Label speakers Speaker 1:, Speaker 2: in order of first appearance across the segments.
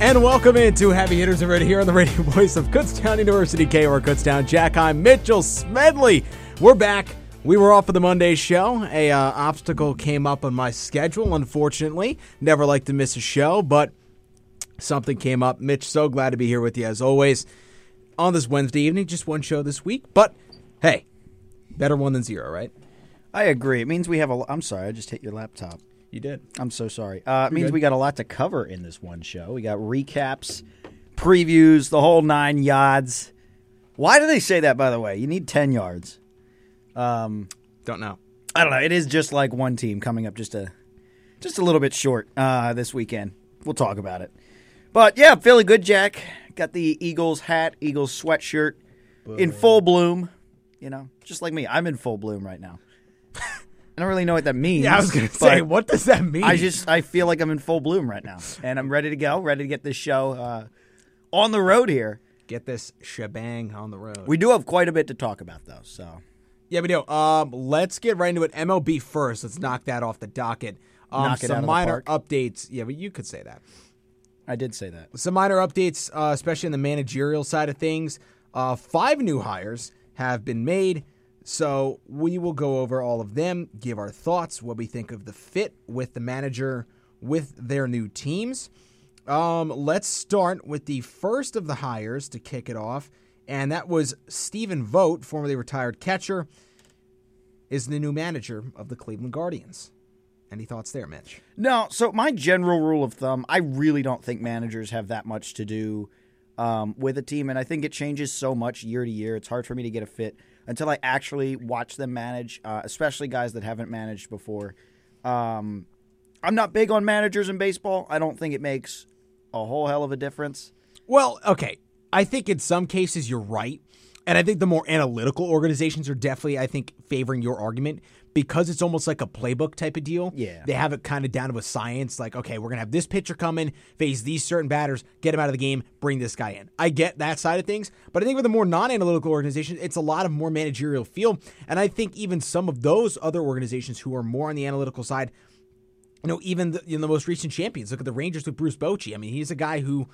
Speaker 1: And welcome into Heavy Hitters Already here on the radio voice of Kutztown University, KR Kutztown. Jack, I'm Mitchell Smedley. We're back. We were off for the Monday show. A uh, obstacle came up on my schedule, unfortunately. Never like to miss a show, but something came up. Mitch, so glad to be here with you as always on this Wednesday evening. Just one show this week, but hey, better one than zero, right?
Speaker 2: I agree. It means we have a. I'm sorry, I just hit your laptop.
Speaker 1: You did.
Speaker 2: I'm so sorry. Uh, it means we got a lot to cover in this one show. We got recaps, previews, the whole nine yards. Why do they say that? By the way, you need ten yards.
Speaker 1: Don't know.
Speaker 2: I don't know. It is just like one team coming up just a, just a little bit short uh, this weekend. We'll talk about it. But yeah, feeling good, Jack. Got the Eagles hat, Eagles sweatshirt in full bloom. You know, just like me, I'm in full bloom right now. I don't really know what that means.
Speaker 1: Yeah, I was going to say,
Speaker 2: but-
Speaker 1: what does that mean?
Speaker 2: I just I feel like I'm in full bloom right now, and I'm ready to go, ready to get this show uh, on the road here.
Speaker 1: get this shebang on the road.
Speaker 2: We do have quite a bit to talk about though, so
Speaker 1: Yeah, we do. Um, let's get right into it. MLB first. Let's knock that off the docket. Um,
Speaker 2: Knock it
Speaker 1: some
Speaker 2: out of the
Speaker 1: minor updates. Yeah, but you could say that.
Speaker 2: I did say that.
Speaker 1: Some minor updates, uh, especially on the managerial side of things. Uh, five new hires have been made, so we will go over all of them, give our thoughts, what we think of the fit with the manager, with their new teams. Um, let's start with the first of the hires to kick it off, and that was Stephen Vogt, formerly retired catcher, is the new manager of the Cleveland Guardians. Any thoughts there, Mitch?
Speaker 2: No, so my general rule of thumb, I really don't think managers have that much to do um, with a team, and I think it changes so much year to year. It's hard for me to get a fit until I actually watch them manage, uh, especially guys that haven't managed before. Um, I'm not big on managers in baseball. I don't think it makes a whole hell of a difference.
Speaker 1: Well, okay. I think in some cases you're right. And I think the more analytical organizations are definitely, I think, favoring your argument because it's almost like a playbook type of deal.
Speaker 2: Yeah.
Speaker 1: They have it kind of down to a science like, okay, we're going to have this pitcher come in, face these certain batters, get him out of the game, bring this guy in. I get that side of things. But I think with a more non analytical organization, it's a lot of more managerial feel. And I think even some of those other organizations who are more on the analytical side you know, even the, you know, the most recent champions. Look at the Rangers with Bruce Bochy. I mean, he's a guy who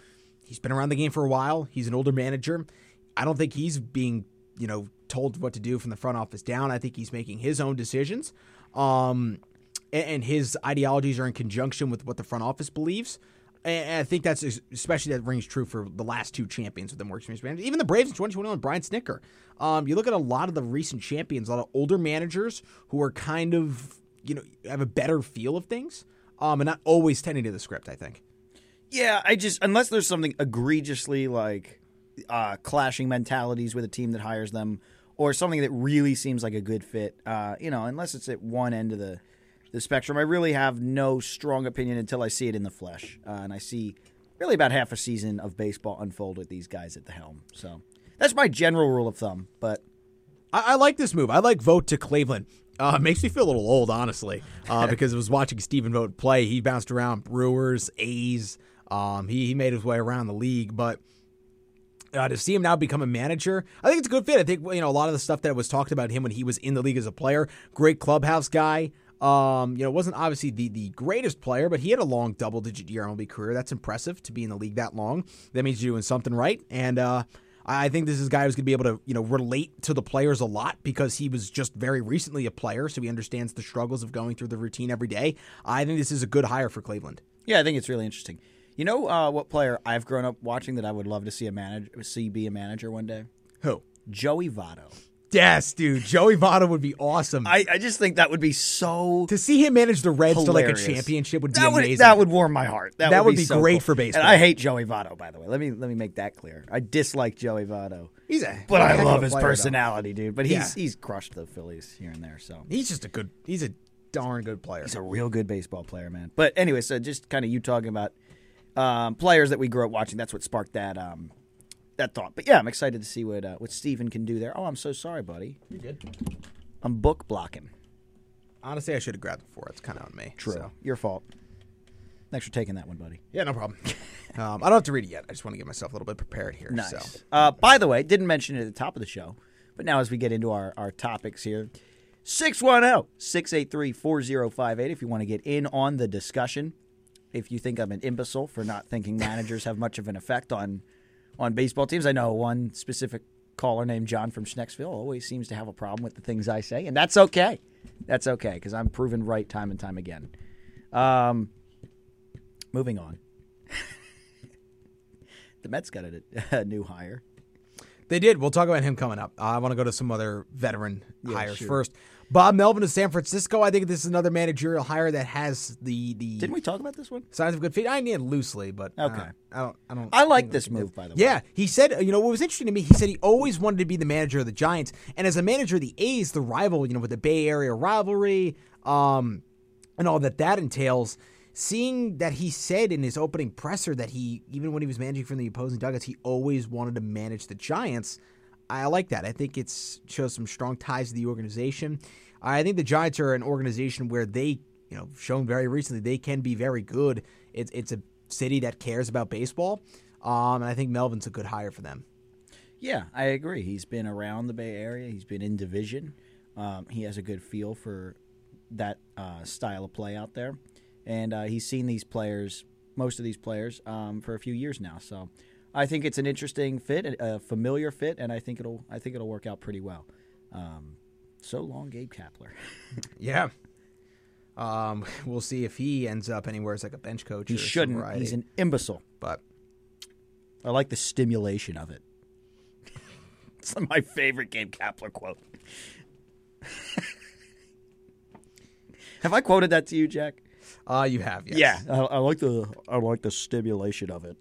Speaker 1: he's been around the game for a while. He's an older manager. I don't think he's being you know told what to do from the front office down. I think he's making his own decisions, um, and, and his ideologies are in conjunction with what the front office believes. And and I think that's es- especially that rings true for the last two champions with the more experienced managers. Even the Braves in 2021, Brian Snicker. Um, you look at a lot of the recent champions, a lot of older managers who are kind of you know have a better feel of things um and not always tending to the script i think
Speaker 2: Yeah, I just unless there's something egregiously like uh, clashing mentalities with a team that hires them, or something that really seems like a good fit. Uh, you know, unless it's at one end of the the spectrum, I really have no strong opinion until I see it in the flesh, uh, and I see really about half a season of baseball unfold with these guys at the helm. So that's my general rule of thumb. But
Speaker 1: i, I like this move i like vote to cleveland uh, it makes me feel a little old, honestly, uh, because I was watching Stephen Vogt play. He bounced around Brewers, A's. Um, he, he made his way around the league, but uh, to see him now become a manager, I think it's a good fit. I think you know a lot of the stuff that was talked about him when he was in the league as a player. Great clubhouse guy. Um, you know, wasn't obviously the the greatest player, but he had a long double digit year MLB career. That's impressive to be in the league that long. That means you're doing something right. And uh, I I think this is a guy who's going to be able to you know relate to the players a lot because he was just very recently a player, so he understands the struggles of going through the routine every day. I think this is a good hire for Cleveland.
Speaker 2: yeah, I think it's really interesting. You know uh, what player I've grown up watching that I would love to see a manager, see be a manager one day?
Speaker 1: Who?
Speaker 2: Joey Votto.
Speaker 1: Yes, dude. Joey Votto would be awesome.
Speaker 2: I, I just think that would be so
Speaker 1: To see him manage the Reds to like a
Speaker 2: Hilarious.
Speaker 1: championship would be
Speaker 2: that would
Speaker 1: amazing.
Speaker 2: that would warm my heart. That,
Speaker 1: That would
Speaker 2: would
Speaker 1: be
Speaker 2: so
Speaker 1: great
Speaker 2: cool.
Speaker 1: for baseball.
Speaker 2: And I hate Joey Votto, by the way. Let me let me make that clear. I dislike Joey Votto,
Speaker 1: he's a
Speaker 2: but
Speaker 1: heck
Speaker 2: I
Speaker 1: of
Speaker 2: love
Speaker 1: a
Speaker 2: his
Speaker 1: player, though.
Speaker 2: personality, dude. But he's
Speaker 1: Yeah.
Speaker 2: he's crushed the Phillies here and there. So
Speaker 1: He's just a good. He's a darn good player.
Speaker 2: he's a real good baseball player, man. But anyway, so just kind of you talking about um, players that we grew up watching. That's what sparked that um, that thought. But yeah, I'm excited to see what uh, what Steven can do there. Oh, I'm so sorry, buddy.
Speaker 1: You're good.
Speaker 2: I'm book blocking.
Speaker 1: Honestly, I should have grabbed it before. It's kind of on me.
Speaker 2: True,
Speaker 1: so.
Speaker 2: your fault. Thanks for taking that one, buddy.
Speaker 1: Yeah, no problem. um, I don't have to read it yet. I just want to get myself a little bit prepared here.
Speaker 2: Nice.
Speaker 1: So.
Speaker 2: Uh, by the way, didn't mention it at the top of the show, but now as we get into our, our topics here oh, 610 683 4058 if you want to get in on the discussion. if you think I'm an imbecile for not thinking managers have much of an effect on on baseball teams. I know one specific caller named John from Schnecksville always seems to have a problem with the things I say, and that's okay. That's okay because I'm proven right time and time again. Um, moving on. the Mets got a, a new hire.
Speaker 1: They did. We'll talk about him coming up. Uh, I want to go to some other veteran
Speaker 2: Yeah,
Speaker 1: hires
Speaker 2: sure.
Speaker 1: first. Bob Melvin of San Francisco. I think this is another managerial hire that has the the
Speaker 2: Didn't we talk about this one?
Speaker 1: signs of good feet. I mean, loosely, but uh,
Speaker 2: Okay.
Speaker 1: I don't. I don't.
Speaker 2: I like
Speaker 1: think
Speaker 2: this
Speaker 1: we can
Speaker 2: move,
Speaker 1: do-
Speaker 2: by the way.
Speaker 1: Yeah, he said. uh, You know what was interesting to me? He said he always wanted to be the manager of the Giants, and as a manager of the A's, the rival, you know, with the Bay Area rivalry, um, and all that that entails. Seeing that he said in his opening presser that he, even when he was managing from the opposing dugouts, he always wanted to manage the Giants. I like that. I think it shows some strong ties to the organization. I think the Giants are an organization where they, you know, shown very recently they can be very good. It's it's a city that cares about baseball, um, and I think Melvin's a good hire for them.
Speaker 2: Yeah, I agree. He's been around the Bay Area. He's been in division. Um, he has a good feel for that uh, style of play out there, and uh, he's seen these players, most of these players, um, for a few years now. So, I think it's an interesting fit, a familiar fit, and I think it'll, I think it'll work out pretty well. Um, so long, Gabe Kapler.
Speaker 1: Yeah. Um, we'll see if he ends up anywhere as like a bench coach.
Speaker 2: He
Speaker 1: or some
Speaker 2: shouldn't.
Speaker 1: variety,
Speaker 2: He's an imbecile.
Speaker 1: but
Speaker 2: I like the stimulation of it. it's my favorite Gabe Kapler quote. Have I quoted that to you, Jack?
Speaker 1: uh, you have yes.
Speaker 2: Yeah, I, I like the I like the stimulation of it.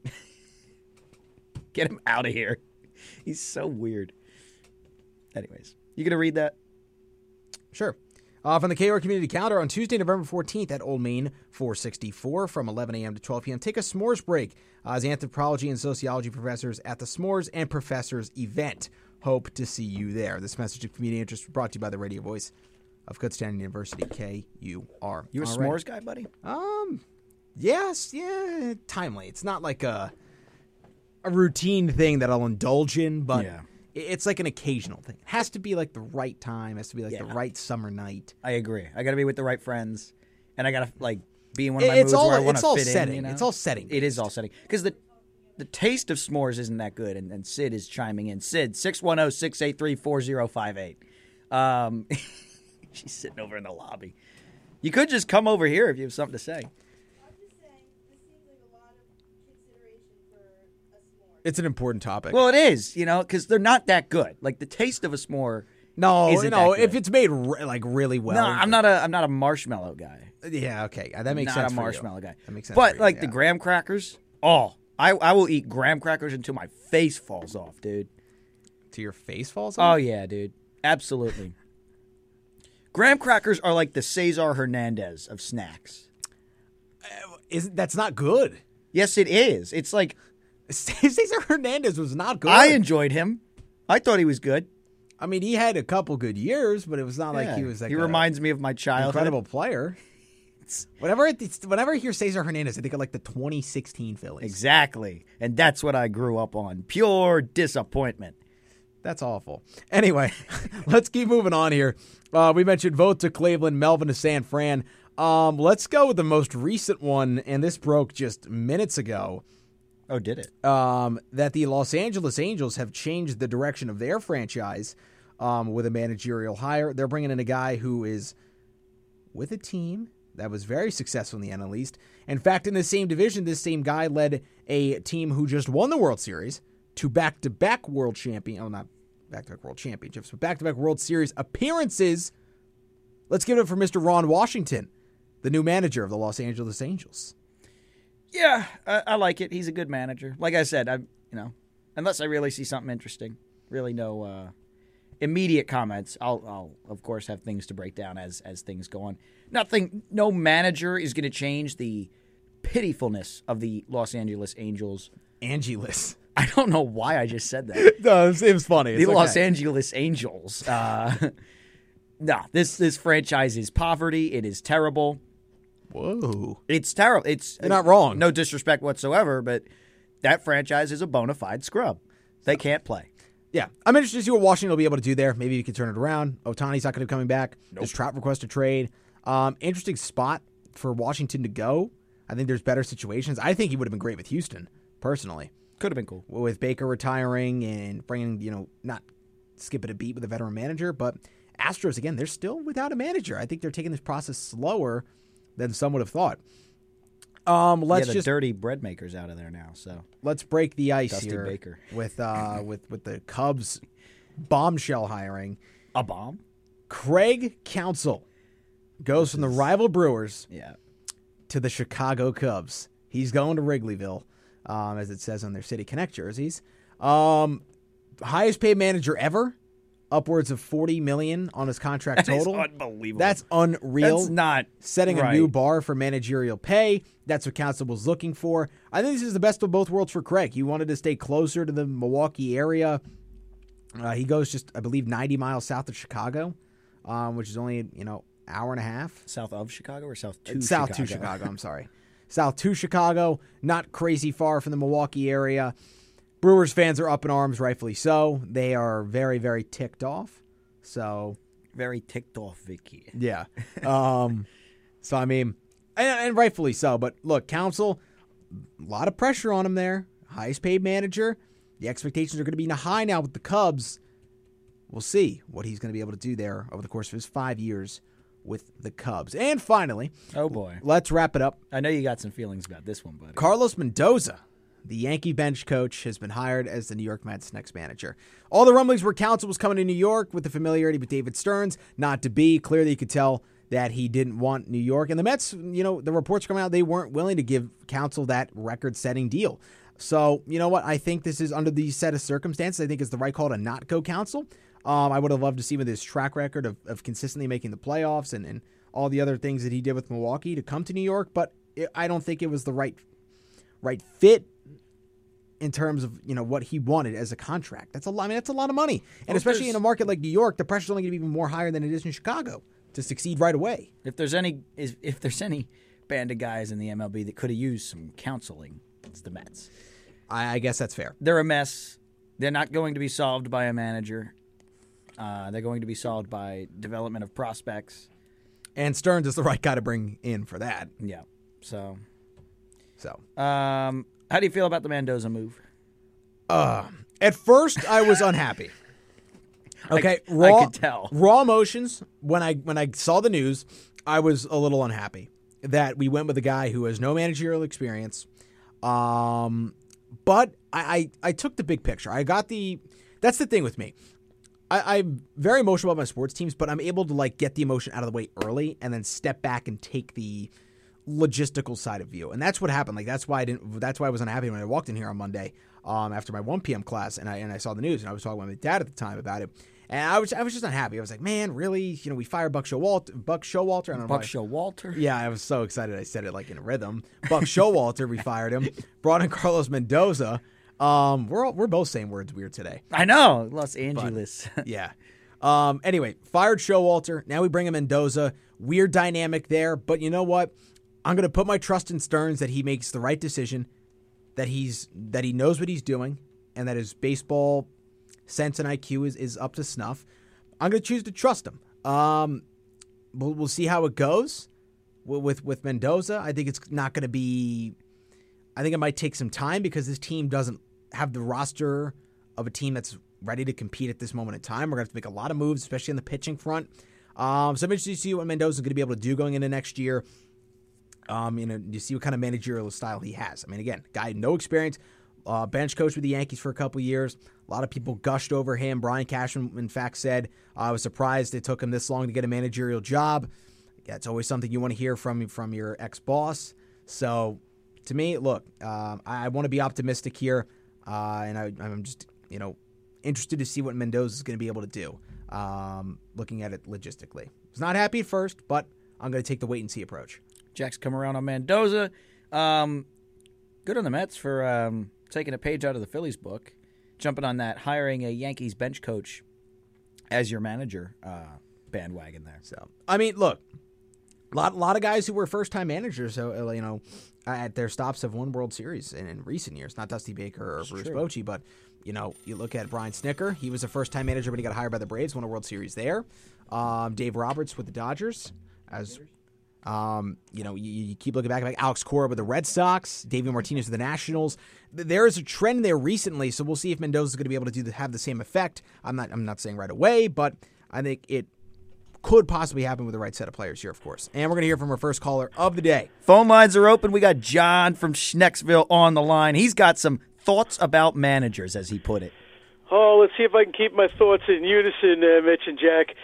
Speaker 2: Get him out of here. He's so weird. Anyways, you gonna read that?
Speaker 1: Sure. Uh, from the KR Community Calendar on Tuesday, November 14th at Old Main 464 from 11 a.m. to 12 p.m. Take a s'mores break uh, as anthropology and sociology professors at the S'mores and Professors event. Hope to see you there. This message of community interest brought to you by the radio voice of Kutztown University, KUR.
Speaker 2: You a
Speaker 1: All right.
Speaker 2: s'mores guy, buddy?
Speaker 1: Um, yes, yeah, timely. It's not like a a routine thing that I'll indulge in, but
Speaker 2: Yeah.
Speaker 1: i- it's like an occasional thing. It has to be like the right time. Has to be like the
Speaker 2: Yeah.
Speaker 1: right summer night.
Speaker 2: I agree. I gotta be with the right friends, and I gotta like be in one of my
Speaker 1: It- it's
Speaker 2: moods
Speaker 1: all
Speaker 2: where I want
Speaker 1: it's
Speaker 2: to
Speaker 1: all
Speaker 2: fit
Speaker 1: setting.
Speaker 2: in. You know?
Speaker 1: It's all setting.
Speaker 2: It is all setting because the the taste of s'mores isn't that good, and, and Sid is chiming in. Sid six one zero six eight three four zero five eight. Um, she's sitting over in the lobby. You could just come over here if you have something to say.
Speaker 3: I'm just saying, this seems like a lot of consideration for a s'more.
Speaker 1: It's an important topic.
Speaker 2: Well, it is, you know, because they're not that good. Like the taste of a s'more.
Speaker 1: no,
Speaker 2: isn't
Speaker 1: no.
Speaker 2: that
Speaker 1: If
Speaker 2: good.
Speaker 1: it's made re- like really well,
Speaker 2: No, I'm not a I'm not a marshmallow guy.
Speaker 1: Yeah, okay, uh, that makes
Speaker 2: not
Speaker 1: sense. for
Speaker 2: a
Speaker 1: you.
Speaker 2: marshmallow guy.
Speaker 1: That makes sense.
Speaker 2: But
Speaker 1: for you,
Speaker 2: like the
Speaker 1: yeah.
Speaker 2: graham crackers, oh, I I will eat graham crackers until my face falls off, dude.
Speaker 1: to your face falls.
Speaker 2: Oh
Speaker 1: off?
Speaker 2: yeah, dude. Absolutely. Graham crackers are like the Cesar Hernandez of snacks.
Speaker 1: isn't that's not good?
Speaker 2: Yes, it is. It's like
Speaker 1: Cesar Hernandez was not good.
Speaker 2: I enjoyed him. I thought he was good.
Speaker 1: I mean, he had a couple good years, but it was not like
Speaker 2: Yeah.
Speaker 1: he was like
Speaker 2: he
Speaker 1: a-
Speaker 2: reminds me of my childhood.
Speaker 1: incredible player. Whenever I, th- whenever I hear Cesar Hernandez, I think of like the 2016 Phillies.
Speaker 2: Exactly. And that's what I grew up on. Pure disappointment.
Speaker 1: That's awful. Anyway, let's keep moving on here. Uh, we mentioned vote to Cleveland, Melvin to San Fran. Um, let's go with the most recent one, and this broke just minutes ago.
Speaker 2: Oh, did it?
Speaker 1: um, that the Los Angeles Angels have changed the direction of their franchise um, with a managerial hire. They're bringing in a guy who is with a team that was very successful in the NL East. In fact, in the same division, this same guy led a team who just won the World Series to back-to-back World Champion. Oh, not back-to-back World Championships, but back-to-back World Series appearances. Let's give it up for Mr. Ron Washington, the new manager of the Los Angeles Angels.
Speaker 2: Yeah, I, I like it. He's a good manager. Like I said, I you know, unless I really see something interesting, really no uh, immediate comments. I'll, I'll of course have things to break down as as things go on. Nothing. No manager is going to change the pitifulness of the Los Angeles Angels.
Speaker 1: Angie List.
Speaker 2: I don't know why I just said that.
Speaker 1: no, it was, it was funny.
Speaker 2: the
Speaker 1: It's
Speaker 2: Los
Speaker 1: okay.
Speaker 2: Angeles Angels. Uh, nah, this this franchise is poverty. It is terrible.
Speaker 1: Whoa.
Speaker 2: It's terrible. It's
Speaker 1: You're not wrong.
Speaker 2: No disrespect whatsoever, but that franchise is a bona fide scrub. They can't play.
Speaker 1: Yeah. I'm interested to see what Washington will be able to do there. Maybe you can turn it around. Otani's not going to be coming back. Does Trout request a trade? Um, interesting spot for Washington to go. I think there's better situations. I think he would have been great with Houston, personally,
Speaker 2: Could have been cool.
Speaker 1: with Baker retiring and bringing, you know, not skipping a beat with a veteran manager. But Astros, again, they're still without a manager. I think they're taking this process slower than some would have thought. Um,
Speaker 2: Yeah,
Speaker 1: let's
Speaker 2: the
Speaker 1: just
Speaker 2: dirty bread maker's out of there now. So
Speaker 1: let's break the ice
Speaker 2: Dusty
Speaker 1: here
Speaker 2: Baker.
Speaker 1: with uh with with the Cubs bombshell hiring.
Speaker 2: a bomb.
Speaker 1: Craig Council goes from the rival Brewers
Speaker 2: Yeah.
Speaker 1: to the Chicago Cubs. He's going to Wrigleyville, um, as it says on their City Connect jerseys. Um, highest paid manager ever, upwards of forty million on his contract
Speaker 2: That is
Speaker 1: total.
Speaker 2: unbelievable.
Speaker 1: That's unreal.
Speaker 2: That's not
Speaker 1: setting
Speaker 2: right.
Speaker 1: a new bar for managerial pay. That's what Council was looking for. I think this is the best of both worlds for Craig. He wanted to stay closer to the Milwaukee area. Uh, he goes just, I believe, 90 miles south of Chicago, um, which is only you know hour and a half
Speaker 2: south of Chicago or south to
Speaker 1: south
Speaker 2: Chicago?
Speaker 1: to Chicago. I'm sorry, south to Chicago. Not crazy far from the Milwaukee area. Brewers fans are up in arms, rightfully so. They are very, very ticked off. So
Speaker 2: Very ticked off, Vicky.
Speaker 1: yeah. Um, so I mean, and, and rightfully so. But look, Council, a lot of pressure on him there. Highest paid manager. The expectations are going to be high now with the Cubs. We'll see what he's going to be able to do there over the course of his five years with the Cubs. And finally,
Speaker 2: Oh boy,
Speaker 1: let's wrap it up.
Speaker 2: I know you got some feelings about this one, buddy.
Speaker 1: Carlos Mendoza, the Yankee bench coach, has been hired as the New York Mets' next manager. All the rumblings were Council was coming to New York with the familiarity with David Stearns, not to be. Clearly, you could tell that he didn't want New York. And the Mets, you know, the reports coming out, they weren't willing to give Council that record setting deal. So, you know what? I think this is under these set of circumstances. I think it's the right call to not go Council. Um, I would have loved to see him with his track record of, of consistently making the playoffs and, and all the other things that he did with Milwaukee to come to New York, but it, I don't think it was the right right fit in terms of you know what he wanted as a contract. That's a lot. I mean, that's a lot of money, and
Speaker 2: Well,
Speaker 1: especially
Speaker 2: there's-
Speaker 1: in a market like New York, the pressure's only going to be even more higher than it is in Chicago to succeed right away.
Speaker 2: If there's any, if, if there's any band of guys in the MLB that could have used some counseling, it's the Mets.
Speaker 1: I, I guess that's fair.
Speaker 2: They're a mess. They're not going to be solved by a manager. Uh, they're going to be solved by development of prospects.
Speaker 1: And Stearns is the right guy to bring in for that.
Speaker 2: Yeah. So,
Speaker 1: So,
Speaker 2: um, how do you feel about the Mendoza move?
Speaker 1: uh, at first, I was unhappy. Okay,
Speaker 2: I
Speaker 1: raw,
Speaker 2: could tell.
Speaker 1: raw emotions. When I when I saw the news, I was a little unhappy that we went with a guy who has no managerial experience. Um, but I, I I took the big picture. I got the. That's the thing with me. I, I'm very emotional about my sports teams, but I'm able to like get the emotion out of the way early and then step back and take the logistical side of view. And that's what happened. Like that's why I didn't. That's why I was unhappy when I walked in here on Monday um, after my 1 p.m. class and I and I saw the news and I was talking with my dad at the time about it. And I was I was just unhappy. I was like, man, really? You know, we fire Buck Showalter. Buck Showalter. I don't know why-
Speaker 2: Buck Showalter.
Speaker 1: yeah, I was so excited. I said it like in rhythm. Buck Showalter, we fired him. Brought in Carlos Mendoza. Um, we're all, we're both saying words weird today.
Speaker 2: I know Los Angeles.
Speaker 1: Yeah. Um, anyway, fired Showalter. Now we bring in Mendoza. Weird dynamic there, but you know what? I'm going to put my trust in Stearns that he makes the right decision, that he's that he knows what he's doing, and that his baseball sense and IQ is is up to snuff. I'm going to choose to trust him. Um, we'll, we'll see how it goes with with, with Mendoza. I think it's not going to be. I think it might take some time because this team doesn't have the roster of a team that's ready to compete at this moment in time. We're going to have to make a lot of moves, especially on the pitching front. Um, so I'm interested to see what Mendoza's going to be able to do going into next year. Um, you know, you see what kind of managerial style he has. I mean, again, guy no experience, uh, bench coach with the Yankees for a couple years. A lot of people gushed over him. Brian Cashman, in fact, said, "I was surprised it took him this long to get a managerial job." That's always something you want to hear from from your ex boss. So, to me, look, um, I, I want to be optimistic here, uh, and I, I'm just you know interested to see what Mendoza is going to be able to do. Um, looking at it logistically, was not happy at first, but I'm going to take the wait and see approach.
Speaker 2: Jack's come around on Mendoza. Um, good on the Mets for um, taking a page out of the Phillies book, jumping on that hiring a Yankees bench coach as your manager uh, bandwagon there.
Speaker 1: So I mean, look, a lot, lot of guys who were first time managers, so uh, you know, at their stops have won World Series in, in recent years. Not Dusty Baker or Bruce
Speaker 2: true.
Speaker 1: Bochy, but you know, you look at Brian Snicker. He was a first time manager when he got hired by the Braves, won a World Series there. Um, Dave Roberts with the Dodgers as Um, you know, you, you keep looking back, like Alex Cora with the Red Sox, David Martinez with the Nationals. Th- There is a trend there recently, so we'll see if Mendoza's going to be able to do the, have the same effect. I'm not, I'm not saying right away, but I think it could possibly happen with the right set of players here, of course. And we're going to hear from our first caller of the day.
Speaker 2: Phone lines are open. We got John from Schnecksville on the line. He's got some thoughts about managers, as he put it.
Speaker 4: Oh, let's see if I can keep my thoughts in unison, uh, Mitch and Jack.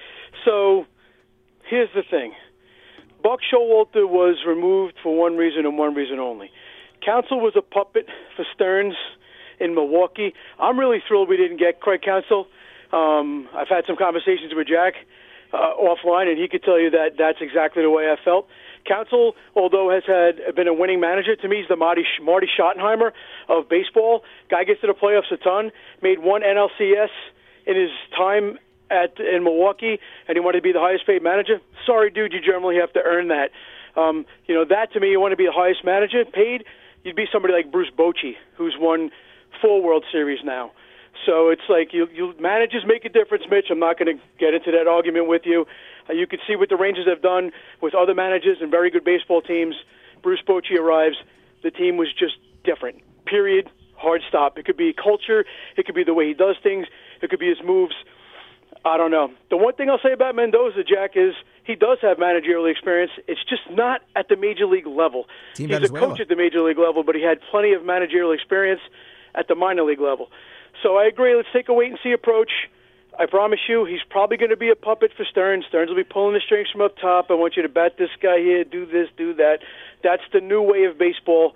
Speaker 4: So, here's the thing: Buck Showalter was removed for one reason and one reason only. Council was a puppet for Stearns in Milwaukee. I'm really thrilled we didn't get Craig Council. Um, I've had some conversations with Jack uh, offline, and he could tell you that that's exactly the way I felt. Council, although has had been a winning manager, to me he's the Marty, Marty Schottenheimer of baseball. Guy gets to the playoffs a ton. Made one NLCS in his time at in Milwaukee, and he wanted to be the highest paid manager. Sorry, dude, you generally have to earn that. Um, you know that to me, you want to be the highest manager paid. You'd be somebody like Bruce Bochy, who's won four World Series now. So it's like you, you managers make a difference, Mitch. I'm not going to get into that argument with you. Uh, you can see what the Rangers have done with other managers and very good baseball teams. Bruce Bochy arrives. The team was just different. Period. Hard stop. It could be culture. It could be the way he does things. It could be his moves. I don't know. The one thing I'll say about Mendoza, Jack, is he does have managerial experience. It's just not at the major league level.
Speaker 1: Team
Speaker 4: He's
Speaker 1: Venezuela.
Speaker 4: a coach at the major league level, but he had plenty of managerial experience at the minor league level. So I agree. Let's take a wait and see approach. I promise you, he's probably going to be a puppet for Stearns. Stearns will be pulling the strings from up top. I want you to bat this guy here, do this, do that. That's the new way of baseball,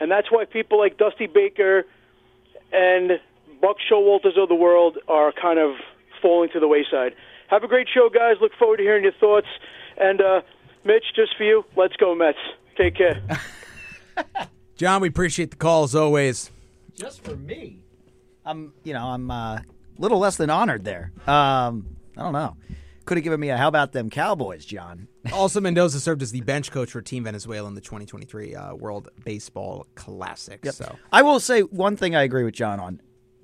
Speaker 4: and that's why people like Dusty Baker and Buck Showalters of the world are kind of falling to the wayside. Have a great show, guys. Look forward to hearing your thoughts. And uh, Mitch, just for you, let's go Mets. Take care.
Speaker 1: John, we appreciate the call as always.
Speaker 2: Just for me, I'm you know I'm uh, a little less than honored there. Um, I don't know. Could have given me a how about them Cowboys, John?
Speaker 1: Also, Mendoza served as the bench coach for Team Venezuela in the 2023 uh, World Baseball Classic. So
Speaker 2: I will say one thing I agree with John on.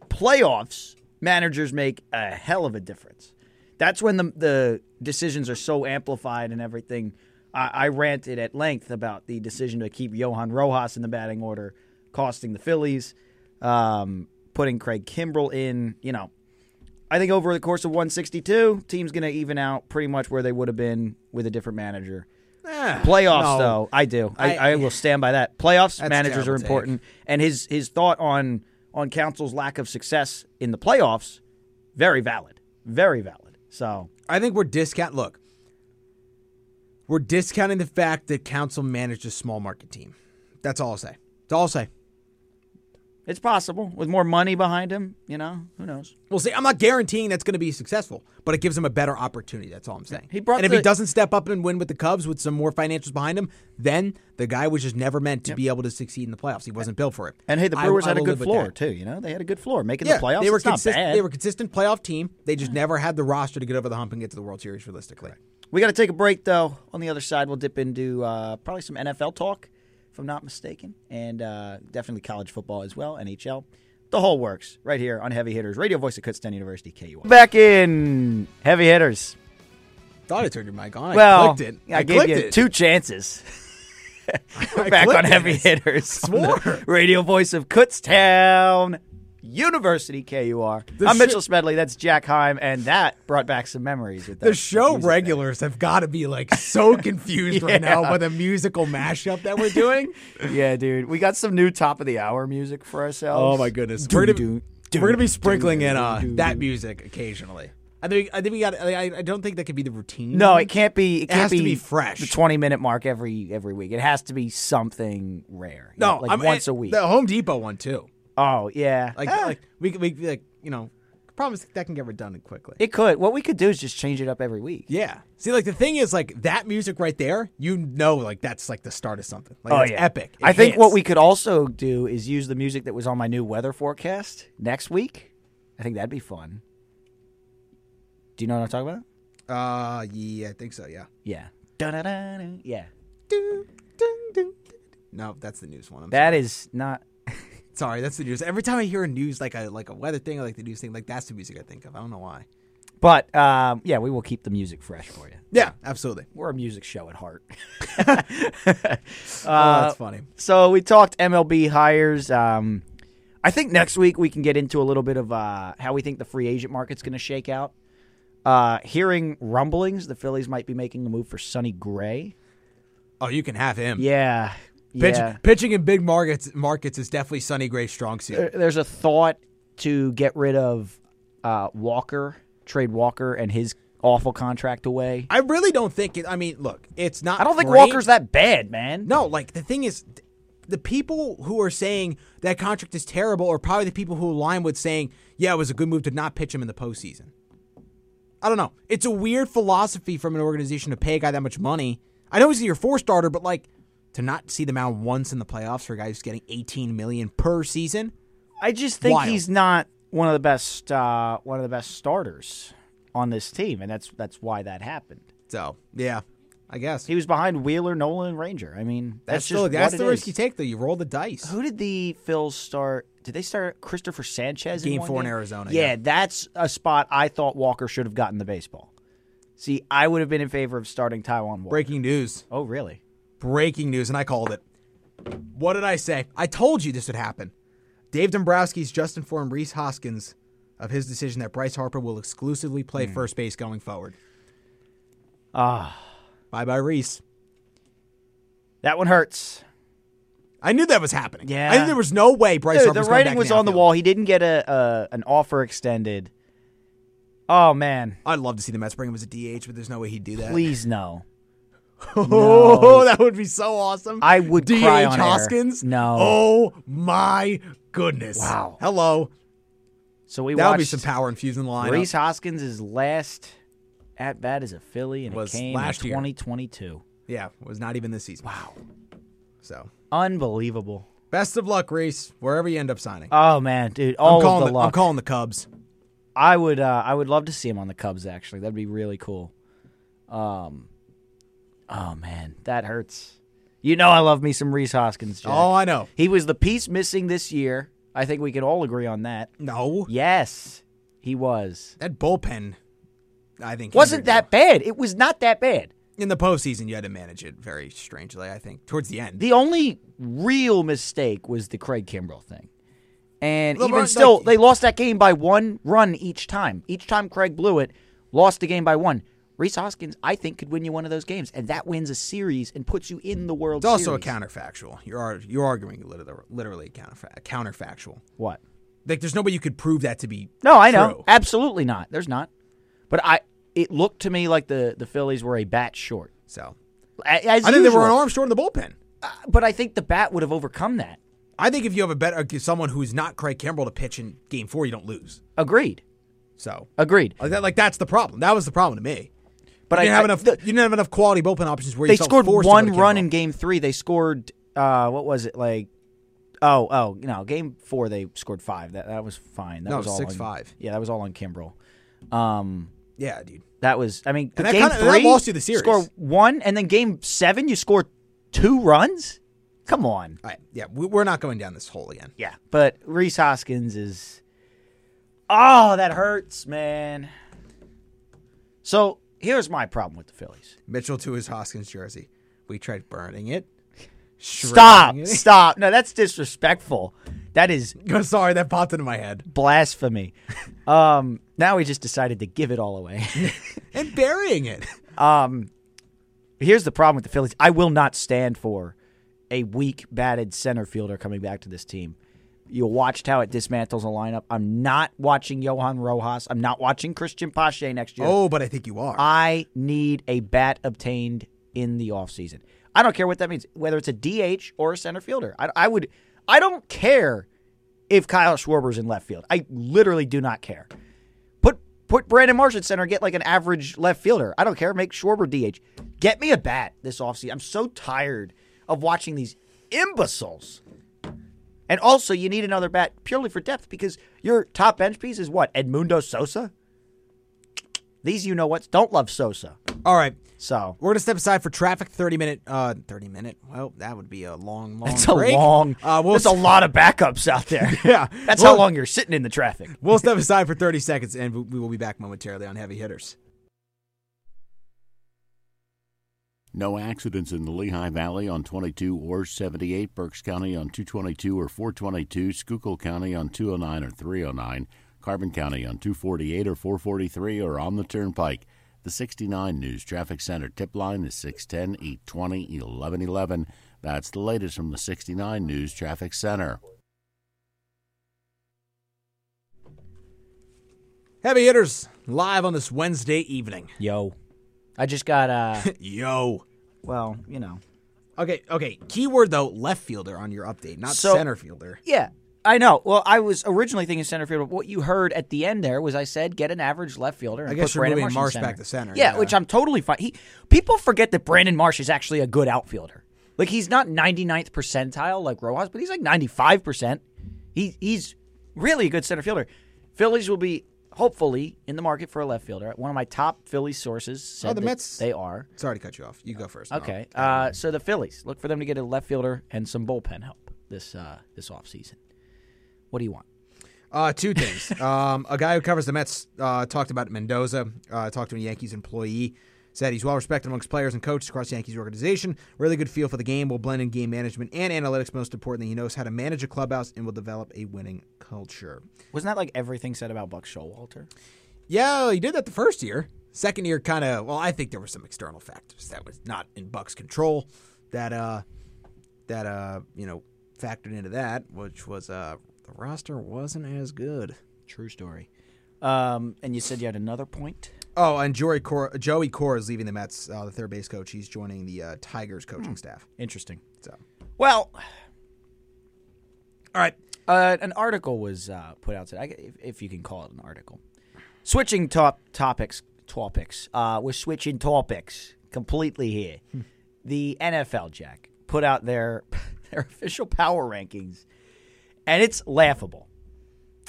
Speaker 2: Playoffs, managers make a hell of a difference. That's when the, the decisions are so amplified and everything. I, I ranted at length about the decision to keep Johan Rojas in the batting order, costing the Phillies, um, putting Craig Kimbrell in. You know, I think over the course of 162, team's going to even out pretty much where they would have been with a different manager.
Speaker 1: eh,
Speaker 2: Playoffs,
Speaker 1: no.
Speaker 2: though, I do. I,
Speaker 1: I-
Speaker 2: I, will stand by that. Playoffs,
Speaker 1: That's a
Speaker 2: managers are
Speaker 1: terrible take.
Speaker 2: important, and his his thought on on Council's lack of success in the playoffs, very valid, very valid. So
Speaker 1: I think we're discount. Look, we're discounting the fact that Council managed a small market team. That's all I'll say. That's all I'll say.
Speaker 2: it's possible with more money behind him. You know, who knows?
Speaker 1: We'll see. I'm not guaranteeing that's going to be successful, but it gives him a better opportunity. That's all I'm saying.
Speaker 2: He brought
Speaker 1: and if he
Speaker 2: the-
Speaker 1: doesn't step up and win with the Cubs with some more financials behind him, then the guy was just never meant to be able to succeed in the playoffs. He wasn't built for it.
Speaker 2: And hey, the
Speaker 1: I-
Speaker 2: Brewers
Speaker 1: I
Speaker 2: had a
Speaker 1: will
Speaker 2: good
Speaker 1: live with
Speaker 2: floor
Speaker 1: that.
Speaker 2: too. You know, they had a good floor making
Speaker 1: Yeah,
Speaker 2: the playoffs.
Speaker 1: they were
Speaker 2: it's not
Speaker 1: consistent.
Speaker 2: bad.
Speaker 1: They were a consistent playoff team. They just never had the roster to get over the hump and get to the World Series realistically.
Speaker 2: We got to take a break, though. On the other side, we'll dip into uh, probably some NFL talk, if I'm not mistaken, and uh, definitely college football as well, NHL. The whole works right here on Heavy Hitters, radio voice of Kutztown University, KU. Back in Heavy Hitters.
Speaker 1: Thought I turned your mic on. I
Speaker 2: well,
Speaker 1: clicked it.
Speaker 2: I,
Speaker 1: I
Speaker 2: gave
Speaker 1: clicked
Speaker 2: you
Speaker 1: it.
Speaker 2: two chances.
Speaker 1: I
Speaker 2: Back on
Speaker 1: clicked it.
Speaker 2: Heavy Hitters. on the
Speaker 1: Swore.
Speaker 2: radio voice of Kutztown University, KUR.
Speaker 1: The
Speaker 2: I'm
Speaker 1: shi-
Speaker 2: Mitchell Smedley. That's Jack Heim, and that brought back some memories with that.
Speaker 1: The show
Speaker 2: music there.
Speaker 1: regulars have got to be like so confused right now
Speaker 2: Yeah.
Speaker 1: by the musical mashup that we're doing.
Speaker 2: Yeah, dude. We got some new top of the hour music for ourselves.
Speaker 1: Oh my goodness,
Speaker 2: Doo,
Speaker 1: we're gonna,
Speaker 2: doo, doo,
Speaker 1: we're gonna be sprinkling
Speaker 2: doo,
Speaker 1: in uh,
Speaker 2: doo,
Speaker 1: that
Speaker 2: doo.
Speaker 1: music occasionally. I think I think we got. I, I don't think that could be the routine.
Speaker 2: No, it can't be. It, can't
Speaker 1: has to be fresh.
Speaker 2: The twenty minute mark every every week. It has to be something rare.
Speaker 1: No,
Speaker 2: like
Speaker 1: I'm-
Speaker 2: once
Speaker 1: I-
Speaker 2: a week.
Speaker 1: The Home Depot one too.
Speaker 2: Oh yeah,
Speaker 1: Like
Speaker 2: Ah,
Speaker 1: like we could- we could, like you know promise that can get redundant quickly.
Speaker 2: it could. What we could do is just change it up every week.
Speaker 1: yeah. See, like the thing is, like that music right there, you know, like that's like the start of something. Like that's epic. It
Speaker 2: Oh, I think what
Speaker 1: hits.
Speaker 2: we could also do is use the music that was on my new weather forecast next week. I think that'd be fun. Do you know what I'm talking about?
Speaker 1: Uh, yeah, I think so. Yeah.
Speaker 2: Yeah. Da-da-da-da. Yeah.
Speaker 1: Dun, dun, dun, dun. No, that's the news one. I'm
Speaker 2: That is not.
Speaker 1: Sorry, that's the news. Every time I hear a news like a like a weather thing or like the news thing, like that's the music I think of. I don't know why.
Speaker 2: But um, yeah, we will keep the music fresh for you.
Speaker 1: Yeah, absolutely.
Speaker 2: We're a music show at heart.
Speaker 1: oh, that's funny.
Speaker 2: So we talked MLB hires. Um, I think next week we can get into a little bit of uh, how we think the free agent market's going to shake out. Uh, hearing rumblings, the Phillies might be making a move for Sonny Gray.
Speaker 1: Oh, you can have him.
Speaker 2: Yeah,
Speaker 1: Pitch,
Speaker 2: yeah.
Speaker 1: Pitching in big markets markets is definitely Sonny Gray's strong suit.
Speaker 2: There- There's a thought to get rid of uh, Walker, trade Walker, and his awful contract away.
Speaker 1: I really don't think it. I mean, look, it's not.
Speaker 2: I don't think
Speaker 1: great.
Speaker 2: Walker's that bad, man.
Speaker 1: No, like the thing is, th- the people who are saying that contract is terrible are probably the people who align with saying, yeah, it was a good move to not pitch him in the postseason. I don't know. It's a weird philosophy from an organization to pay a guy that much money. I know he's your four starter, but like to not see the mound once in the playoffs for a guy who's getting 18 million per season.
Speaker 2: I just think
Speaker 1: Wild.
Speaker 2: he's not one of the best uh, one of the best starters on this team, and that's that's why that happened.
Speaker 1: So yeah, I guess
Speaker 2: He was behind Wheeler, Nolan, and Ranger. I mean,
Speaker 1: that's
Speaker 2: that's,
Speaker 1: still
Speaker 2: just
Speaker 1: that's
Speaker 2: what
Speaker 1: the
Speaker 2: it
Speaker 1: risk
Speaker 2: is.
Speaker 1: you take though. You roll the dice.
Speaker 2: Who did the Phils start? Did they start Christopher Sanchez in
Speaker 1: Game
Speaker 2: one
Speaker 1: four in Arizona,
Speaker 2: Yeah,
Speaker 1: yeah.
Speaker 2: that's a spot I thought Walker should have gotten the baseball. See, I would have been in favor of starting Taiwan Walker.
Speaker 1: Breaking news.
Speaker 2: Oh, really?
Speaker 1: breaking news, and I called it. What did I say? I told you this would happen. Dave Dombrowski's just informed Reese Hoskins of his decision that Bryce Harper will exclusively play
Speaker 2: Hmm.
Speaker 1: first base going forward.
Speaker 2: Ah,
Speaker 1: Bye bye, Reese.
Speaker 2: that one hurts.
Speaker 1: I knew that was happening.
Speaker 2: Yeah.
Speaker 1: I knew there was no way Bryce
Speaker 2: Dude,
Speaker 1: Harper
Speaker 2: the writing was on the
Speaker 1: outfield.
Speaker 2: wall. He didn't get a, a an offer extended. Oh man,
Speaker 1: I'd love to see the Mets bring him as a DH, but there's no way he'd do that.
Speaker 2: please no.
Speaker 1: Oh, that would be so awesome.
Speaker 2: I would
Speaker 1: DH
Speaker 2: cry on air.
Speaker 1: Hoskins?
Speaker 2: No.
Speaker 1: Oh my goodness.
Speaker 2: Wow.
Speaker 1: Hello.
Speaker 2: So we
Speaker 1: That would be
Speaker 2: watched
Speaker 1: some power infusing line.
Speaker 2: Reese Hoskins' last at bat as a Philly, and
Speaker 1: Was
Speaker 2: it came
Speaker 1: last
Speaker 2: in
Speaker 1: year.
Speaker 2: 2022.
Speaker 1: Yeah, it was not even this season. Wow. So
Speaker 2: Unbelievable.
Speaker 1: Best of luck, Reese, wherever you end up signing.
Speaker 2: Oh man, dude,
Speaker 1: I'm
Speaker 2: all
Speaker 1: calling
Speaker 2: of the,
Speaker 1: the,
Speaker 2: luck.
Speaker 1: I'm calling the Cubs.
Speaker 2: I would, uh, I would love to see him on the Cubs. Actually, that'd be really cool. Um, oh man, that hurts. You know, I love me some Reese Hoskins. Jack.
Speaker 1: Oh, I know.
Speaker 2: he was the piece missing this year. I think we can all agree on that.
Speaker 1: No,
Speaker 2: Yes, he was.
Speaker 1: that bullpen, I think,
Speaker 2: Wasn't
Speaker 1: hindered
Speaker 2: that bad? It was not that bad.
Speaker 1: you. in the postseason? You had to manage it very strangely. I think towards the end.
Speaker 2: The only real mistake was the Craig Kimbrell thing. And
Speaker 1: Well,
Speaker 2: even
Speaker 1: but,
Speaker 2: still,
Speaker 1: like-
Speaker 2: they lost that game by one run each time. Each time Craig blew it, lost the game by one. Reese Hoskins, I think, could win you one of those games, and that wins a series and puts you in the World
Speaker 1: It's also a
Speaker 2: Series.
Speaker 1: counterfactual. You're ar- you're arguing literally, literally counterfa- counterfactual.
Speaker 2: What?
Speaker 1: Like there's no way you could prove that to be.
Speaker 2: No, I know,
Speaker 1: true.
Speaker 2: absolutely not. There's not. But I, it looked to me like the the Phillies were a bat short.
Speaker 1: So
Speaker 2: A- As
Speaker 1: I think they
Speaker 2: usual,
Speaker 1: were an arm short in the bullpen.
Speaker 2: but I think the bat would have overcome that.
Speaker 1: I think if you have a better someone who's not Craig Kimbrell to pitch in Game Four, you don't lose.
Speaker 2: Agreed.
Speaker 1: So
Speaker 2: Agreed.
Speaker 1: like that, like that's the problem. That was the problem to me.
Speaker 2: But
Speaker 1: you
Speaker 2: I
Speaker 1: didn't have
Speaker 2: I-
Speaker 1: enough.
Speaker 2: the-
Speaker 1: you didn't have enough quality bullpen options where
Speaker 2: they
Speaker 1: you felt
Speaker 2: scored
Speaker 1: forced to go
Speaker 2: one
Speaker 1: to
Speaker 2: run
Speaker 1: Kimbrel.
Speaker 2: in game three. They scored uh what was it like oh oh no, game four they scored five. That that was fine. That
Speaker 1: No,
Speaker 2: was all
Speaker 1: six,
Speaker 2: on-
Speaker 1: five.
Speaker 2: Yeah, that was all on Kimbrel. Um
Speaker 1: Yeah, dude.
Speaker 2: that was I mean the
Speaker 1: And that
Speaker 2: game
Speaker 1: kinda- that
Speaker 2: three
Speaker 1: lost you the series.
Speaker 2: Score one and then game seven you scored two runs? Come on.
Speaker 1: All right, yeah, we- we're not going down this hole again.
Speaker 2: Yeah. But Reese Hoskins is Oh, that hurts, man. So here's my problem with the Phillies.
Speaker 1: Mitchell to his Hoskins jersey. We tried burning it. shredding
Speaker 2: Stop.
Speaker 1: it.
Speaker 2: Stop. No, that's disrespectful. That is
Speaker 1: I'm sorry, that popped into my head.
Speaker 2: blasphemy. Um, now we just decided to give it all away.
Speaker 1: And burying it.
Speaker 2: Here's the problem with the Phillies. I will not stand for a weak batted center fielder coming back to this team. You watched how it dismantles a lineup. I'm not watching Johan Rojas. I'm not watching Christian Pache next year.
Speaker 1: Oh, but I think you are.
Speaker 2: I need a bat obtained in the offseason. I don't care what that means, whether it's a DH or a center fielder. I, I would, I don't care if Kyle Schwarber's in left field. I literally do not care. Put put Brandon Marsh at center, get like an average left fielder. I don't care. Make Schwarber DH. Get me a bat this offseason. I'm so tired of watching these imbeciles. And also, you need another bat purely for depth because your top bench piece is what Edmundo Sosa. These you know what's don't love Sosa.
Speaker 1: All right.
Speaker 2: So
Speaker 1: We're gonna step aside for traffic. Thirty minute. Uh, thirty minute. Well, that would be a long, long.
Speaker 2: it's a
Speaker 1: break.
Speaker 2: long.
Speaker 1: Uh, we'll
Speaker 2: that's a lot of backups out there.
Speaker 1: Yeah.
Speaker 2: that's
Speaker 1: Well-
Speaker 2: how long you're sitting in the traffic.
Speaker 1: We'll step aside for thirty seconds, and we- we will be back momentarily on heavy hitters.
Speaker 5: No accidents in the Lehigh Valley on 22 or 78, Berks County on 222 or 422, Schuylkill County on 209 or 309, Carbon County on 248 or 443, or on the Turnpike. The 69 News Traffic Center tip line is 610 820 1111. That's the latest from the 69 News Traffic Center.
Speaker 1: Heavy hitters live on this Wednesday evening.
Speaker 2: Yo, I just got uh.
Speaker 1: Yo.
Speaker 2: well, you know.
Speaker 1: Okay. Okay. Keyword though, left fielder on your update, not
Speaker 2: So-
Speaker 1: center fielder.
Speaker 2: Yeah, I know. Well, I was originally thinking center field, but what you heard at the end there was I said get an average left fielder. And
Speaker 1: I guess
Speaker 2: put
Speaker 1: you're
Speaker 2: Brandon
Speaker 1: moving
Speaker 2: Marsh, in
Speaker 1: Marsh back to center,
Speaker 2: Yeah,
Speaker 1: yeah.
Speaker 2: which I'm totally fine. He, people forget that Brandon Marsh is actually a good outfielder. Like he's not 99th percentile like Rojas, but he's like 95 percent. He he's really a good center fielder. Phillies will be hopefully in the market for a left fielder. One of my top Phillies sources said
Speaker 1: Oh, the
Speaker 2: that
Speaker 1: Mets-
Speaker 2: they are.
Speaker 1: Sorry to cut you off. You go first. Nolan.
Speaker 2: Okay. Uh, so the Phillies look for them to get a left fielder and some bullpen help this uh, this offseason. What do you want?
Speaker 1: Uh, two things. um, a guy who covers the Mets uh, talked about Mendoza. Uh, talked to a Yankees employee. Said he's well respected amongst players and coaches across the Yankees organization. Really good feel for the game. Will blend in game management and analytics. Most importantly, he knows how to manage a clubhouse and will develop a winning culture.
Speaker 2: Wasn't that like everything said about Buck Showalter?
Speaker 1: Yeah, he did that the first year. Second year, kind of. Well, I think there were some external factors that was not in Buck's control. That uh, that uh, you know, factored into that, which was uh, the roster wasn't as good.
Speaker 2: True story. Um, and you said you had another point.
Speaker 1: Oh, and Joey Cor- Joey Cora is leaving the Mets, uh, the third base coach. He's joining the uh, Tigers
Speaker 2: Hmm.
Speaker 1: coaching staff.
Speaker 2: Interesting.
Speaker 1: So,
Speaker 2: Well,
Speaker 1: all right,
Speaker 2: uh, an article was uh, put out today, I g- if, if you can call it an article. Switching top topics, topics. Uh, we're switching topics completely here. the NFL Jack put out their their official power rankings, and it's laughable.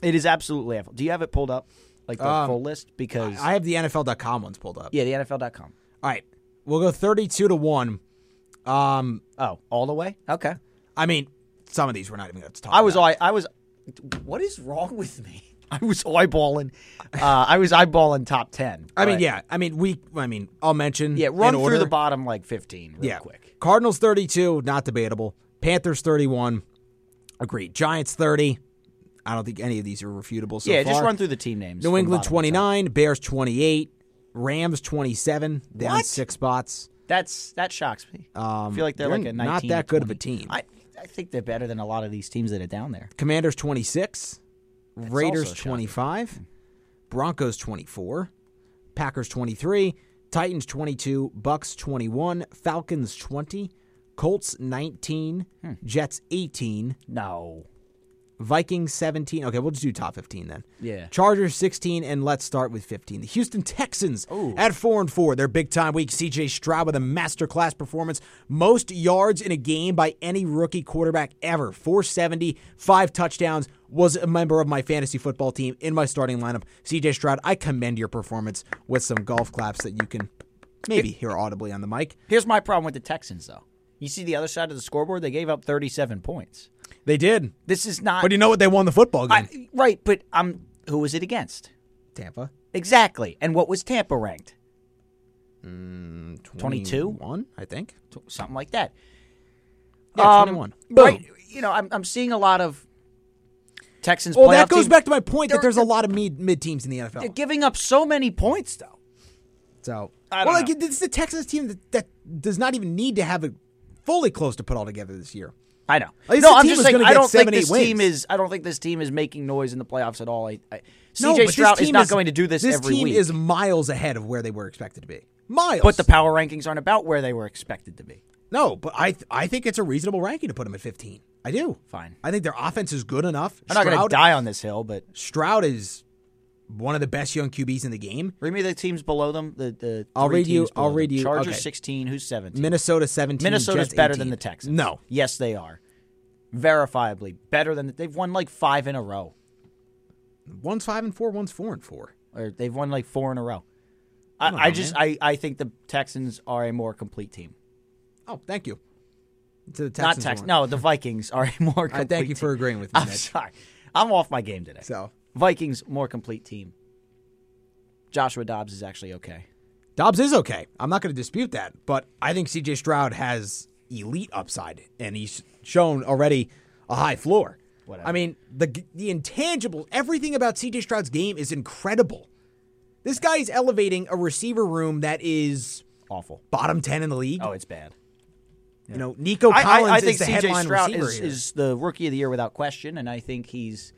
Speaker 2: It is absolutely laughable. Do you have it pulled up, like the
Speaker 1: Um,
Speaker 2: full list? Because
Speaker 1: I have the NFL.com ones pulled up.
Speaker 2: yeah, the NFL.com.
Speaker 1: All right, we'll go thirty-two to one. Um,
Speaker 2: Oh, all the way. Okay.
Speaker 1: I mean, some of these we're not even going to talk.
Speaker 2: I was
Speaker 1: about.
Speaker 2: I, I was what is wrong with me? I was eyeballing uh, I was eyeballing top 10.
Speaker 1: I mean,
Speaker 2: But-
Speaker 1: yeah. I mean, we. I mean, I'll mention.
Speaker 2: Yeah, run
Speaker 1: in
Speaker 2: through
Speaker 1: order.
Speaker 2: the bottom like 15 real quick.
Speaker 1: Cardinals 32, not debatable. Panthers 31, agreed. Giants 30. I don't think any of these are refutable so
Speaker 2: yeah, just
Speaker 1: far.
Speaker 2: run through the team names.
Speaker 1: New
Speaker 2: from
Speaker 1: England
Speaker 2: bottom to top.
Speaker 1: 29, Bears 28, Rams 27, down
Speaker 2: What?
Speaker 1: six spots.
Speaker 2: That's that shocks me.
Speaker 1: Um,
Speaker 2: I feel like they're like a 19
Speaker 1: not that good of a
Speaker 2: 20.
Speaker 1: team.
Speaker 2: I I think they're better than a lot of these teams that are down there.
Speaker 1: Commanders 26, Raiders
Speaker 2: also shocking.
Speaker 1: 25, Broncos 24, Packers 23, Titans 22, Bucks 21, Falcons 20, Colts 19,
Speaker 2: Hmm.
Speaker 1: Jets 18,
Speaker 2: No.
Speaker 1: Vikings 17. Okay, we'll just do top 15 then.
Speaker 2: Yeah.
Speaker 1: Chargers 16, and let's start with 15. The Houston Texans at 4 and 4. Their big time week. CJ Stroud with a masterclass performance. Most yards in a game by any rookie quarterback ever. 470, five touchdowns. Was a member of my fantasy football team in my starting lineup. CJ Stroud, I commend your performance with some golf claps that you can maybe hear audibly on the mic.
Speaker 2: Here's my problem with the Texans though. You see the other side of the scoreboard, they gave up 37 points.
Speaker 1: They did.
Speaker 2: This is not
Speaker 1: But you know what? They won the football game.
Speaker 2: I, right, but I'm who was it against?
Speaker 1: Tampa.
Speaker 2: Exactly. And what was Tampa ranked? 22?
Speaker 1: 21, I think.
Speaker 2: Tw- Something like that.
Speaker 1: Yeah,
Speaker 2: Um,
Speaker 1: 21.
Speaker 2: Right. You know, I'm, I'm seeing a lot of Texans.
Speaker 1: Well,
Speaker 2: playoff
Speaker 1: that goes
Speaker 2: team- Oh.
Speaker 1: back to my point that
Speaker 2: They're-
Speaker 1: there's a lot of mid mid teams in the
Speaker 2: They're
Speaker 1: NFL.
Speaker 2: giving up so many points, though.
Speaker 1: So,
Speaker 2: I don't
Speaker 1: well,
Speaker 2: know.
Speaker 1: like it's the Texas team that, that does not even need to have it fully close to put all together this year.
Speaker 2: I know.
Speaker 1: At least
Speaker 2: no,
Speaker 1: the
Speaker 2: I'm
Speaker 1: team
Speaker 2: just
Speaker 1: is
Speaker 2: saying.
Speaker 1: gonna
Speaker 2: I
Speaker 1: get
Speaker 2: don't
Speaker 1: seven,
Speaker 2: think this
Speaker 1: eight wins.
Speaker 2: team is. I don't think this team is making noise in the playoffs at all. I, I,
Speaker 1: No, but
Speaker 2: CJ
Speaker 1: this
Speaker 2: Stroud is
Speaker 1: team
Speaker 2: not going to do this,
Speaker 1: This
Speaker 2: every
Speaker 1: team
Speaker 2: week.
Speaker 1: is miles ahead of where they were expected to be. Miles,
Speaker 2: but the power rankings aren't about where they were expected to be.
Speaker 1: no, but I th- I think it's a reasonable ranking to put them at 15. I do.
Speaker 2: Fine.
Speaker 1: I think their offense is good enough.
Speaker 2: I'm not going
Speaker 1: Stroud-
Speaker 2: to die on this hill, but
Speaker 1: Stroud is one of the best young QBs in the game.
Speaker 2: read me the teams below them. The the
Speaker 1: I'll
Speaker 2: three
Speaker 1: read you-
Speaker 2: teams below
Speaker 1: I'll
Speaker 2: them.
Speaker 1: read you-
Speaker 2: Chargers
Speaker 1: okay.
Speaker 2: 16. Who's 17?
Speaker 1: Minnesota 17.
Speaker 2: Minnesota's
Speaker 1: Jets
Speaker 2: better
Speaker 1: 18.
Speaker 2: than the Texans.
Speaker 1: No,
Speaker 2: Yes, they are. Verifiably better than they've won like five in a row,
Speaker 1: one's five and four, one's four and four.
Speaker 2: or they've won like four in a row.
Speaker 1: don't
Speaker 2: I, I
Speaker 1: know,
Speaker 2: just I, I think the Texans are a more complete team.
Speaker 1: Oh, thank you. To the
Speaker 2: Not
Speaker 1: Texans.
Speaker 2: Texans.
Speaker 1: warrant.
Speaker 2: No, the Vikings are a more. complete
Speaker 1: I thank you for
Speaker 2: team.
Speaker 1: agreeing with me.
Speaker 2: I'm
Speaker 1: Mitch.
Speaker 2: sorry. I'm off my game today.
Speaker 1: So
Speaker 2: Vikings more complete team. Joshua Dobbs is actually okay.
Speaker 1: Dobbs is okay. I'm not going to dispute that, but I think CJ Stroud has elite upside, and he's shown already a high floor.
Speaker 2: Whatever.
Speaker 1: I mean, the the intangible, everything about CJ Stroud's game is incredible. This guy is elevating a receiver room that is
Speaker 2: Awful.
Speaker 1: bottom ten in the league.
Speaker 2: Oh, it's bad.
Speaker 1: You know, Nico Collins
Speaker 2: I, I- I think
Speaker 1: is the
Speaker 2: CJ
Speaker 1: headline
Speaker 2: Stroud
Speaker 1: receiver
Speaker 2: is,
Speaker 1: here.
Speaker 2: is the rookie of the year without question, and I think he's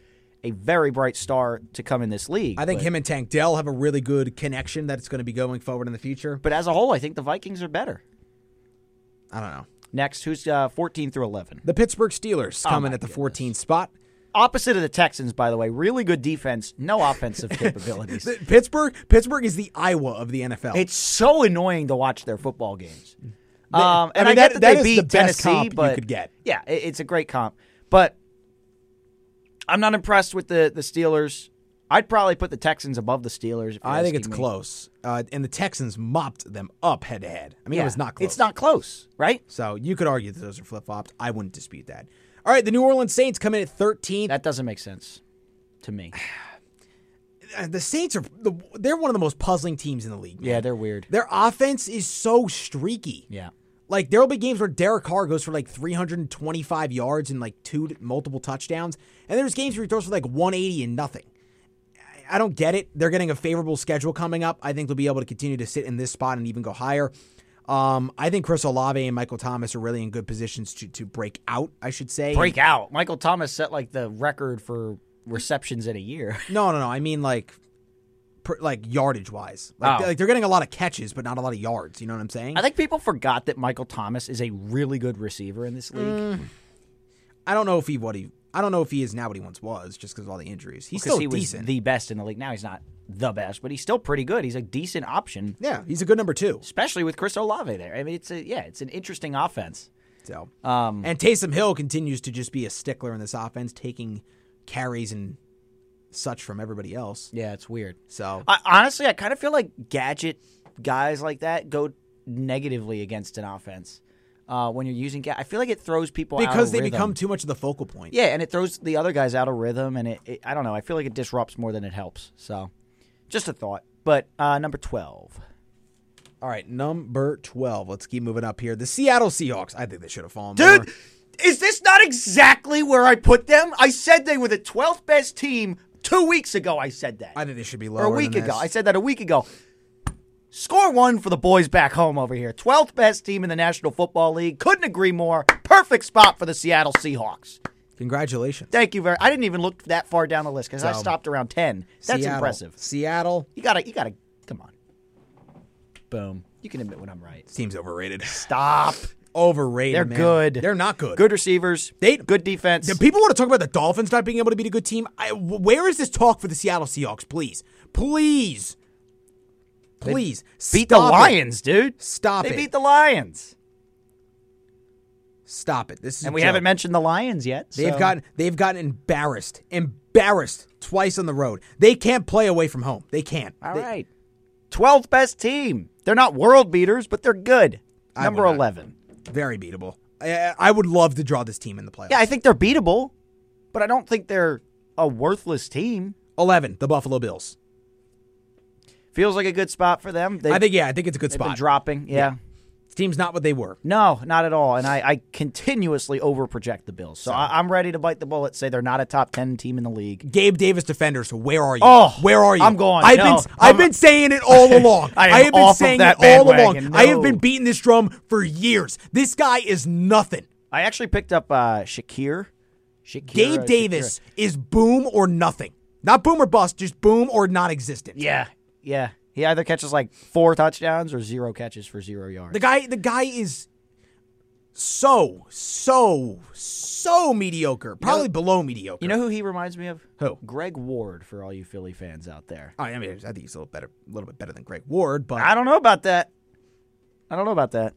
Speaker 2: a very bright star to come in this league.
Speaker 1: I think
Speaker 2: but,
Speaker 1: him and Tank Dell have a really good connection that's going to be going forward in the future.
Speaker 2: But as a whole, I think the Vikings are better.
Speaker 1: I don't know.
Speaker 2: Next, who's uh, 14 through 11?
Speaker 1: The Pittsburgh Steelers coming
Speaker 2: Oh my
Speaker 1: at the
Speaker 2: goodness.
Speaker 1: 14th spot.
Speaker 2: Opposite of the Texans, by the way. Really good defense, no offensive capabilities.
Speaker 1: The- Pittsburgh, Pittsburgh is the Iowa of the NFL.
Speaker 2: It's so annoying to watch their football games.
Speaker 1: I
Speaker 2: Um, and I,
Speaker 1: mean, that-
Speaker 2: get that,
Speaker 1: that
Speaker 2: they
Speaker 1: is
Speaker 2: beat
Speaker 1: the best
Speaker 2: Tennessee,
Speaker 1: comp you
Speaker 2: but
Speaker 1: could get.
Speaker 2: Yeah, it- it's a great comp, but I'm not impressed with the the Steelers. I'd probably put the Texans above the Steelers. If you're
Speaker 1: I think
Speaker 2: asking
Speaker 1: it's
Speaker 2: me.
Speaker 1: close. Uh, and the Texans mopped them up head to head. I mean, it
Speaker 2: Yeah,
Speaker 1: was not close.
Speaker 2: It's not close, right?
Speaker 1: So you could argue that those are flip flops. I wouldn't dispute that. All right, the New Orleans Saints come in at 13th.
Speaker 2: That doesn't make sense to me.
Speaker 1: Uh, the Saints are the, they're one of the most puzzling teams in the league. man.
Speaker 2: Yeah, they're weird.
Speaker 1: Their offense is so streaky.
Speaker 2: Yeah.
Speaker 1: Like there'll be games where Derek Carr goes for like 325 yards and like two t- multiple touchdowns, and there's games where he throws for like 180 and nothing. I- I don't get it. They're getting a favorable schedule coming up. I think they'll be able to continue to sit in this spot and even go higher. Um, I think Chris Olave and Michael Thomas are really in good positions to to break out. I should say
Speaker 2: Break out. Michael Thomas set like the record for receptions in a year.
Speaker 1: No, no, no. I mean like, per, like yardage wise. Like,
Speaker 2: Oh.
Speaker 1: they're, like they're getting a lot of catches, but not a lot of yards. You know what I'm saying?
Speaker 2: I think people forgot that Michael Thomas is a really good receiver in this league.
Speaker 1: Mm. I don't know if he what he. I don't know if he is now what he once was, just because of all the injuries. He's
Speaker 2: because
Speaker 1: still
Speaker 2: he was
Speaker 1: decent.
Speaker 2: the best in the league. Now he's not the best, but he's still pretty good. He's a decent option,
Speaker 1: yeah, he's a good number two.
Speaker 2: especially with Chris Olave there. I mean, it's a yeah, it's an interesting offense.
Speaker 1: So,
Speaker 2: Um,
Speaker 1: and Taysom Hill continues to just be a stickler in this offense, taking carries and such from everybody else.
Speaker 2: yeah, it's weird.
Speaker 1: So,
Speaker 2: I, honestly, I kind of feel like gadget guys like that go negatively against an offense uh, when you're using. Ga- I feel like it throws people out
Speaker 1: because
Speaker 2: of
Speaker 1: they
Speaker 2: rhythm.
Speaker 1: become too much of the focal point.
Speaker 2: yeah, and it throws the other guys out of rhythm, and it, it I don't know. I feel like it disrupts more than it helps. So, just a thought. But uh, number twelve.
Speaker 1: All right, number twelve. Let's keep moving up here. The Seattle Seahawks. I think they should have fallen. more.
Speaker 2: Dude, is this not exactly where I put them? I said they were the 12th best team two weeks ago. I said that.
Speaker 1: I think they should be lower.
Speaker 2: or a week
Speaker 1: than
Speaker 2: ago.
Speaker 1: this.
Speaker 2: I said that a week ago. Score one for the boys back home over here. 12th best team in the National Football League. Couldn't agree more. Perfect spot for the Seattle Seahawks.
Speaker 1: Congratulations.
Speaker 2: Thank you very I didn't even look that far down the list because I
Speaker 1: So,
Speaker 2: stopped around 10. That's
Speaker 1: Seattle.
Speaker 2: impressive.
Speaker 1: Seattle
Speaker 2: You gotta, you gotta, come on. Boom. You can admit when I'm right.
Speaker 1: seems overrated.
Speaker 2: Stop.
Speaker 1: Overrated.
Speaker 2: They're
Speaker 1: man.
Speaker 2: good.
Speaker 1: They're not good.
Speaker 2: Good receivers.
Speaker 1: They-
Speaker 2: good defense.
Speaker 1: Do people want to talk about the Dolphins not being able to beat a good team? I, w- where is this talk for the Seattle Seahawks? Please, please, please
Speaker 2: beat the
Speaker 1: stop it.
Speaker 2: Lions, dude.
Speaker 1: Stop
Speaker 2: they
Speaker 1: it.
Speaker 2: beat the Lions,
Speaker 1: Stop it. This is a
Speaker 2: and we
Speaker 1: joke.
Speaker 2: haven't mentioned the Lions yet.
Speaker 1: They've
Speaker 2: so-
Speaker 1: gotten they've gotten embarrassed, embarrassed twice on the road. They can't play away from home. They can't.
Speaker 2: all
Speaker 1: They-
Speaker 2: right. Twelfth best team. They're not world beaters, but they're good.
Speaker 1: I
Speaker 2: Number
Speaker 1: would not-
Speaker 2: eleven.
Speaker 1: very beatable. I, I would love to draw this team in the playoffs.
Speaker 2: Yeah, I think they're beatable, but I don't think they're a worthless team.
Speaker 1: Eleven, the Buffalo Bills.
Speaker 2: Feels like a good spot for them. They,
Speaker 1: I think yeah, I think it's a good
Speaker 2: they've been
Speaker 1: spot.
Speaker 2: dropping. Yeah.
Speaker 1: This team's not what they were.
Speaker 2: No, not at all. And I, I continuously overproject the Bills, so, I, I'm ready to bite the bullet. Say they're not a top ten team in the league.
Speaker 1: Gabe Davis defenders, where are you?
Speaker 2: Oh,
Speaker 1: where are you?
Speaker 2: I'm gone.
Speaker 1: I've
Speaker 2: No,
Speaker 1: been I've
Speaker 2: I'm-
Speaker 1: been saying it all along.
Speaker 2: I am
Speaker 1: have been
Speaker 2: off of
Speaker 1: saying
Speaker 2: that
Speaker 1: it all along.
Speaker 2: bandwagon.
Speaker 1: I have
Speaker 2: No.
Speaker 1: been beating this drum for years. This guy is nothing.
Speaker 2: I actually picked up uh, Shakir. Shakir. uh,
Speaker 1: Gabe
Speaker 2: Shakir.
Speaker 1: Davis is boom or nothing. Not boom or bust, just boom or non-existent.
Speaker 2: Yeah, yeah. He either catches like four touchdowns or zero catches for zero yards.
Speaker 1: The guy the guy is so so so mediocre. Probably below mediocre.
Speaker 2: you know who he reminds me of?
Speaker 1: Who?
Speaker 2: Greg Ward for all you Philly fans out there.
Speaker 1: I mean, I think he's a little better, a little bit better than Greg Ward, but
Speaker 2: I don't know about that. I don't know about that.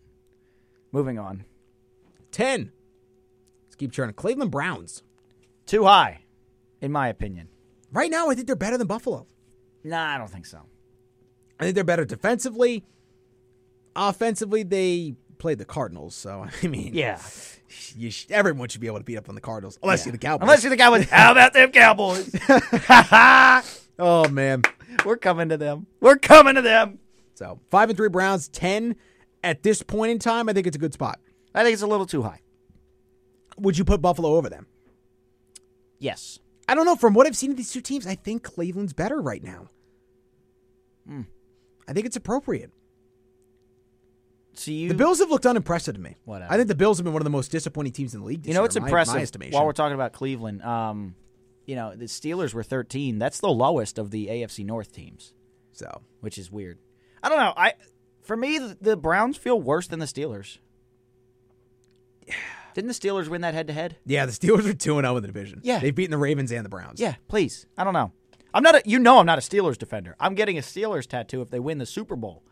Speaker 2: Moving on.
Speaker 1: ten. Let's keep churning. Cleveland Browns.
Speaker 2: Too high, in my opinion.
Speaker 1: Right now, I think they're better than Buffalo.
Speaker 2: Nah, I don't think so.
Speaker 1: I think they're better defensively. Offensively, they played the Cardinals, so I mean,
Speaker 2: Yeah.
Speaker 1: you sh- everyone should be able to beat up on the Cardinals, unless you're the Cowboys.
Speaker 2: Unless you're the Cowboys. How about them Cowboys?
Speaker 1: oh man,
Speaker 2: We're coming to them. We're coming to them.
Speaker 1: so five and three Browns, ten at this point in time. I think it's a good spot.
Speaker 2: I think it's a little too high.
Speaker 1: Would you put Buffalo over them?
Speaker 2: Yes.
Speaker 1: I don't know. From what I've seen of these two teams, I think Cleveland's better right now.
Speaker 2: Hmm.
Speaker 1: I think it's appropriate.
Speaker 2: So you,
Speaker 1: The Bills have looked unimpressive to me.
Speaker 2: Whatever.
Speaker 1: I think the Bills have been one of the most disappointing teams in the league. This
Speaker 2: you know,
Speaker 1: year,
Speaker 2: it's
Speaker 1: in my-
Speaker 2: impressive.
Speaker 1: My estimation.
Speaker 2: While we're talking about Cleveland, um, you know, the Steelers were 13. That's the lowest of the AFC North teams,
Speaker 1: so
Speaker 2: which is weird. I don't know. I, for me, the, the Browns feel worse than the Steelers. Didn't the Steelers win that head to head?
Speaker 1: yeah, the Steelers are two and zero in the division.
Speaker 2: Yeah.
Speaker 1: they've beaten the Ravens and the Browns.
Speaker 2: Yeah, please. I don't know. I'm not. A, you know, I'm not a Steelers defender. I'm getting a Steelers tattoo if they win the Super Bowl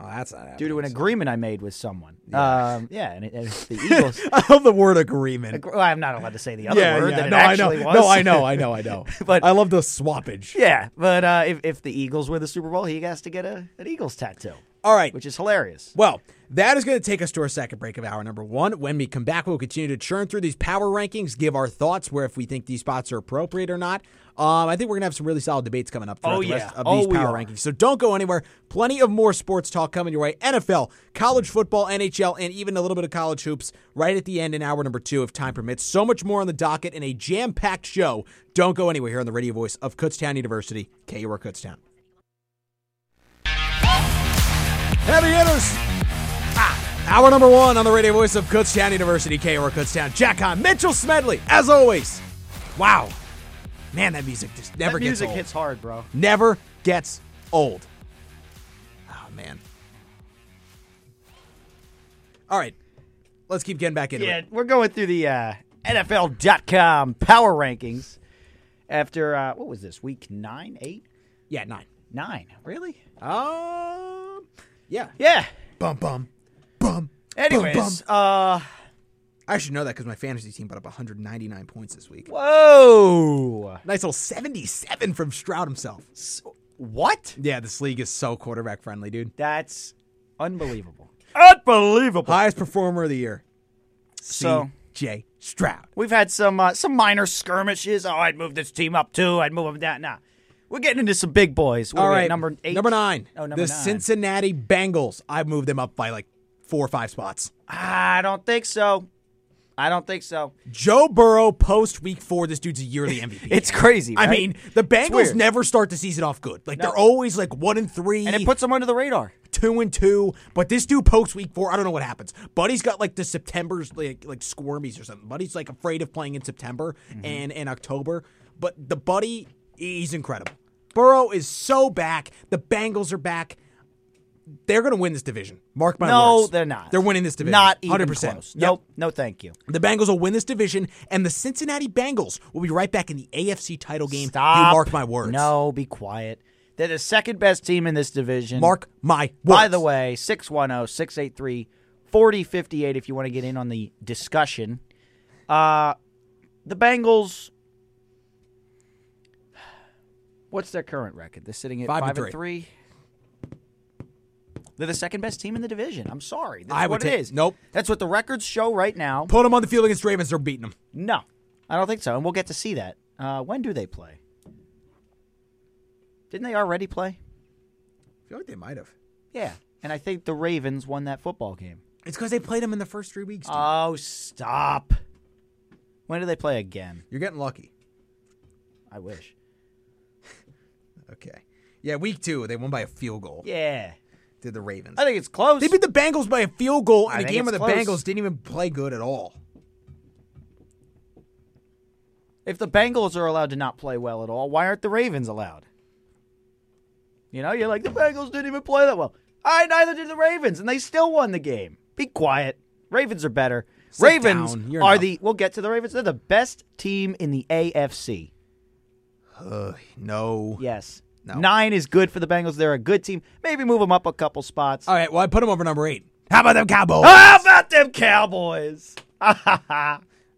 Speaker 1: oh, that's not
Speaker 2: due to an
Speaker 1: happening.
Speaker 2: agreement I made with someone. Yeah, um, yeah and, it, and it's the Eagles.
Speaker 1: I love the word agreement.
Speaker 2: Agr- well, I'm not allowed to say the other word that it
Speaker 1: no, I know.
Speaker 2: actually was.
Speaker 1: No, I know, I know, I know.
Speaker 2: But-
Speaker 1: I love the swappage.
Speaker 2: yeah, but uh, if if the Eagles win the Super Bowl, he has to get a an Eagles tattoo,
Speaker 1: All right.
Speaker 2: which is hilarious.
Speaker 1: Well, that is going to take us to our second break of hour number one. When we come back, we'll continue to churn through these power rankings, give our thoughts where if we think these spots are appropriate or not. Um, I think we're going to have some really solid debates coming up throughout
Speaker 2: Oh,
Speaker 1: the
Speaker 2: yeah.
Speaker 1: rest of
Speaker 2: Oh,
Speaker 1: these
Speaker 2: we
Speaker 1: power
Speaker 2: are.
Speaker 1: rankings. So don't go anywhere. Plenty of more sports talk coming your way NFL, college football, NHL, and even a little bit of college hoops right at the end in hour number two, if time permits. So much more on the docket in a jam packed show. Don't go anywhere here on the radio voice of Kutztown University, KUR Kutztown. Heavy hitters! Hour number one on the radio voice of Kutztown University, KOR Kutztown. Jack Hahn, Mitchell Smedley, as always. Wow. Man, that music just never
Speaker 2: that
Speaker 1: gets
Speaker 2: music
Speaker 1: old.
Speaker 2: hits hard, bro.
Speaker 1: Never gets old. Oh, man. All right. Let's keep getting back into
Speaker 2: Yeah,
Speaker 1: it.
Speaker 2: we're going through the uh, NFL.com power rankings after uh, what was this week nine, eight,
Speaker 1: Yeah, nine.
Speaker 2: nine? Really?
Speaker 1: Um, yeah.
Speaker 2: Yeah.
Speaker 1: Bum, bum, bum.
Speaker 2: Anyways,
Speaker 1: bum.
Speaker 2: uh,
Speaker 1: I should know that because my fantasy team put up 199 points this week.
Speaker 2: whoa,
Speaker 1: Nice little 77 from Stroud himself.
Speaker 2: what?
Speaker 1: Yeah, this league is so quarterback friendly, dude.
Speaker 2: That's unbelievable. unbelievable.
Speaker 1: Highest performer of the year.
Speaker 2: So
Speaker 1: C.J. Stroud.
Speaker 2: we've had some uh, some minor skirmishes. Oh, I'd move this team up too. I'd move them down. Nah, we're getting into some big boys. What
Speaker 1: All
Speaker 2: are we at,
Speaker 1: right,
Speaker 2: number eight,
Speaker 1: number nine.
Speaker 2: Oh, number
Speaker 1: the
Speaker 2: nine.
Speaker 1: Cincinnati Bengals. I moved them up by like four or five spots.
Speaker 2: Ah, I don't think so. I don't think so.
Speaker 1: Joe Burrow post week four. This dude's a yearly MVP.
Speaker 2: It's crazy.
Speaker 1: I
Speaker 2: right?
Speaker 1: mean, the Bengals
Speaker 2: weird.
Speaker 1: never start the season off good. Like
Speaker 2: No.
Speaker 1: they're always like one and three,
Speaker 2: and it puts them under the radar.
Speaker 1: two and two. But this dude post week four, I don't know what happens. Buddy's got like the September's like like squirmies or something. Buddy's like afraid of playing in September
Speaker 2: Mm-hmm.
Speaker 1: and in October. But the Buddy, he's incredible. Burrow is so back. The Bengals are back. They're going to win this division. Mark my
Speaker 2: No,
Speaker 1: words.
Speaker 2: they're not.
Speaker 1: They're winning this division.
Speaker 2: Not even
Speaker 1: 100%.
Speaker 2: close.
Speaker 1: Yep.
Speaker 2: Nope. No, thank you.
Speaker 1: The Bengals will win this division, and the Cincinnati Bengals will be right back in the AFC title game.
Speaker 2: Stop.
Speaker 1: You mark my words.
Speaker 2: No, be quiet. They're the second best team in this division.
Speaker 1: Mark my words.
Speaker 2: By the way, oh, 610 683 4058 if you want to get in on the discussion. Uh, the Bengals, what's their current record? They're sitting at
Speaker 1: Five
Speaker 2: 5,
Speaker 1: and
Speaker 2: and 3. They're the second best team in the division. I'm sorry. That's
Speaker 1: I would
Speaker 2: what it
Speaker 1: take-
Speaker 2: is.
Speaker 1: nope.
Speaker 2: That's what the records show right now.
Speaker 1: put them on the field against Ravens. They're beating them.
Speaker 2: No, I don't think so. And we'll get to see that. Uh, when do they play? Didn't they already play?
Speaker 1: I feel like they might have.
Speaker 2: Yeah. And I think the Ravens won that football game.
Speaker 1: It's because they played them in the first three weeks. dude.
Speaker 2: Oh, stop. When do they play again?
Speaker 1: You're getting lucky.
Speaker 2: I wish.
Speaker 1: Okay. Yeah, week two they won by a field goal
Speaker 2: Yeah.
Speaker 1: to the Ravens.
Speaker 2: I think it's close.
Speaker 1: They beat the Bengals by a field goal
Speaker 2: I
Speaker 1: in a
Speaker 2: think
Speaker 1: game where
Speaker 2: it's
Speaker 1: the
Speaker 2: close.
Speaker 1: Bengals didn't even play good at all.
Speaker 2: if the Bengals are allowed to not play well at all, why aren't the Ravens allowed? You know, you're like, the Bengals didn't even play that well. I neither did the Ravens, and they still won the game. Be quiet. Ravens are better.
Speaker 1: Sit
Speaker 2: Ravens
Speaker 1: down. You're
Speaker 2: are
Speaker 1: not-
Speaker 2: the, we'll get to the Ravens. They're the best team in the AFC.
Speaker 1: Ugh, no.
Speaker 2: Yes.
Speaker 1: No.
Speaker 2: Nine is good for the Bengals. They're a good team. Maybe move them up a couple spots.
Speaker 1: All right. Well, I put them over number eight. How about them Cowboys?
Speaker 2: How about them Cowboys?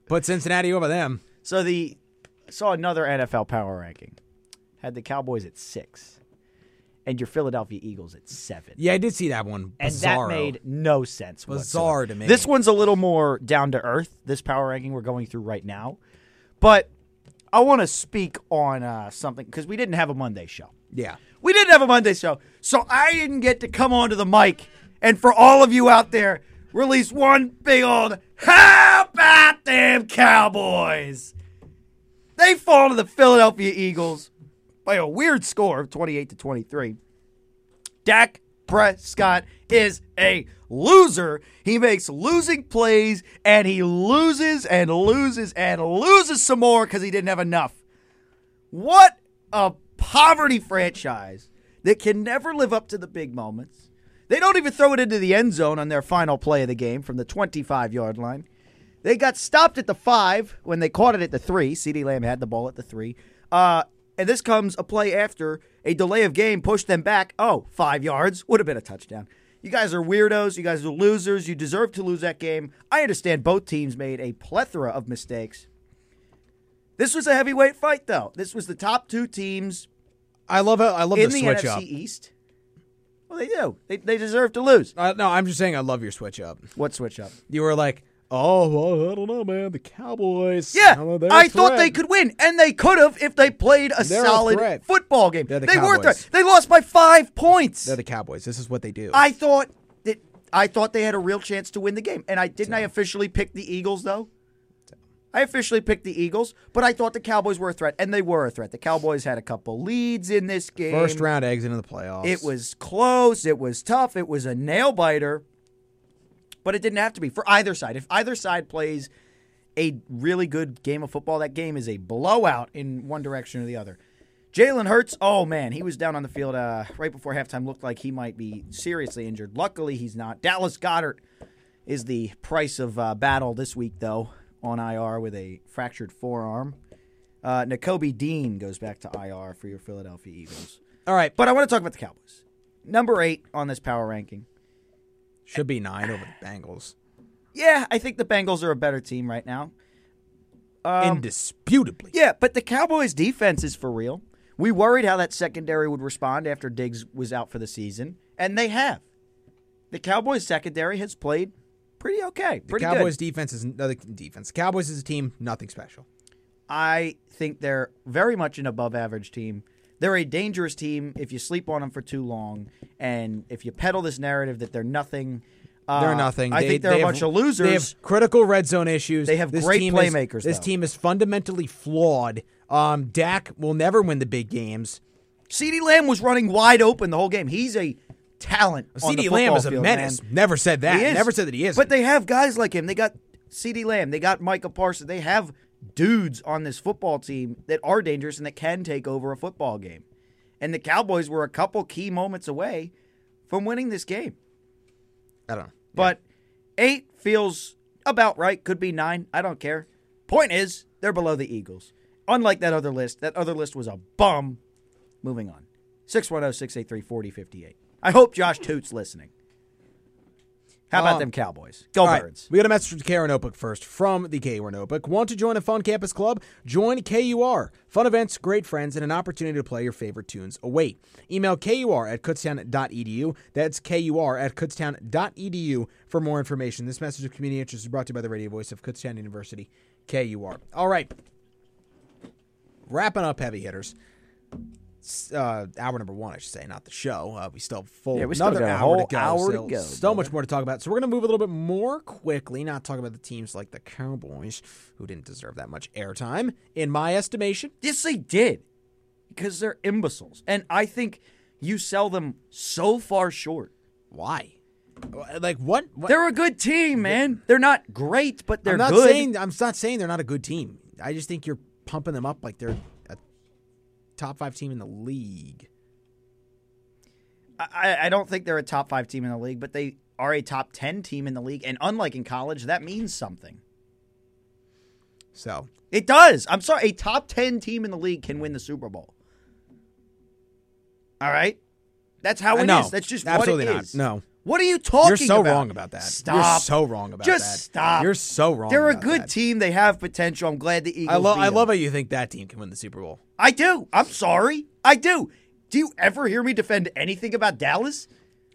Speaker 1: Put Cincinnati over them.
Speaker 2: So the I saw another NFL power ranking. Had the Cowboys at six. and your Philadelphia Eagles at seven.
Speaker 1: Yeah, I did see that one.
Speaker 2: And
Speaker 1: Bizarro.
Speaker 2: that made no sense.
Speaker 1: Bizarre
Speaker 2: whatsoever.
Speaker 1: to me.
Speaker 2: This one's a little more down to earth. This power ranking we're going through right now, but I want to speak on uh, something because we didn't have a Monday show.
Speaker 1: Yeah.
Speaker 2: We didn't have a Monday show, so I didn't get to come onto the mic. And for all of you out there, release one big old how about them Cowboys? They fall to the Philadelphia Eagles by a weird score of 28 to 23. Dak Prescott is a loser. He makes losing plays and he loses and loses and loses some more because he didn't have enough. What a poverty franchise that can never live up to the big moments. They don't even throw it into the end zone on their final play of the game from the 25 yard line. They got stopped at the five when they caught it at the three. CeeDee Lamb had the ball at the three. Uh, and this comes a play after a delay of game pushed them back. Oh, five yards. Would have been a touchdown. You guys are weirdos. You guys are losers. You deserve to lose that game. I understand both teams made a plethora of mistakes. This was a heavyweight fight, though. This was the top two teams
Speaker 1: I love it. I love
Speaker 2: in
Speaker 1: the
Speaker 2: the,
Speaker 1: switch
Speaker 2: NFC
Speaker 1: up.
Speaker 2: East. Well, they do. They, they deserve to lose.
Speaker 1: Uh, no, I'm just saying I love your switch up.
Speaker 2: What switch up?
Speaker 1: You were like, oh, well, I don't know, man. The Cowboys.
Speaker 2: Yeah,
Speaker 1: don't know, they're a
Speaker 2: I thought they
Speaker 1: threat.
Speaker 2: could win, and they could have if they played a
Speaker 1: They're a
Speaker 2: solid
Speaker 1: threat.
Speaker 2: football game.
Speaker 1: They're the
Speaker 2: they weren't.
Speaker 1: Cowboys.
Speaker 2: threat. They lost by five points.
Speaker 1: They're the Cowboys. This is what they do.
Speaker 2: I thought that I thought they had a real chance to win the game, and I didn't. I officially pick the Eagles though. I officially picked the Eagles, but I thought the Cowboys were a threat, and they were a threat. The Cowboys had a couple leads in this game.
Speaker 1: First round exit in the playoffs.
Speaker 2: It was close. It was tough. It was a nail biter, but it didn't have to be for either side. If either side plays a really good game of football, that game is a blowout in one direction or the other. Jalen Hurts, oh man, he was down on the field uh, right before halftime. Looked like he might be seriously injured. Luckily, he's not. Dallas Goddard is the price of uh, battle this week, though, on IR with a fractured forearm. Uh, N'Kobe Dean goes back to IR for your Philadelphia Eagles.
Speaker 1: All right.
Speaker 2: But I want to talk about the Cowboys. Number eight on this power ranking.
Speaker 1: Should be nine over the Bengals.
Speaker 2: Yeah, I think the Bengals are a better team right now.
Speaker 1: Indisputably.
Speaker 2: Um, Yeah, but the Cowboys' defense is for real. We worried how that secondary would respond after Diggs was out for the season, and they have. The Cowboys' secondary has played pretty okay.
Speaker 1: The
Speaker 2: Pretty
Speaker 1: Cowboys
Speaker 2: good.
Speaker 1: defense is another defense. Cowboys is a team, nothing special.
Speaker 2: I think they're very much an above average team. They're a dangerous team if you sleep on them for too long, and if you peddle this narrative that they're nothing. Uh,
Speaker 1: They're nothing.
Speaker 2: I
Speaker 1: They-
Speaker 2: think they're
Speaker 1: they
Speaker 2: a
Speaker 1: have-
Speaker 2: bunch of losers.
Speaker 1: They have critical red zone issues.
Speaker 2: They have
Speaker 1: This
Speaker 2: great
Speaker 1: team Is,
Speaker 2: playmakers,
Speaker 1: this
Speaker 2: though.
Speaker 1: team is fundamentally flawed. Um, Dak will never win the big games.
Speaker 2: CeeDee Lamb was running wide open the whole game. He's a talent. on the
Speaker 1: CD Lamb
Speaker 2: football
Speaker 1: is a
Speaker 2: field,
Speaker 1: menace.
Speaker 2: man.
Speaker 1: Never said that.
Speaker 2: He is.
Speaker 1: Never said that he is.
Speaker 2: But they have guys like him. They got CeeDee Lamb. They got Michael Parsons. They have dudes on this football team that are dangerous and that can take over a football game. And the Cowboys were a couple key moments away from winning this game.
Speaker 1: I don't know.
Speaker 2: But eight feels about right. Could be nine. I don't care. Point is, they're below the Eagles. Unlike that other list, that other list was a bum. Moving on. oh, 610 683 4058. I hope Josh Toots listening. How about
Speaker 1: Um,
Speaker 2: them Cowboys? Go
Speaker 1: All right,
Speaker 2: Birds.
Speaker 1: We got a message from Karen Notebook first from the KUR Notebook. Want to join a fun campus club? Join KUR. Fun events, great friends, and an opportunity to play your favorite tunes await. Email KUR at kutztown.edu. That's KUR at kutztown.edu for more information. This message of community interest is brought to you by the radio voice of Kutztown University, KUR. All right. Wrapping up heavy hitters. S- Uh, hour number one, I should say, not the show. Uh, we still have full
Speaker 2: Yeah, we still
Speaker 1: another
Speaker 2: got a
Speaker 1: hour
Speaker 2: whole
Speaker 1: to go.
Speaker 2: hour to
Speaker 1: so,
Speaker 2: go,
Speaker 1: so much more to talk about. So we're going to move a little bit more quickly, not talk about the teams like the Cowboys, who didn't deserve that much airtime, in my estimation.
Speaker 2: Yes, they did. Because they're imbeciles. And I think you sell them so far short.
Speaker 1: Why? Like what? what?
Speaker 2: They're a good team, man. They're not great, but they're
Speaker 1: I'm not
Speaker 2: good.
Speaker 1: saying I'm not saying they're not a good team. I just think you're pumping them up like they're a top five team in the league.
Speaker 2: I, I don't think they're a top five team in the league, but they are a top 10 team in the league. And unlike in college, that means something.
Speaker 1: So
Speaker 2: It does. I'm sorry. A top 10 team in the league can win the Super Bowl. All right? That's how
Speaker 1: Uh,
Speaker 2: it is.
Speaker 1: no.
Speaker 2: That's just
Speaker 1: Absolutely
Speaker 2: what it
Speaker 1: not.
Speaker 2: is.
Speaker 1: No.
Speaker 2: What are you talking
Speaker 1: You're so
Speaker 2: about?
Speaker 1: wrong about that. You're
Speaker 2: Stop.
Speaker 1: so wrong about
Speaker 2: just
Speaker 1: that.
Speaker 2: stop.
Speaker 1: You're so wrong
Speaker 2: They're
Speaker 1: about
Speaker 2: a good
Speaker 1: that.
Speaker 2: team. They have potential. I'm glad the Eagles
Speaker 1: I love
Speaker 2: beat
Speaker 1: I
Speaker 2: them.
Speaker 1: love how you think that team can win the Super Bowl.
Speaker 2: I do. I'm sorry. I do. Do you ever hear me defend anything about Dallas?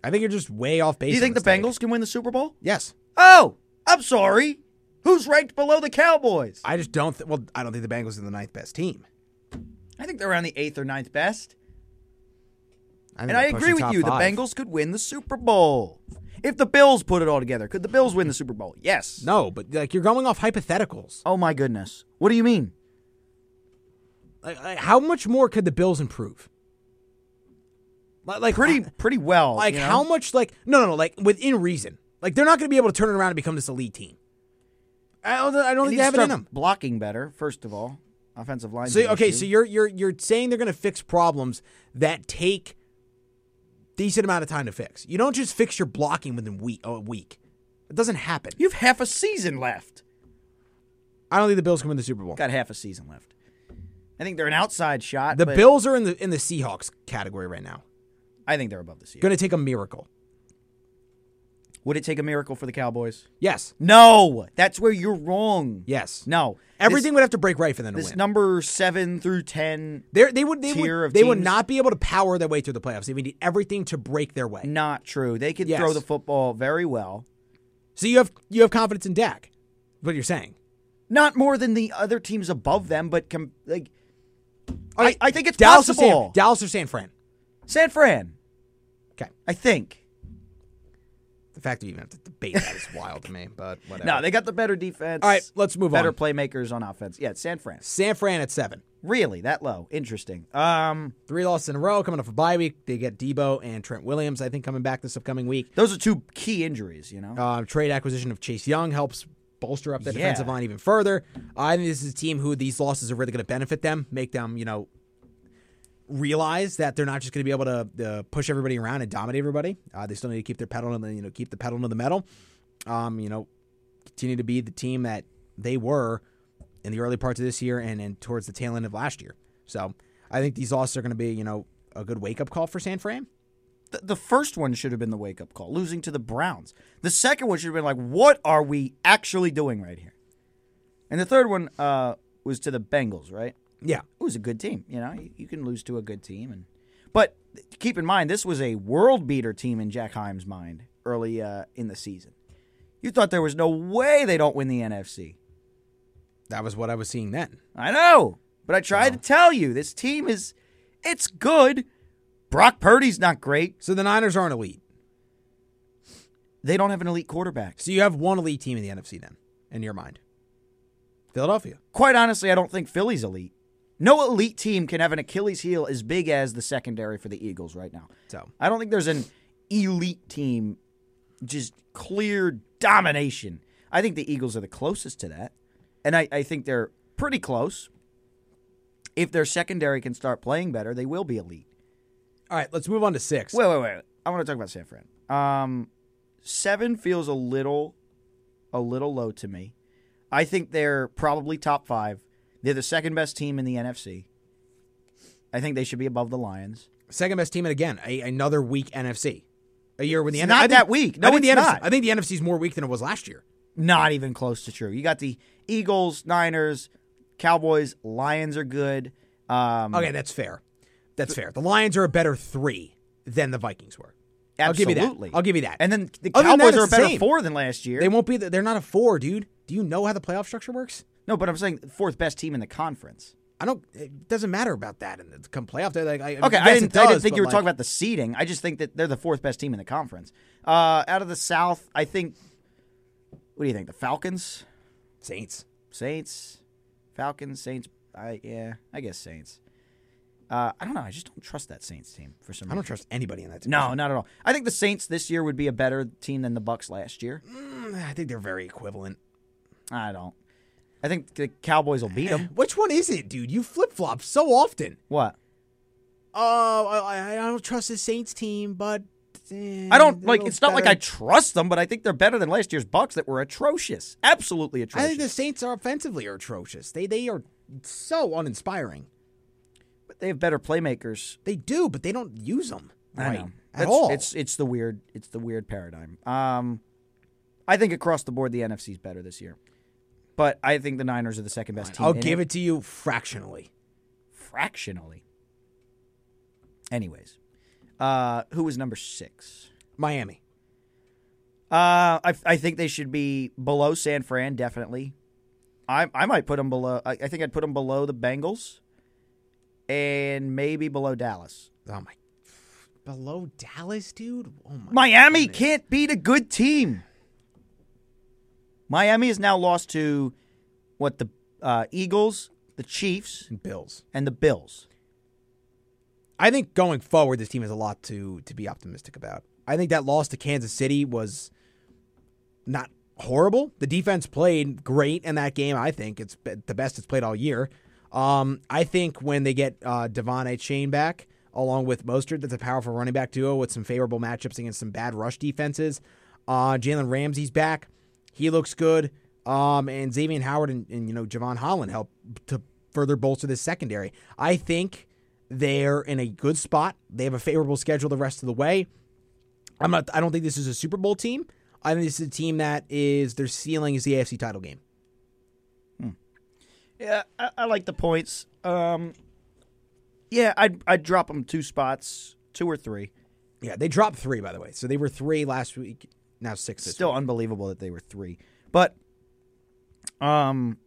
Speaker 1: I think you're just way off base.
Speaker 2: Do you think
Speaker 1: on
Speaker 2: the
Speaker 1: this take.
Speaker 2: Bengals can win the Super Bowl?
Speaker 1: Yes.
Speaker 2: Oh, I'm sorry. Who's ranked below the Cowboys?
Speaker 1: I just don't. Th- well, I don't think the Bengals are the ninth best team.
Speaker 2: I think they're around the eighth or ninth best.
Speaker 1: I think
Speaker 2: And
Speaker 1: they're
Speaker 2: I
Speaker 1: pushing
Speaker 2: agree with
Speaker 1: top
Speaker 2: you.
Speaker 1: five.
Speaker 2: The Bengals could win the Super Bowl. If the Bills put it all together, could the Bills win the Super Bowl? Yes.
Speaker 1: No, but like you're going off hypotheticals.
Speaker 2: Oh my goodness. What do you mean?
Speaker 1: Like, like, how much more could the Bills improve? Like, like
Speaker 2: Pretty pretty well.
Speaker 1: like
Speaker 2: you know?
Speaker 1: how much like no no no like within reason like they're not going to be able to turn it around and become this elite team i don't, I don't think
Speaker 2: They need
Speaker 1: they
Speaker 2: to
Speaker 1: have it in
Speaker 2: start
Speaker 1: them
Speaker 2: Blocking better, first of all. Offensive line.
Speaker 1: so okay so you're you're you're saying they're going to fix problems that take decent amount of time to fix you don't just fix your blocking within week a week it doesn't happen
Speaker 2: you have half a season left.
Speaker 1: i don't think the bills can win the super bowl
Speaker 2: Got half a season left. I think they're an outside shot.
Speaker 1: the
Speaker 2: but
Speaker 1: bills are in the in the seahawks category right now
Speaker 2: I think they're above this year.
Speaker 1: going to take a miracle
Speaker 2: Would it take a miracle for the Cowboys?
Speaker 1: yes
Speaker 2: No, that's where you're wrong.
Speaker 1: yes
Speaker 2: No.
Speaker 1: everything would have to break right for them to
Speaker 2: This,
Speaker 1: win
Speaker 2: this number seven through ten,
Speaker 1: They're, they would they
Speaker 2: tier
Speaker 1: would
Speaker 2: of
Speaker 1: they would
Speaker 2: teams.
Speaker 1: not be able to power their way through the playoffs. They would need everything to break their way.
Speaker 2: not true. They could
Speaker 1: Yes.
Speaker 2: throw the football very well.
Speaker 1: So you have you have confidence in Dak. is What you're saying?
Speaker 2: Not more than the other teams above them, but com- like I,
Speaker 1: Okay,
Speaker 2: I think it's
Speaker 1: Dallas or San,
Speaker 2: possible.
Speaker 1: Dallas or San Fran.
Speaker 2: San Fran.
Speaker 1: Okay.
Speaker 2: I think.
Speaker 1: The fact that you even have to debate that is wild to me, but whatever.
Speaker 2: No, they got the better defense.
Speaker 1: All right, let's move
Speaker 2: better
Speaker 1: on.
Speaker 2: playmakers on offense. Yeah, it's San Fran.
Speaker 1: San Fran at seven,
Speaker 2: Really, that low. Interesting. Um,
Speaker 1: three losses in a row, coming off a bye week. They get Debo and Trent Williams, I think, coming back this upcoming week.
Speaker 2: those are two key injuries. You know.
Speaker 1: Uh, trade acquisition of Chase Young helps bolster up that
Speaker 2: Yeah.
Speaker 1: defensive line even further. I think this is a team who these losses are really going to benefit them, make them, you know, realize that they're not just going to be able to uh, push everybody around and dominate everybody. Uh, they still need to keep their pedal and you know keep the pedal to the metal. Um, you know, continue to be the team that they were in the early parts of this year and, and towards the tail end of last year. So I think these losses are going to be you know a good wake up call for San Fran.
Speaker 2: Th- the first one should have been the wake up call, losing to the Browns. The second one should have been like, what are we actually doing right here? And the third one uh, was to the Bengals, right?
Speaker 1: Yeah,
Speaker 2: It was a good team. You know, you, you can lose to a good team, and but keep in mind this was a world beater team in Jack Himes' mind early uh, in the season. You thought there was no way they don't win the NFC.
Speaker 1: that was what I was seeing then.
Speaker 2: I know, but I tried to tell you this team is it's good. Brock Purdy's not great.
Speaker 1: So the Niners aren't elite.
Speaker 2: They don't have an elite quarterback.
Speaker 1: So you have one elite team in the NFC then, in your mind. Philadelphia.
Speaker 2: quite honestly, I don't think Philly's elite. No elite team can have an Achilles heel as big as the secondary for the Eagles right now.
Speaker 1: So
Speaker 2: I don't think there's an elite team, just clear domination. I think the Eagles are the closest to that. And I, I think they're pretty close. If their secondary can start playing better, they will be elite.
Speaker 1: all right, let's move on to six.
Speaker 2: Wait, wait, wait. I want to talk about San Fran. Um, seven feels a little, a little low to me. I think they're probably top five. They're the second best team in the NFC. I think they should be above the Lions.
Speaker 1: Second best team, and again, a, another weak NFC. A year with the
Speaker 2: It's
Speaker 1: NFC.
Speaker 2: not that weak. No,
Speaker 1: I think the
Speaker 2: it's
Speaker 1: NFC,
Speaker 2: not.
Speaker 1: I think the NFC is more weak than it was last year.
Speaker 2: Not even close to true. You got the Eagles, Niners, Cowboys, Lions are good. Um,
Speaker 1: Okay, that's fair. That's fair. The Lions are a better three than the Vikings were.
Speaker 2: absolutely.
Speaker 1: I'll give you that. I'll give you that.
Speaker 2: And then the
Speaker 1: Other than that,
Speaker 2: Cowboys
Speaker 1: it's
Speaker 2: are a
Speaker 1: the
Speaker 2: better
Speaker 1: same.
Speaker 2: four than last year.
Speaker 1: They won't be. The, they're not a four, dude. Do you know how the playoff structure works?
Speaker 2: no, but I'm saying fourth best team in the conference.
Speaker 1: I don't. It doesn't matter about that in the come playoff. They're Like, I,
Speaker 2: Okay,
Speaker 1: yes,
Speaker 2: I
Speaker 1: it
Speaker 2: didn't. I
Speaker 1: does,
Speaker 2: didn't think
Speaker 1: but
Speaker 2: you were
Speaker 1: like-
Speaker 2: talking about the seeding. I just think that they're the fourth best team in the conference. Uh, out of the South, I think. What do you think? The Falcons,
Speaker 1: Saints.
Speaker 2: Saints, Falcons, Saints. I yeah, I guess Saints. Uh, I don't know. I just don't trust that Saints team for
Speaker 1: I
Speaker 2: some reason.
Speaker 1: don't trust anybody in that. Team.
Speaker 2: No, not at all. I think the Saints this year would be a better team than the Bucks last year.
Speaker 1: I think they're very equivalent.
Speaker 2: I don't. I think the Cowboys will beat them.
Speaker 1: Which one is it, dude? You flip flop so often.
Speaker 2: What?
Speaker 1: Oh, I, I don't trust the Saints team, but eh,
Speaker 2: I don't
Speaker 1: they're
Speaker 2: like.
Speaker 1: a
Speaker 2: It's
Speaker 1: little
Speaker 2: not like
Speaker 1: better.
Speaker 2: I trust them, but I think they're better than last year's Bucks that were atrocious, absolutely atrocious.
Speaker 1: I think the Saints are offensively are atrocious. They they are so uninspiring.
Speaker 2: but they have better playmakers
Speaker 1: They do, but they don't use them
Speaker 2: I
Speaker 1: right
Speaker 2: know.
Speaker 1: at
Speaker 2: That's-
Speaker 1: all.
Speaker 2: It's it's the weird it's the weird paradigm. Um, I think across the board the NFC is better this year, but I think the Niners are the second best team.
Speaker 1: I'll
Speaker 2: in
Speaker 1: give it to you fractionally.
Speaker 2: fractionally. Anyways, uh, who was number six?
Speaker 1: Miami.
Speaker 2: Uh, I, I think they should be below San Fran, definitely. I I might put them below. I, I think I'd put them below the Bengals, and maybe below Dallas.
Speaker 1: Oh my. Below Dallas, dude. Oh my.
Speaker 2: Miami can't beat a good team. Miami has now lost to what the uh, Eagles, the Chiefs,
Speaker 1: Bills.
Speaker 2: and the Bills.
Speaker 1: I think going forward, this team has a lot to to be optimistic about. I think that loss to Kansas City was not horrible. The defense played great in that game. I think it's be- the best it's played all year. Um, I think when they get uh, Devon Chain back along with Mostert, that's a powerful running back duo with some favorable matchups against some bad rush defenses. Uh, Jalen Ramsey's back; he looks good. Um, and Xavier Howard and, and you know Javon Holland help to further bolster this secondary. I think they're in a good spot. They have a favorable schedule the rest of the way. I'm not. I don't think this is a Super Bowl team. I think this is a team that is their ceiling is the AFC title game.
Speaker 2: Yeah, I, I like the points. Um, yeah, I'd I'd drop them two spots, two or three.
Speaker 1: Yeah, they dropped three by the way, so they were three last week. Now six. This
Speaker 2: Still unbelievable that they were three, but um,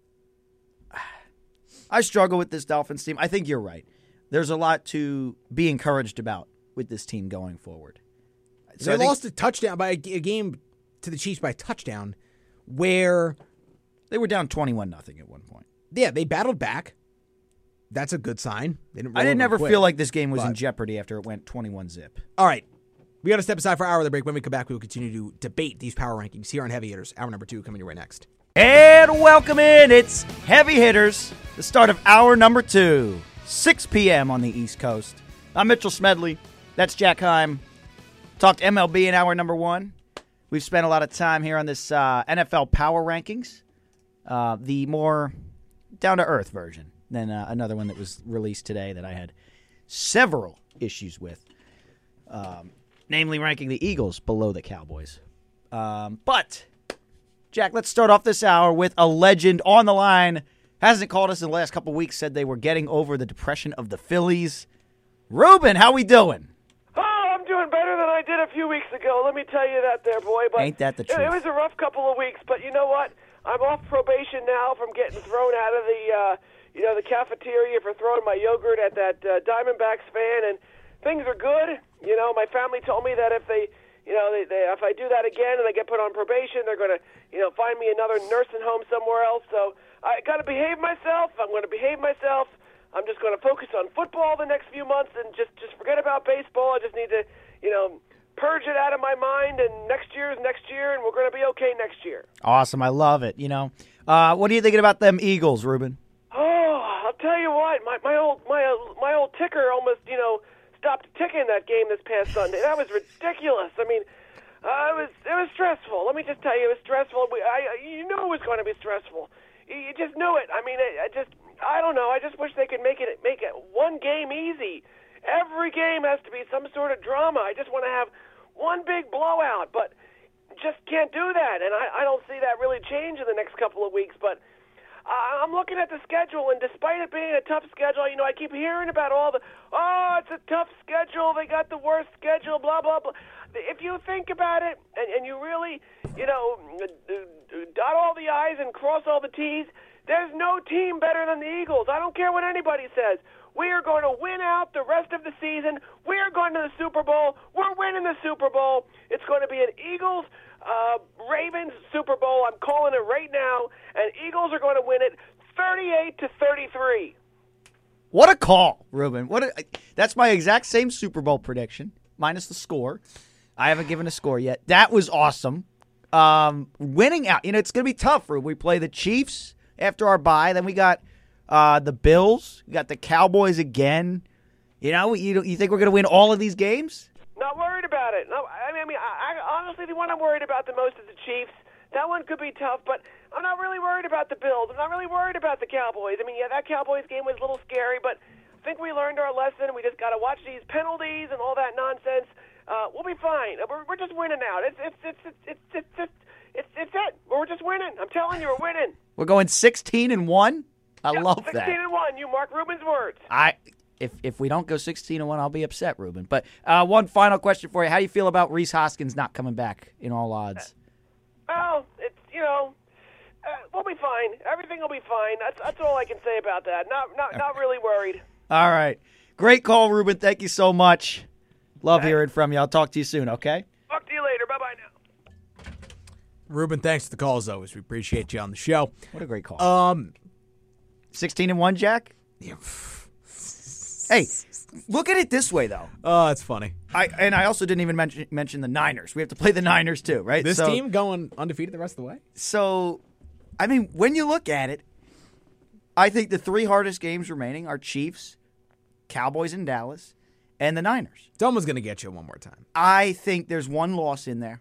Speaker 2: I struggle with this Dolphins team. I think you're right. There's a lot to be encouraged about with this team going forward.
Speaker 1: week.
Speaker 2: So
Speaker 1: they
Speaker 2: I think
Speaker 1: lost a touchdown by a, g- a game to the Chiefs by a touchdown, where
Speaker 2: They were down twenty-one nothing at one point.
Speaker 1: yeah they battled back. That's a good sign. They didn't
Speaker 2: I didn't ever feel like this game was in
Speaker 1: but-
Speaker 2: jeopardy after it went twenty-one zip.
Speaker 1: All right. We got to step aside for our hour of the break. When we come back, we will continue to debate these power rankings here on Heavy Hitters. Hour number two coming your way next.
Speaker 2: And welcome in. It's Heavy Hitters, the start of hour number two, 6 p.m. on the East Coast. I'm Mitchell Smedley. That's Jack Heim. Talked MLB in hour number one. We've spent a lot of time here on this uh, NFL Power Rankings, uh, the more down to earth version than uh, another one that was released today that I had several issues with, um, namely ranking the Eagles below the Cowboys. Um, but. Jack, let's start off this hour with a legend on the line. Hasn't called us in the last couple weeks. Said they were getting over the depression of the Phillies. Ruben, how we doing?
Speaker 4: Oh, I'm doing better than I did a few weeks ago. Let me tell you that, there, boy. But
Speaker 2: Ain't that the
Speaker 4: it-
Speaker 2: truth.
Speaker 4: It was a rough couple of weeks, but you know what? I'm off probation now from getting thrown out of the, uh, you know, the cafeteria for throwing my yogurt at that uh, Diamondbacks fan, and things are good. You know, my family told me that if they, you know, they, they, if I do that again and I get put on probation, they're going to, you know, find me another nursing home somewhere else. So I got to behave myself. I'm going to behave myself. I'm just going to focus on football the next few months and just just forget about baseball. I just need to, you know, purge it out of my mind. And next year is next year, and we're going to be okay next year.
Speaker 2: Awesome, I love it. You know, uh, what are you thinking about them Eagles, Ruben?
Speaker 4: Oh, I'll tell you what, my my old my old- my old ticker almost you know stopped ticking that game this past Sunday. That was ridiculous. I mean, uh, it was it was stressful. Let me just tell you, it was stressful. We, I I- you knew it was going to be stressful. You, you just knew it. I mean, I, I just I don't know. I just wish they could make it make it one game easy. Every game has to be some sort of drama. I just want to have one big blowout, but just can't do that. And I, I don't see that really change in the next couple of weeks. But I- I'm looking at the schedule, and despite it being a tough schedule, you know, I keep hearing about all the, oh, it's a tough schedule. They got the worst schedule, blah, blah, blah. If you think about it and, and you really, you know, dot all the I's and cross all the T's, there's no team better than the Eagles. I don't care what anybody says. We are going to win out the rest of the season. We are going to the Super Bowl. We're winning the Super Bowl. It's going to be an Eagles uh, Ravens Super Bowl. I'm calling it right now, and Eagles are going to win it 38 to 33.
Speaker 2: What a call, Ruben. What? A, that's my exact same Super Bowl prediction, minus the score. I haven't given a score yet. That was awesome. Um, winning out. You know, it's going to be tough. Ruben. We play the Chiefs after our bye. Then we got uh, the Bills. We got the Cowboys again. You know, you don't- you think we're going to win all of these games?
Speaker 4: Not worried about it. No, I mean, I mean, I, I, honestly, the one I'm worried about the most is the Chiefs. That one could be tough, but I'm not really worried about the Bills. I'm not really worried about the Cowboys. I mean, yeah, that Cowboys game was a little scary, but I think we learned our lesson. We just got to watch these penalties and all that nonsense. Uh, we'll be fine. Uh, We're, we're just winning out. It's it's it's it's it's it's it's, it's, it's it. We're just winning. I'm telling you, we're winning.
Speaker 2: We're going sixteen and one. I love
Speaker 4: 16
Speaker 2: that.
Speaker 4: and one. You mark Ruben's words.
Speaker 2: I if if we don't go 16 1, I'll be upset, Ruben. But uh, one final question for you: How do you feel about Reese Hoskins not coming back in all odds?
Speaker 6: Well, it's you know, uh, we'll be fine. Everything will be fine. That's that's all I can say about that. Not not not really worried.
Speaker 2: All right, great call, Ruben. Thank you so much. Love hearing from you. I'll talk to you soon. Okay.
Speaker 6: Talk to you later. Bye bye now.
Speaker 1: Ruben, thanks for the call as always. We appreciate you on the show.
Speaker 2: What a great call.
Speaker 1: Um,
Speaker 2: 16 and 1, Jack? hey, look at it this way, though.
Speaker 1: oh, it's funny.
Speaker 2: I And I also didn't even mention, mention the Niners. We have to play the Niners, too, right?
Speaker 1: This
Speaker 2: so,
Speaker 1: team going undefeated the rest of the way.
Speaker 2: So, I mean, when you look at it, I think the three hardest games remaining are Chiefs, Cowboys in Dallas, and the Niners.
Speaker 1: Someone's gonna get you one more time.
Speaker 2: I think there's one loss in there.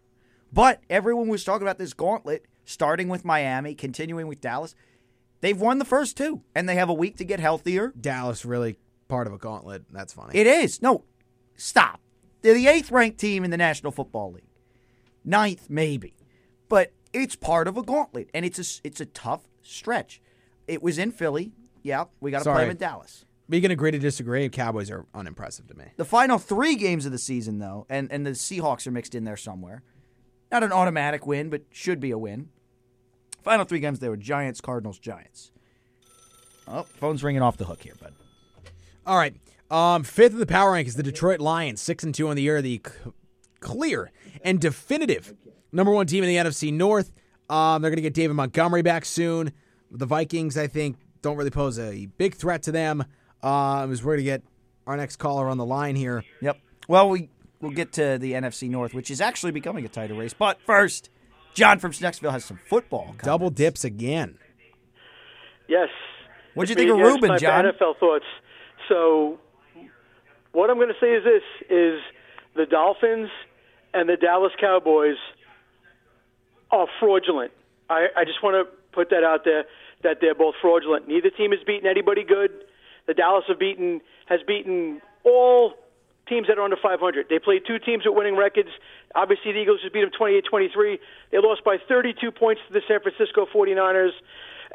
Speaker 2: But everyone was talking about this gauntlet, starting with Miami, continuing with Dallas. They've won the first two, and they have a week to get healthier.
Speaker 1: Dallas really part of a gauntlet. That's funny.
Speaker 2: It is. No, stop. They're the eighth ranked team in the National Football League. Ninth, maybe. But it's part of a gauntlet, and it's a, it's a tough stretch. It was in Philly. Yeah, we got to play
Speaker 1: Sorry.
Speaker 2: them in Dallas.
Speaker 1: We can agree to disagree. Cowboys are unimpressive to me.
Speaker 2: The final three games of the season, though, and, and the Seahawks are mixed in there somewhere. Not an automatic win, but should be a win. Final three games, they were Giants, Cardinals, Giants. Oh, phone's ringing off the hook here, bud.
Speaker 1: All right. Um, fifth of the power rank is the Detroit Lions, six and two on the year, the c- clear and definitive number one team in the NFC North. Um, they're going to get David Montgomery back soon. The Vikings, I think, don't really pose a big threat to them. Um, as we're going to get our next caller on the line here.
Speaker 2: Yep. Well, we we'll get to the NFC North, which is actually becoming a tighter race. But first, John from Snacksville has some football. comments.
Speaker 1: Double dips again.
Speaker 7: Yes.
Speaker 2: What'd you
Speaker 7: It's
Speaker 2: think
Speaker 7: me
Speaker 2: of
Speaker 7: and Janice
Speaker 2: Ruben,
Speaker 7: time for
Speaker 2: John?
Speaker 7: NFL thoughts. So, what I'm going to say is this: is the Dolphins and the Dallas Cowboys are fraudulent. I, I just want to put that out there that they're both fraudulent. Neither team has beaten anybody good. The Dallas have beaten has beaten all teams that are under 500. They played two teams with winning records. Obviously, the Eagles just beat them 28-23. They lost by 32 points to the San Francisco 49ers.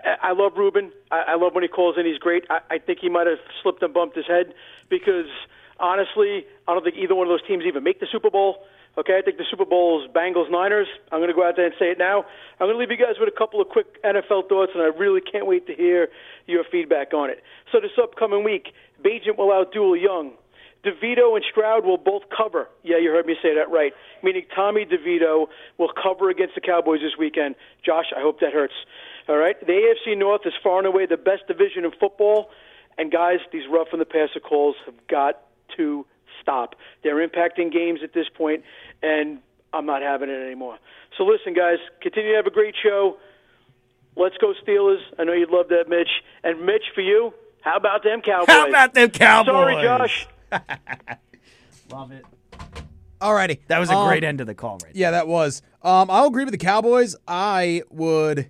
Speaker 7: I I love Ruben. I I love when he calls in. He's great. I, I think he might have slipped and bumped his head because honestly, I don't think either one of those teams even make the Super Bowl. Okay, I think the Super Bowl is Bengals Niners. I'm going to go out there and say it now. I'm going to leave you guys with a couple of quick NFL thoughts, and I really can't wait to hear your feedback on it. So this upcoming week, Bajent will outduel Young. DeVito and Stroud will both cover. Yeah, you heard me say that right. Meaning Tommy DeVito will cover against the Cowboys this weekend. Josh, I hope that hurts. All right. The AFC North is far and away the best division in football. And guys, these rough and the passer calls have got to stop. They're impacting games at this point, and I'm not having it anymore. So listen, guys, continue to have a great show. Let's go Steelers. I know you'd love that, Mitch. And Mitch, for you, how about them Cowboys?
Speaker 2: How about them Cowboys?
Speaker 7: Sorry, Josh.
Speaker 2: Love it.
Speaker 1: All righty.
Speaker 2: That was a
Speaker 1: Um,
Speaker 2: great end to the call, right?
Speaker 1: Yeah, that was. Um, I'll agree with the Cowboys. I would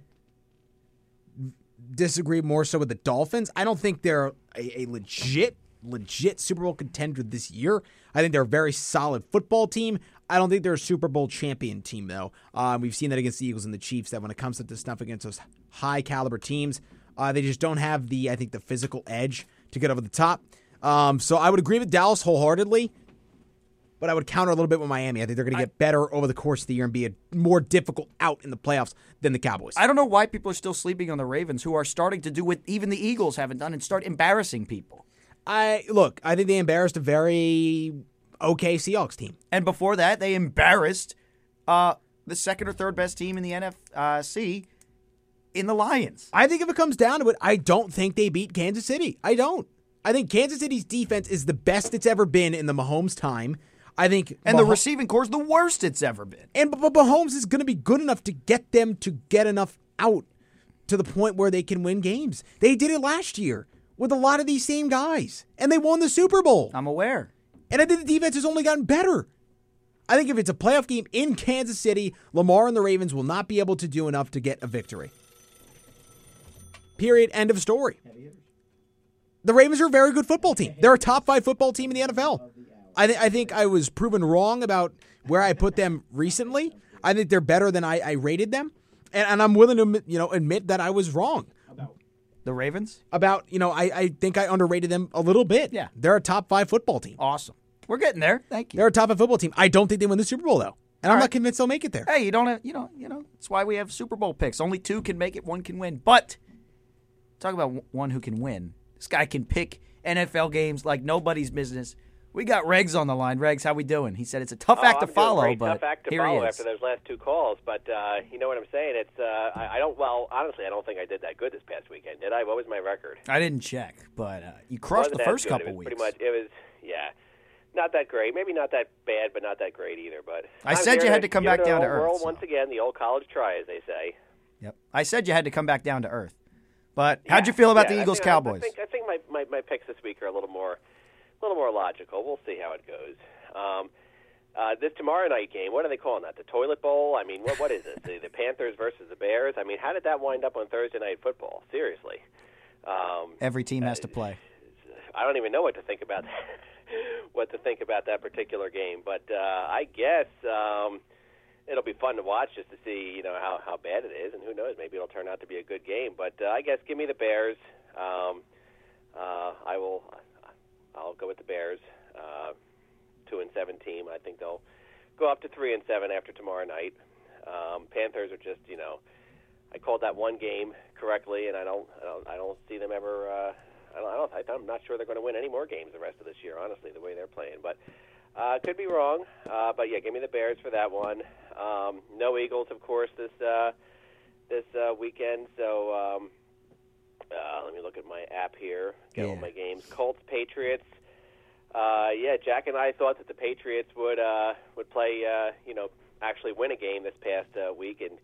Speaker 1: disagree more so with the Dolphins. I don't think they're a, a legit, legit Super Bowl contender this year. I think they're a very solid football team. I don't think they're a Super Bowl champion team, though. Um, we've seen that against the Eagles and the Chiefs, that when it comes to this stuff against those high caliber teams, uh, they just don't have the, I think, the physical edge to get over the top. Um, so I would agree with Dallas wholeheartedly but I would counter a little bit with Miami. I think they're going to get better over the course of the year and be a more difficult out in the playoffs than the Cowboys.
Speaker 2: I don't know why people are still sleeping on the Ravens, who are starting to do what even the Eagles haven't done and start embarrassing people.
Speaker 1: I look. I think they embarrassed a very okay Seahawks team.
Speaker 2: And before that, they embarrassed uh, the second or third best team in the NFC in the Lions.
Speaker 1: I think if it comes down to it, I don't think they beat Kansas City. I don't. I think Kansas City's defense is the best it's ever been in the Mahomes time. I think
Speaker 2: And the
Speaker 1: Mah-
Speaker 2: receiving core is the worst it's ever been.
Speaker 1: and but but Mahomes is going to be good enough to get them to get enough out to the point where they can win games. They did it last year with a lot of these same guys, and they won the Super Bowl.
Speaker 2: I'm aware.
Speaker 1: And I think the defense has only gotten better. I think if it's a playoff game in Kansas City, Lamar and the Ravens will not be able to do enough to get a victory. Period. End of story. The Ravens are a very good football team. They're a top five football team in the NFL. I, th- I think I was proven wrong about where I put them recently. I think they're better than I, I rated them, and, and I'm willing to admit- you know admit that I was wrong.
Speaker 2: The Ravens?
Speaker 1: about you know I, I think I underrated them a little bit.
Speaker 2: Yeah.
Speaker 1: they're a top five football team.
Speaker 2: Awesome. We're getting there. Thank you.
Speaker 1: They're a top five football team. I don't think they win the Super Bowl though, and I'm not convinced they'll make it there.
Speaker 2: hey, you don't have, you know, you know, that's why we have Super Bowl picks. Only two can make it, one can win. But talk about w- one who can win. This guy can pick NFL games like nobody's business. We got Regs on the line. Regs, how we doing? He said it's a tough
Speaker 4: Oh,
Speaker 2: act to
Speaker 4: I'm doing
Speaker 2: follow,
Speaker 4: great.
Speaker 2: but
Speaker 4: tough act to
Speaker 2: here
Speaker 4: follow
Speaker 2: he is.
Speaker 4: after those last two calls. But uh, you know what I'm saying? It's uh, I, I don't. Well, honestly, I don't think I did that good this past weekend. Did I? What was my record?
Speaker 2: I didn't check, but uh, you crushed
Speaker 4: Wasn't
Speaker 2: the
Speaker 4: that
Speaker 2: first
Speaker 4: good.
Speaker 2: couple
Speaker 4: it was
Speaker 2: weeks.
Speaker 4: Pretty much, it was yeah, not that great. Maybe not that bad, but not that great either. But
Speaker 2: I
Speaker 4: I'm
Speaker 2: said
Speaker 4: here
Speaker 2: you had to come
Speaker 4: give
Speaker 2: back
Speaker 4: it
Speaker 2: down to
Speaker 4: a whirl
Speaker 2: earth, so.
Speaker 4: once again. The old college try, as they say.
Speaker 2: Yep. I said you had to come back down to earth. But how'd you feel about
Speaker 4: Yeah,
Speaker 2: the
Speaker 4: I
Speaker 2: Eagles
Speaker 4: think-
Speaker 2: Cowboys?
Speaker 4: I think, I think my, my, my picks this week are a little more a little more logical. We'll see how it goes. Um, uh, this tomorrow night game, what are they calling that? The toilet bowl? I mean, what what is this? The, the Panthers versus the Bears? I mean, how did that wind up on Thursday night football? Seriously, um,
Speaker 2: Every team has to play.
Speaker 4: I don't even know what to think about what to think about that particular game. But uh, I guess um, it'll be fun to watch just to see you know how how bad it is, and who knows, maybe it'll turn out to be a good game. But uh, I guess give me the Bears. Um, uh, I will. I'll go with the Bears. Uh, two and seven team. I think they'll go up to three and seven after tomorrow night. Um, Panthers are just you know. I called that one game correctly, and I don't, I don't, I don't see them ever. Uh, I don't, I don't, I- I'm not sure they're going to win any more games the rest of this year. Honestly, the way they're playing, but uh, could be wrong. Uh, but yeah, give me the Bears for that one. Um, no Eagles, of course, this uh, this uh, weekend. So um, uh, let me look at my app here. Get all
Speaker 2: Yeah.
Speaker 4: my games. Colts, Patriots. Uh, yeah, Jack and I thought that the Patriots would uh, would play, uh, you know, actually win a game this past uh, week, and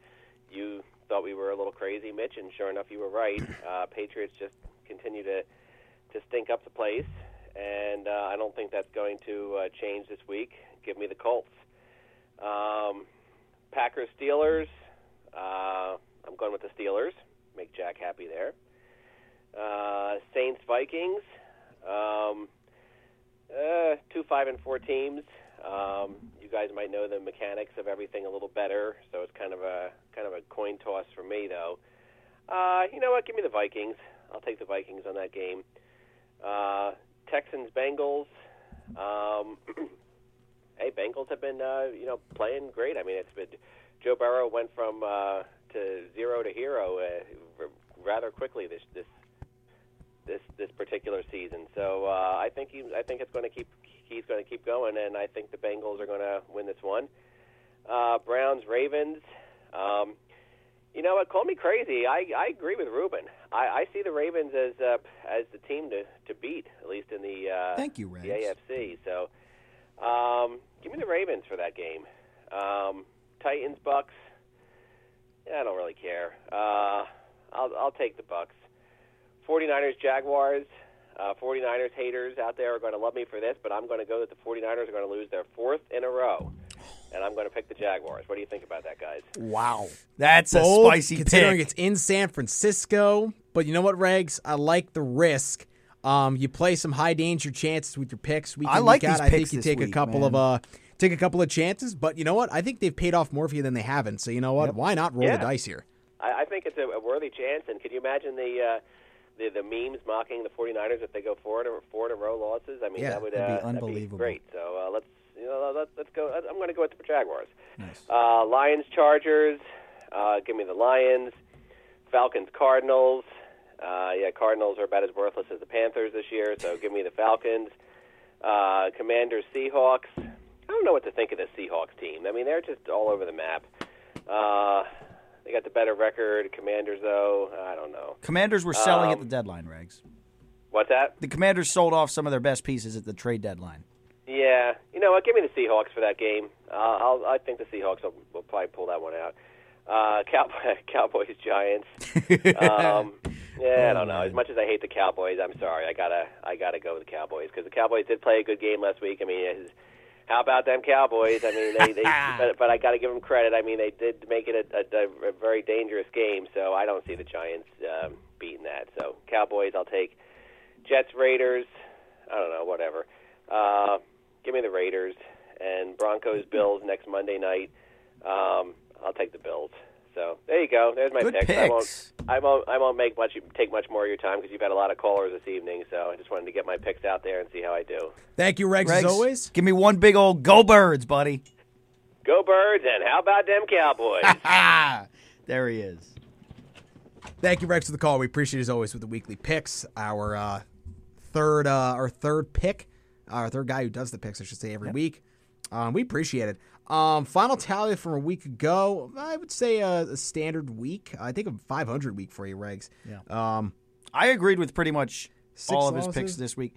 Speaker 4: you thought we were a little crazy, Mitch, and sure enough, you were right. Uh, Patriots just continue to to stink up the place, and uh, I don't think that's going to uh, change this week. Give me the Colts. Um, Packers, Steelers. Uh, I'm going with the Steelers. Make Jack happy there. Uh, Saints, Vikings. Um, uh, two five and four teams. Um, you guys might know the mechanics of everything a little better, so it's kind of a kind of a coin toss for me though. Uh, you know what? Give me the Vikings. I'll take the Vikings on that game. Uh, Texans Bengals. Um, hey, Bengals have been uh, you know playing great. I mean, it's been Joe Burrow went from uh, to zero to hero uh, r- rather quickly this this this this particular season. So uh, I think he, I think it's going to keep he's going to keep going, and I think the Bengals are going to win this one. Uh, Browns, Ravens. Um, you know what? Call me crazy. I, I agree with Ruben. I, I see the Ravens as uh, as the team to, to beat, at least in the uh,
Speaker 2: Thank you,
Speaker 4: the
Speaker 2: Regs.
Speaker 4: AFC. So um, give me the Ravens for that game. Um, Titans, Bucks. Yeah, I don't really care. Uh, I'll I'll take the Bucks. 49ers Jaguars. Uh, 49ers haters out there are going to love me for this, but I'm going to go that the 49ers are going to lose their fourth in a row. And I'm going to pick the Jaguars. What do you think about that, guys?
Speaker 2: Wow. That's a
Speaker 1: bold,
Speaker 2: spicy
Speaker 1: considering
Speaker 2: pick.
Speaker 1: it's in San Francisco. But you know what, Regs? I like the risk. Um, you play some high danger chances with your picks. Week
Speaker 2: I
Speaker 1: in,
Speaker 2: like
Speaker 1: week out.
Speaker 2: these
Speaker 1: I think
Speaker 2: picks
Speaker 1: you
Speaker 2: this
Speaker 1: take a
Speaker 2: week,
Speaker 1: couple
Speaker 2: man.
Speaker 1: of uh, take a couple of chances. But you know what? I think they've paid off more for you than they haven't. So you know what? Why not roll
Speaker 4: Yeah.
Speaker 1: the dice here?
Speaker 4: I, I think it's a, a worthy chance. And could you imagine the uh, the the memes mocking the 49ers if they go four in a, four in a row losses? I mean,
Speaker 1: Yeah,
Speaker 4: that would
Speaker 2: that'd be
Speaker 4: uh, that'd
Speaker 2: unbelievable.
Speaker 4: great. So uh, let's you know let's, let's go. I'm going to go with the Jaguars.
Speaker 2: Nice.
Speaker 4: Uh, Lions Chargers. Uh, give me the Lions. Falcons Cardinals. Uh, yeah, Cardinals are about as worthless as the Panthers this year. So give me the Falcons. Uh, Commanders Seahawks. I don't know what to think of this Seahawks team. I mean, they're just all over the map. Uh, they got the better record. Commanders, though, I don't know.
Speaker 2: Commanders were selling at
Speaker 4: Um,
Speaker 2: the deadline, Regs.
Speaker 4: What's that?
Speaker 2: The Commanders sold off some of their best pieces at the trade deadline.
Speaker 4: Yeah, you know what? Give me the Seahawks for that game. Uh, I'll, I think the Seahawks will, will probably pull that one out. Uh, Cowboy, Cowboys, Giants. Um, yeah, I don't know. As much as I hate the Cowboys, I'm sorry. I gotta, I gotta go with the Cowboys because the Cowboys did play a good game last week. I mean, it's- how about them Cowboys? I mean, they, they but, but I gotta give them credit. I mean, they did make it a, a, a very dangerous game. So I don't see the Giants um, beating that. So Cowboys, I'll take. Jets, Raiders, I don't know, whatever. Uh, give me the Raiders and Broncos, Bills next Monday night. Um, I'll take the Bills. So So there you go. There's my
Speaker 2: Good
Speaker 4: picks. I
Speaker 2: picks.
Speaker 4: won't. I won't. I won't make much. Take much more of your time because you've had a lot of callers this evening. So I just wanted to get my picks out there and see how I do.
Speaker 1: Thank you, Rex,
Speaker 2: Rex,
Speaker 1: as always.
Speaker 2: give me one big old go birds, buddy.
Speaker 4: Go birds, and how about them Cowboys?
Speaker 2: Ah, there he is.
Speaker 1: Thank you, Rex, for the call. We appreciate it as always with the weekly picks. Our uh, third, uh, our third pick, our third guy who does the picks, I should say, every week. Um, we appreciate it. Um, final tally from a week ago. I would say a, a standard week. I think a 500 week for you, Regs.
Speaker 2: Yeah.
Speaker 1: Um,
Speaker 2: I agreed with pretty much
Speaker 1: Six
Speaker 2: all of his
Speaker 1: losses?
Speaker 2: picks this week.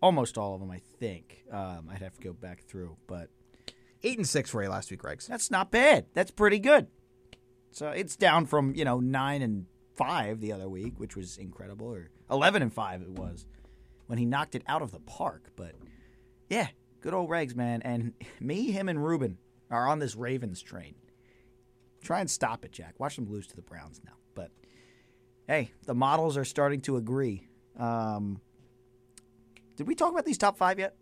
Speaker 2: Almost all of them, I think. Um, I'd have to go back through, but
Speaker 1: eight and six for you last week, Regs.
Speaker 2: that's not bad. That's pretty good. So it's down from you know nine and five the other week, which was incredible, or eleven and five it was when he knocked it out of the park. But yeah, good old Regs, man. And me, him, and Ruben are on this Ravens train. Try and stop it, Jack. Watch them lose to the Browns now. But hey, the models are starting to agree. Um, did we talk about these top five yet?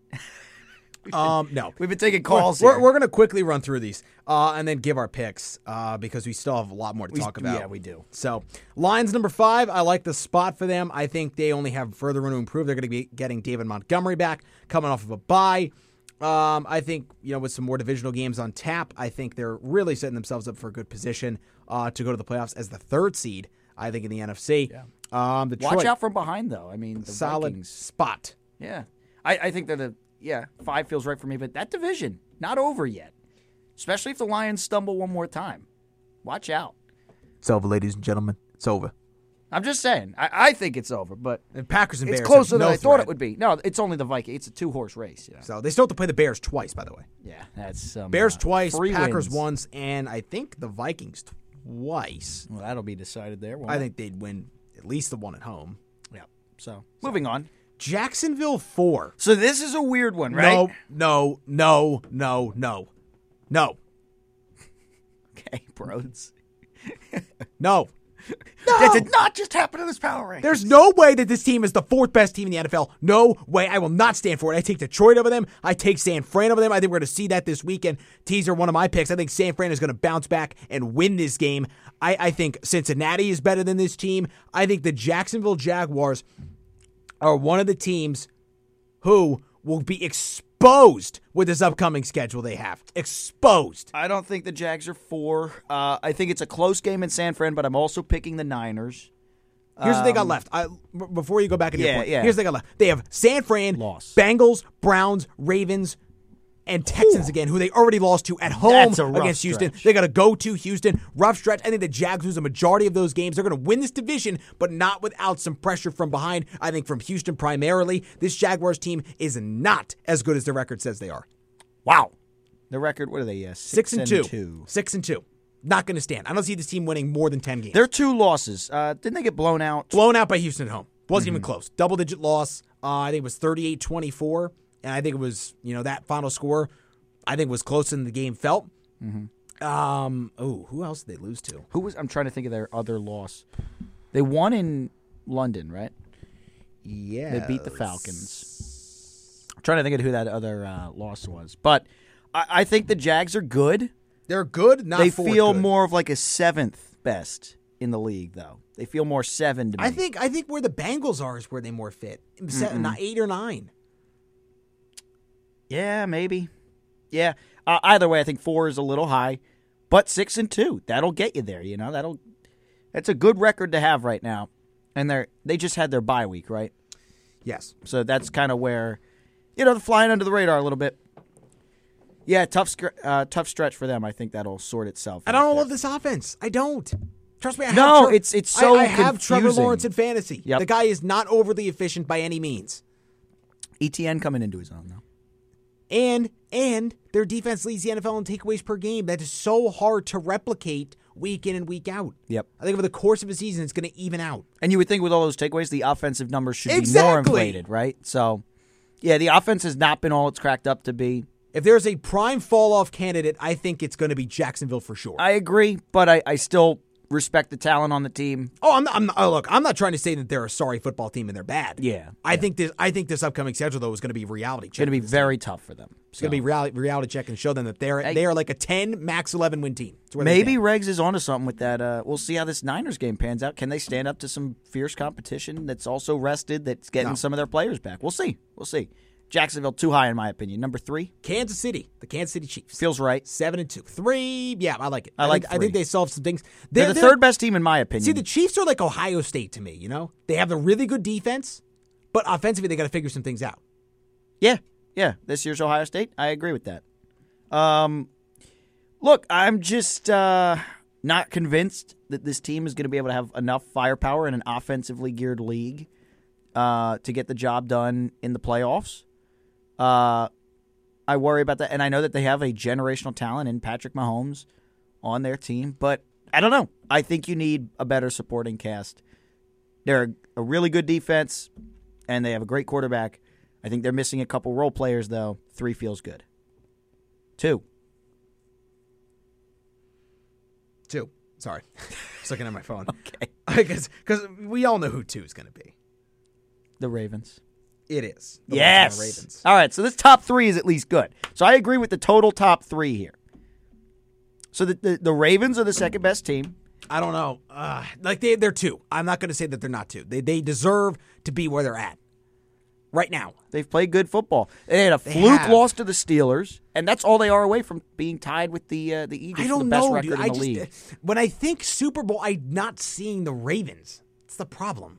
Speaker 1: Um, no.
Speaker 2: We've been taking calls.
Speaker 1: We're,
Speaker 2: here.
Speaker 1: we're going to quickly run through these uh, and then give our picks uh, because we still have a lot more to
Speaker 2: We-
Speaker 1: talk about.
Speaker 2: yeah, we do.
Speaker 1: So, Lions number five, I like the spot for them. I think they only have further room to improve. They're going to be getting David Montgomery back, coming off of a bye. Um, I think, you know, with some more divisional games on tap, I think they're really setting themselves up for a good position uh, to go to the playoffs as the third seed, I think, in the NFC. Um, Detroit,
Speaker 2: Watch out from behind, though. I mean, the
Speaker 1: solid
Speaker 2: Vikings.
Speaker 1: spot.
Speaker 2: Yeah, I, I think that the yeah five feels right for me, but that division not over yet. Especially if the Lions stumble one more time, watch out.
Speaker 1: It's over, ladies and gentlemen. It's over.
Speaker 2: I'm just saying. I, I think it's over, but
Speaker 1: And Packers and
Speaker 2: it's
Speaker 1: Bears.
Speaker 2: closer
Speaker 1: have
Speaker 2: than
Speaker 1: no
Speaker 2: I thought
Speaker 1: threat.
Speaker 2: it would be. No, it's only the Viking. It's a two horse race. You know?
Speaker 1: So they still have to play the Bears twice, by the way.
Speaker 2: Yeah, that's some,
Speaker 1: Bears
Speaker 2: uh,
Speaker 1: twice,
Speaker 2: three
Speaker 1: Packers
Speaker 2: wins.
Speaker 1: once, and I think the Vikings twice.
Speaker 2: Well, that'll be decided there. won't
Speaker 1: I
Speaker 2: it?
Speaker 1: think they'd win at least the one at home.
Speaker 2: Yeah. So moving on.
Speaker 1: Jacksonville four.
Speaker 2: So this is a weird one, right?
Speaker 1: No, no, no, no, no, no,
Speaker 2: Okay, bros.
Speaker 1: no.
Speaker 2: That did not just happen in this power rank.
Speaker 1: There's no way that this team is the fourth best team in the NFL. No way. I will not stand for it. I take Detroit over them. I take San Fran over them. I think we're going to see that this weekend. Teaser one of my picks. I think San Fran is going to bounce back and win this game. I, I think Cincinnati is better than this team. I think the Jacksonville Jaguars are one of the teams who will be exposed with this upcoming schedule they have. Exposed.
Speaker 2: I don't think the Jags are four. Uh, I think it's a close game in San Fran, but I'm also picking the Niners.
Speaker 1: Here's what they got left. I, b- before you go back into
Speaker 2: Um, Yeah,
Speaker 1: your point,
Speaker 2: yeah.
Speaker 1: here's what they got left. They have San Fran,
Speaker 2: Loss.
Speaker 1: Bengals, Browns, Ravens, and Texans again, who they already lost to at home
Speaker 2: That's a rough
Speaker 1: against Houston.
Speaker 2: stretch.
Speaker 1: They got to go to Houston. Rough stretch. I think the Jags lose a majority of those games. They're going to win this division, but not without some pressure from behind. I think from Houston primarily. This Jaguars team is not as good as the record says they are.
Speaker 2: Wow. The record, what are they? Uh,
Speaker 1: Six, and, 2 Six and two. Not going to stand. I don't see this team winning more than ten games.
Speaker 2: They're two losses. Uh, didn't they get blown out?
Speaker 1: blown out by Houston at home. Wasn't even close. Double digit loss. Uh, I think it was 38 24. And I think it was, you know, that final score, I think was closer than the game felt. Um, oh, who else did they lose to?
Speaker 2: Who was? I'm trying to think of their other loss. They won in London, right?
Speaker 1: Yeah.
Speaker 2: They beat the Falcons. I'm trying to think of who that other uh, loss was, but I, I think the Jags are good.
Speaker 1: They're good, not
Speaker 2: they
Speaker 1: fourth
Speaker 2: feel
Speaker 1: good.
Speaker 2: more of like a seventh best in the league, though. They feel more seven to me.
Speaker 1: I think I think where the Bengals are is where they more fit. Seven, ni- eight or nine.
Speaker 2: Yeah, maybe. Yeah. Uh, either way, I think four is a little high, but six and two that'll get you there. You know, that'll that's a good record to have right now. And they're they just had their bye week, right?
Speaker 1: Yes.
Speaker 2: So that's kind of where you know they're flying under the radar a little bit. Yeah, tough scr- uh, tough stretch for them. I think that'll sort itself.
Speaker 1: And I
Speaker 2: out
Speaker 1: don't
Speaker 2: there.
Speaker 1: love this offense. I don't. Trust me. I
Speaker 2: No,
Speaker 1: have Tre-
Speaker 2: it's- it's so
Speaker 1: I, I have Trevor
Speaker 2: confusing.
Speaker 1: Lawrence in fantasy.
Speaker 2: Yep.
Speaker 1: The guy is not overly efficient by any means.
Speaker 2: ETN E coming into his own though.
Speaker 1: and and their defense leads the NFL in takeaways per game. That is so hard to replicate week in and week out.
Speaker 2: Yep.
Speaker 1: I think over the course of a season, it's going to even out.
Speaker 2: And you would think with all those takeaways, the offensive numbers should be more
Speaker 1: Exactly.
Speaker 2: inflated, right? So, yeah, the offense has not been all it's cracked up to be.
Speaker 1: If there's a prime fall off candidate, I think it's going to be Jacksonville for sure.
Speaker 2: I agree, but I, I still respect the talent on the team.
Speaker 1: Oh, I'm not, I'm not, oh, look, I'm not trying to say that they're a sorry football team and they're bad.
Speaker 2: Yeah,
Speaker 1: I think this. I think this upcoming schedule though is going to be reality
Speaker 2: It's going
Speaker 1: check.
Speaker 2: to be very tough for them.
Speaker 1: It's going to be reality, reality check and show them that they're they are like a ten max eleven win team. It's where they
Speaker 2: Maybe
Speaker 1: stand.
Speaker 2: Regs is onto something with that. Uh, we'll see how this Niners game pans out. Can they stand up to some fierce competition that's also rested, that's getting some of their players back? We'll see. We'll see. Jacksonville too high in my opinion. Number three
Speaker 1: Kansas City, the Kansas City Chiefs,
Speaker 2: feels right.
Speaker 1: seven and two, three. Yeah, I like it.
Speaker 2: I like
Speaker 1: Think, I think
Speaker 2: three.
Speaker 1: they solved some things.
Speaker 2: They're, the third best team in my opinion.
Speaker 1: See, the Chiefs are like Ohio State to me. You know, they have a really good defense, but offensively they got to figure some things out.
Speaker 2: Yeah, yeah. This year's Ohio State. I agree with that. Um, look, I'm just uh, not convinced that this team is going to be able to have enough firepower in an offensively geared league uh, to get the job done in the playoffs. Uh, I worry about that, and I know that they have a generational talent in Patrick Mahomes on their team, but I don't know. I think you need a better supporting cast. They're a, a really good defense, and they have a great quarterback. I think they're missing a couple role players, though. Three feels good. Two.
Speaker 1: Two. Sorry, just looking at my phone. okay, because we all know who two is going to be.
Speaker 2: The Ravens.
Speaker 1: It is the
Speaker 2: yes.
Speaker 1: Baltimore Ravens.
Speaker 2: All right. So this top three is at least good. So I agree with the total top three here. So the, the, the Ravens are the second best team.
Speaker 1: I don't know. Uh, like they, they're two. I'm not going to say that they're not two. They, they deserve to be where they're at right now.
Speaker 2: They've played good football. They had a
Speaker 1: They
Speaker 2: fluke
Speaker 1: have.
Speaker 2: loss to the Steelers, and that's all they are away from being tied with the uh, the
Speaker 1: I
Speaker 2: Eagles for
Speaker 1: don't
Speaker 2: the best
Speaker 1: know,
Speaker 2: record
Speaker 1: dude.
Speaker 2: in
Speaker 1: I
Speaker 2: the
Speaker 1: just eh,
Speaker 2: league.
Speaker 1: when I think Super Bowl, I'm not seeing the Ravens. It's the problem.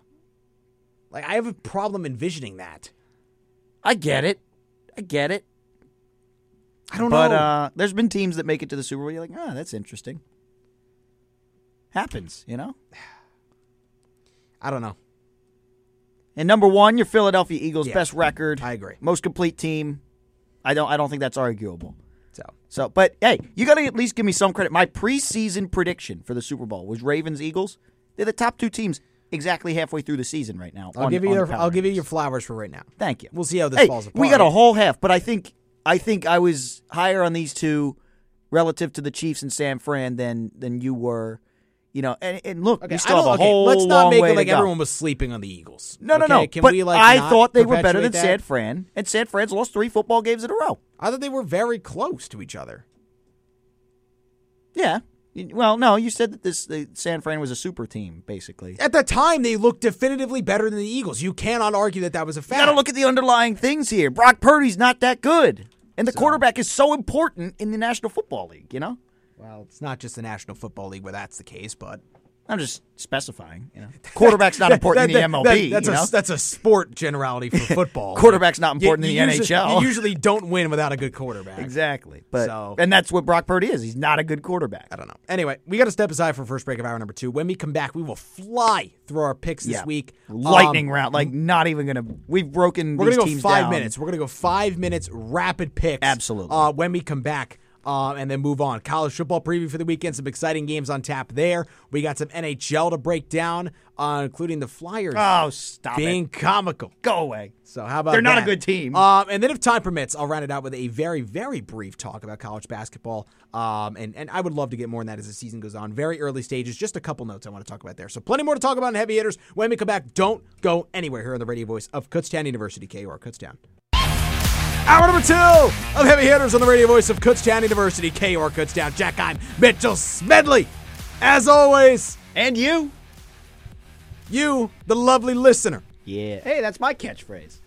Speaker 1: Like I have a problem envisioning that.
Speaker 2: I get it. I get it.
Speaker 1: I don't
Speaker 2: but
Speaker 1: know.
Speaker 2: uh, there's been teams that make it to the Super Bowl. You're like, ah, that's interesting. Happens, you know.
Speaker 1: I don't know.
Speaker 2: And number one, your Philadelphia Eagles,
Speaker 1: Yeah.
Speaker 2: best record.
Speaker 1: I agree.
Speaker 2: Most complete team. I don't. I don't think that's arguable.
Speaker 1: So
Speaker 2: So, but hey, you got to at least give me some credit. My preseason prediction for the Super Bowl was Ravens Eagles. They're the top two teams exactly halfway through the season right now.
Speaker 1: I'll
Speaker 2: on-
Speaker 1: give you
Speaker 2: on
Speaker 1: your
Speaker 2: the power
Speaker 1: I'll give you
Speaker 2: rankings.
Speaker 1: your flowers for right now.
Speaker 2: Thank you.
Speaker 1: We'll see how this
Speaker 2: Hey,
Speaker 1: falls apart.
Speaker 2: We got a whole half, but I think I think I was higher on these two relative to the Chiefs and San Fran than than you were. You know, and, and look,
Speaker 1: Okay,
Speaker 2: we
Speaker 1: I
Speaker 2: still have a
Speaker 1: don't- okay,
Speaker 2: whole
Speaker 1: Let's not
Speaker 2: long
Speaker 1: make
Speaker 2: way
Speaker 1: it
Speaker 2: to
Speaker 1: like
Speaker 2: go.
Speaker 1: everyone was sleeping on the Eagles.
Speaker 2: No, no,
Speaker 1: okay?
Speaker 2: no.
Speaker 1: Can
Speaker 2: but
Speaker 1: we like?
Speaker 2: I
Speaker 1: not
Speaker 2: thought they were better
Speaker 1: perpetuate
Speaker 2: than
Speaker 1: that?
Speaker 2: San Fran, and San Fran's lost three football games in a row.
Speaker 1: I thought they were very close to each other.
Speaker 2: Yeah. You- Well, no, you said that this the San Fran was a super team, basically.
Speaker 1: At the time, they looked definitively better than the Eagles. You cannot argue that that was a
Speaker 2: You
Speaker 1: fact.
Speaker 2: got to look at the underlying things here. Brock Purdy's not that good, and the quarterback is so important in the National Football League. You know,
Speaker 1: well, it's not just the National Football League where that's the case, but
Speaker 2: I'm just specifying. You know, quarterback's not important
Speaker 1: That-
Speaker 2: in the
Speaker 1: that-
Speaker 2: MLB.
Speaker 1: that- that's
Speaker 2: you know?
Speaker 1: a that's a sport generality for football.
Speaker 2: Quarterback's not important in the
Speaker 1: usually-
Speaker 2: NHL.
Speaker 1: You usually don't win without a good quarterback.
Speaker 2: exactly. But
Speaker 1: So-
Speaker 2: and that's what Brock Purdy is. He's not a good quarterback.
Speaker 1: I don't know. Anyway, we got to step aside for first break of hour number two. When we come back, we will fly through our picks this
Speaker 2: Yeah.
Speaker 1: week.
Speaker 2: lightning
Speaker 1: Um,
Speaker 2: round. Like not even gonna. We've broken.
Speaker 1: We're
Speaker 2: these
Speaker 1: gonna go
Speaker 2: teams
Speaker 1: five
Speaker 2: down.
Speaker 1: minutes. We're gonna go five minutes rapid picks.
Speaker 2: Absolutely.
Speaker 1: Uh, when we come back. Uh, and then move on. College football preview for the weekend. Some exciting games on tap there. We got some NHL to break down, uh, including the Flyers
Speaker 2: Oh, stop
Speaker 1: being
Speaker 2: it!
Speaker 1: comical.
Speaker 2: Go away.
Speaker 1: So how about
Speaker 2: They're not a
Speaker 1: that?
Speaker 2: good team.
Speaker 1: Um, and then if time permits, I'll round it out with a very, very brief talk about college basketball. Um, and and I would love to get more on that as the season goes on. Very early stages, just a couple notes I want to talk about there. So plenty more to talk about in heavy hitters. When we come back, don't go anywhere here on the radio voice of Kutztown University, KUR Kutztown. Hour number two of Heavy Hitters on the radio voice of Kutztown University, KUR Kutztown. Jack, I'm Mitchell Smedley. As always,
Speaker 2: And you?
Speaker 1: you, the lovely listener.
Speaker 2: Yeah.
Speaker 8: Hey, that's my catchphrase.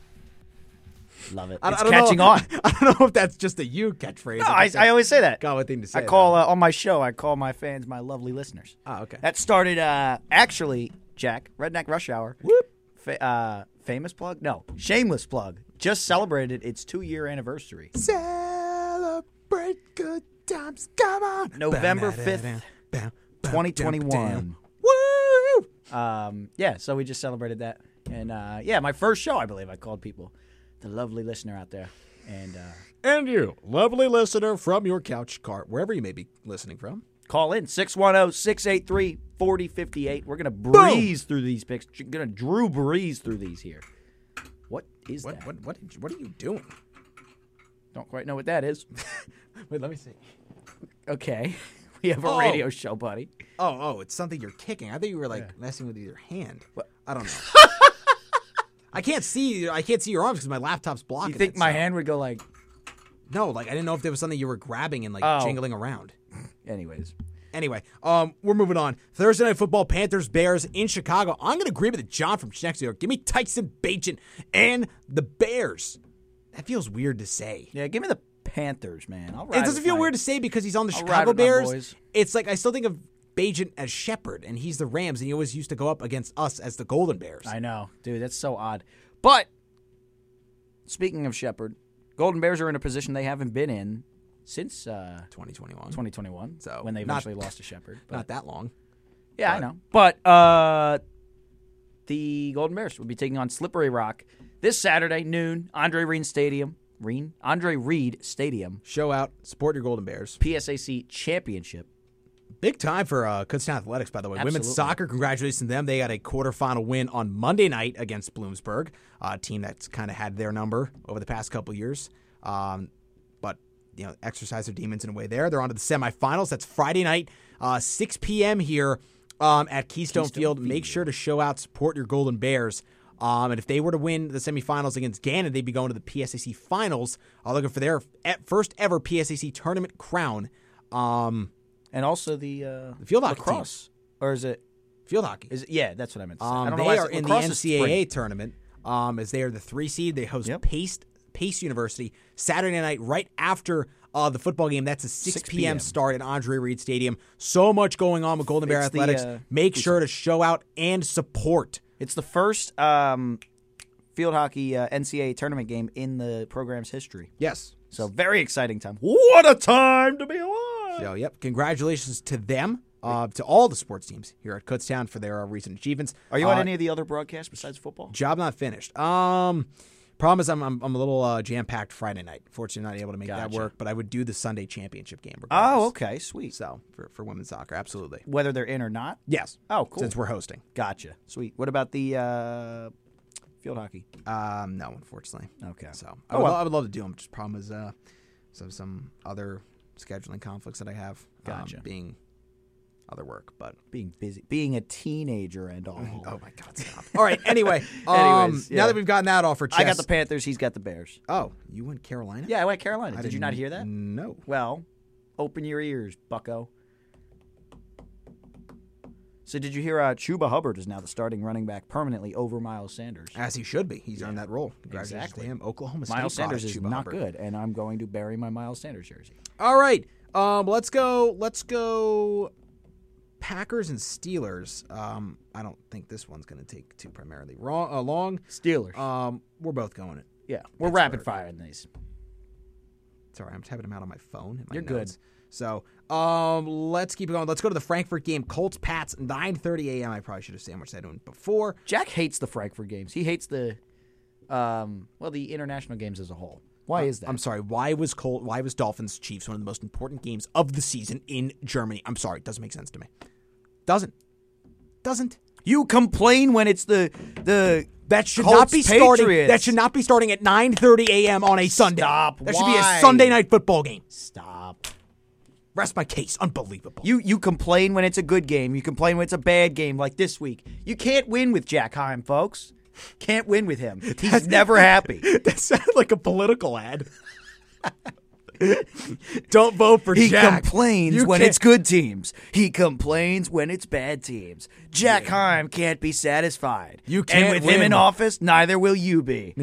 Speaker 2: Love it.
Speaker 1: I-
Speaker 2: it's
Speaker 1: I don't
Speaker 2: catching
Speaker 1: know,
Speaker 2: on.
Speaker 1: I don't know if that's just a you catchphrase.
Speaker 2: No, I, I always say that.
Speaker 1: got one thing to say.
Speaker 2: I call uh, on my show. I call my fans my lovely listeners.
Speaker 1: Oh, okay.
Speaker 2: That started uh, actually, Jack Redneck Rush Hour. Whoop. Fa- uh, famous plug? No, shameless plug. Just celebrated its two year anniversary.
Speaker 1: Celebrate good times. Come on.
Speaker 2: November 5th, 2021.
Speaker 1: Woo!
Speaker 2: Um, yeah, so we just celebrated that, and uh, yeah, my first show, I believe, I called people, the lovely listener out there, and uh,
Speaker 1: And you, lovely listener from your couch, cart, wherever you may be listening from.
Speaker 2: call in 610-683-4058. We're gonna breeze through these picks. Gonna Drew breeze through these here. What is
Speaker 1: What
Speaker 2: that?
Speaker 1: what what, did you- what are you doing?
Speaker 2: Don't quite know what that is.
Speaker 1: Wait, let me see.
Speaker 2: Okay. we have a
Speaker 1: Oh.
Speaker 2: radio show, buddy.
Speaker 1: Oh, oh, it's something you're kicking. I thought you were like messing with either hand. I don't know. I can't see. I can't see your arms because my laptop's blocking.
Speaker 2: You think
Speaker 1: it,
Speaker 2: my
Speaker 1: so-
Speaker 2: hand would go like?
Speaker 1: No, like I didn't know if there was something you were grabbing and like
Speaker 2: Oh.
Speaker 1: jingling around.
Speaker 2: Anyways,
Speaker 1: Anyway, um, we're moving on. Thursday night football, Panthers, Bears in Chicago. I'm gonna agree with John from Chenexio. Give me Tyson Bajent and the Bears. That feels weird to say.
Speaker 2: yeah, give me the Panthers, man. I'll
Speaker 1: It
Speaker 2: ride
Speaker 1: doesn't
Speaker 2: with
Speaker 1: feel
Speaker 2: my-
Speaker 1: weird to say because he's on the
Speaker 2: I'll ride
Speaker 1: Chicago
Speaker 2: with my
Speaker 1: Bears.
Speaker 2: boys.
Speaker 1: It's like I still think of Bajent as Shepard, and he's the Rams, and he always used to go up against us as the Golden Bears.
Speaker 2: I know, dude. That's so odd. But speaking of Shepard, Golden Bears are in a position they haven't been in since uh,
Speaker 1: 2021.
Speaker 2: 2021,
Speaker 1: So,
Speaker 2: when they
Speaker 1: not-
Speaker 2: eventually lost to Shepard. But,
Speaker 1: Not that long.
Speaker 2: yeah, I know. But uh, the Golden Bears will be taking on Slippery Rock this Saturday noon, Andre Reed Stadium. Reed, Andre Reed Stadium,
Speaker 1: Show out, support your Golden Bears.
Speaker 2: PSAC Championship.
Speaker 1: Big time for uh, Kutztown Athletics, by the way. Women's
Speaker 2: Absolutely.
Speaker 1: soccer, congratulations to them. They got a quarterfinal win on Monday night against Bloomsburg, a team that's kind of had their number over the past couple years. Um, but, you know, exercise their demons in a way there. They're on to the semifinals. That's Friday night, uh, 6 p.m. here um, at Keystone, Field. Make sure to show out, support your Golden Bears. Um, and if they were to win the semifinals against Gannon, they'd be going to the PSAC finals, uh, looking for their e- first ever PSAC tournament crown. Um,
Speaker 2: and also the uh,
Speaker 1: The field hockey team.
Speaker 2: lacrosse, or is it?
Speaker 1: field hockey.
Speaker 2: Is it? Yeah, that's what I meant. To say. I
Speaker 1: Um,
Speaker 2: don't know why
Speaker 1: they
Speaker 2: I
Speaker 1: are
Speaker 2: said-
Speaker 1: in the
Speaker 2: lacrosse is spring.
Speaker 1: NCAA tournament um, as they are the three seed. They host
Speaker 2: Yep.
Speaker 1: Pace Pace University Saturday night right after uh, the football game. That's a 6,
Speaker 2: 6
Speaker 1: p.m.
Speaker 2: p.m.
Speaker 1: start at Andre Reed Stadium. So much going on with Golden Bear
Speaker 2: It's the,
Speaker 1: Athletics.
Speaker 2: uh,
Speaker 1: Make sure to show out and support.
Speaker 2: It's the first um, field hockey uh, NCAA tournament game in the program's history.
Speaker 1: Yes.
Speaker 2: So very exciting time. What a time to be alive!
Speaker 1: So, yep. Congratulations to them, uh, to all the sports teams here at Kutztown for their uh, recent achievements.
Speaker 2: Are you
Speaker 1: uh,
Speaker 2: on any of the other broadcasts besides football?
Speaker 1: Job not finished. Um, problem is I'm I'm, I'm a little uh, jam packed Friday night. Fortunately, not able to make that
Speaker 2: Gotcha.
Speaker 1: work. But I would do the Sunday championship game. regardless.
Speaker 2: Oh, okay, sweet.
Speaker 1: So for for women's soccer, absolutely.
Speaker 2: Whether they're in or not.
Speaker 1: Yes.
Speaker 2: Oh, cool.
Speaker 1: Since we're hosting.
Speaker 2: Gotcha. Sweet. What about the uh, field hockey?
Speaker 1: Um, no, unfortunately.
Speaker 2: Okay.
Speaker 1: So I
Speaker 2: Oh,
Speaker 1: would,
Speaker 2: well.
Speaker 1: lo- I would love to do them. Just problem is uh, some some other scheduling conflicts that I have. um,
Speaker 2: Gotcha.
Speaker 1: being other work, but
Speaker 2: Being busy, being a teenager, and all.
Speaker 1: oh my god, stop. All right. Anyway, um,
Speaker 2: Anyways,
Speaker 1: now
Speaker 2: yeah.
Speaker 1: that we've gotten that off our chest,
Speaker 2: I got the Panthers. He's got the Bears.
Speaker 1: oh, you went Carolina?
Speaker 2: Yeah, I went Carolina.
Speaker 1: I
Speaker 2: Did you not
Speaker 1: didn't-
Speaker 2: hear that?
Speaker 1: No.
Speaker 2: Well, open your ears, bucko. So did you hear uh, Chuba Hubbard is now the starting running back permanently over Miles Sanders?
Speaker 1: As he should be. He's earned that role. Congratulations
Speaker 2: exactly.
Speaker 1: to him. Oklahoma State
Speaker 2: Miles Sanders
Speaker 1: product,
Speaker 2: is
Speaker 1: Chuba
Speaker 2: not
Speaker 1: Hubbard.
Speaker 2: good, and I'm going to bury my Miles Sanders jersey.
Speaker 1: All right. Um, let's go. Let's go. Packers and Steelers. Um, I don't think this one's going to take too primarily wrong, uh, long.
Speaker 2: Steelers.
Speaker 1: Um, we're both going it.
Speaker 2: yeah, we're rapid firing these.
Speaker 1: Sorry, I'm typing them out on my phone. in my
Speaker 2: You're good.
Speaker 1: notes. So, um, let's keep it going. Let's go to the Frankfurt game. Colts Pats 9:30 a.m. I probably should have sandwiched that in before.
Speaker 2: Jack hates the Frankfurt games. He hates the, um, well, the international games as a whole. Why is that?
Speaker 1: Uh, I'm sorry. Why was Colt? Why was Dolphins Chiefs one of the most important games of the season in Germany? I'm sorry. It doesn't make sense to me. Doesn't. Doesn't.
Speaker 2: you complain when it's the the
Speaker 1: That should not
Speaker 2: Colts,
Speaker 1: be starting.
Speaker 2: Patriots.
Speaker 1: That should not be starting at 9:30 a.m. on a Sunday.
Speaker 2: Stop.
Speaker 1: That should be a
Speaker 2: Why?
Speaker 1: Sunday night football game.
Speaker 2: stop.
Speaker 1: Rest my case. Unbelievable.
Speaker 2: You you complain when it's a good game. You complain when it's a bad game, like this week. You can't win with Jack Heim, folks. Can't win with him. He's never happy.
Speaker 1: that sounded like a political ad. Don't vote for
Speaker 2: He
Speaker 1: Jack.
Speaker 2: complains
Speaker 1: You
Speaker 2: when
Speaker 1: can't-
Speaker 2: it's good teams. He complains when it's bad teams. Jack Heim can't be satisfied.
Speaker 1: You
Speaker 2: and
Speaker 1: can't
Speaker 2: with him
Speaker 1: win.
Speaker 2: in office, neither will you be.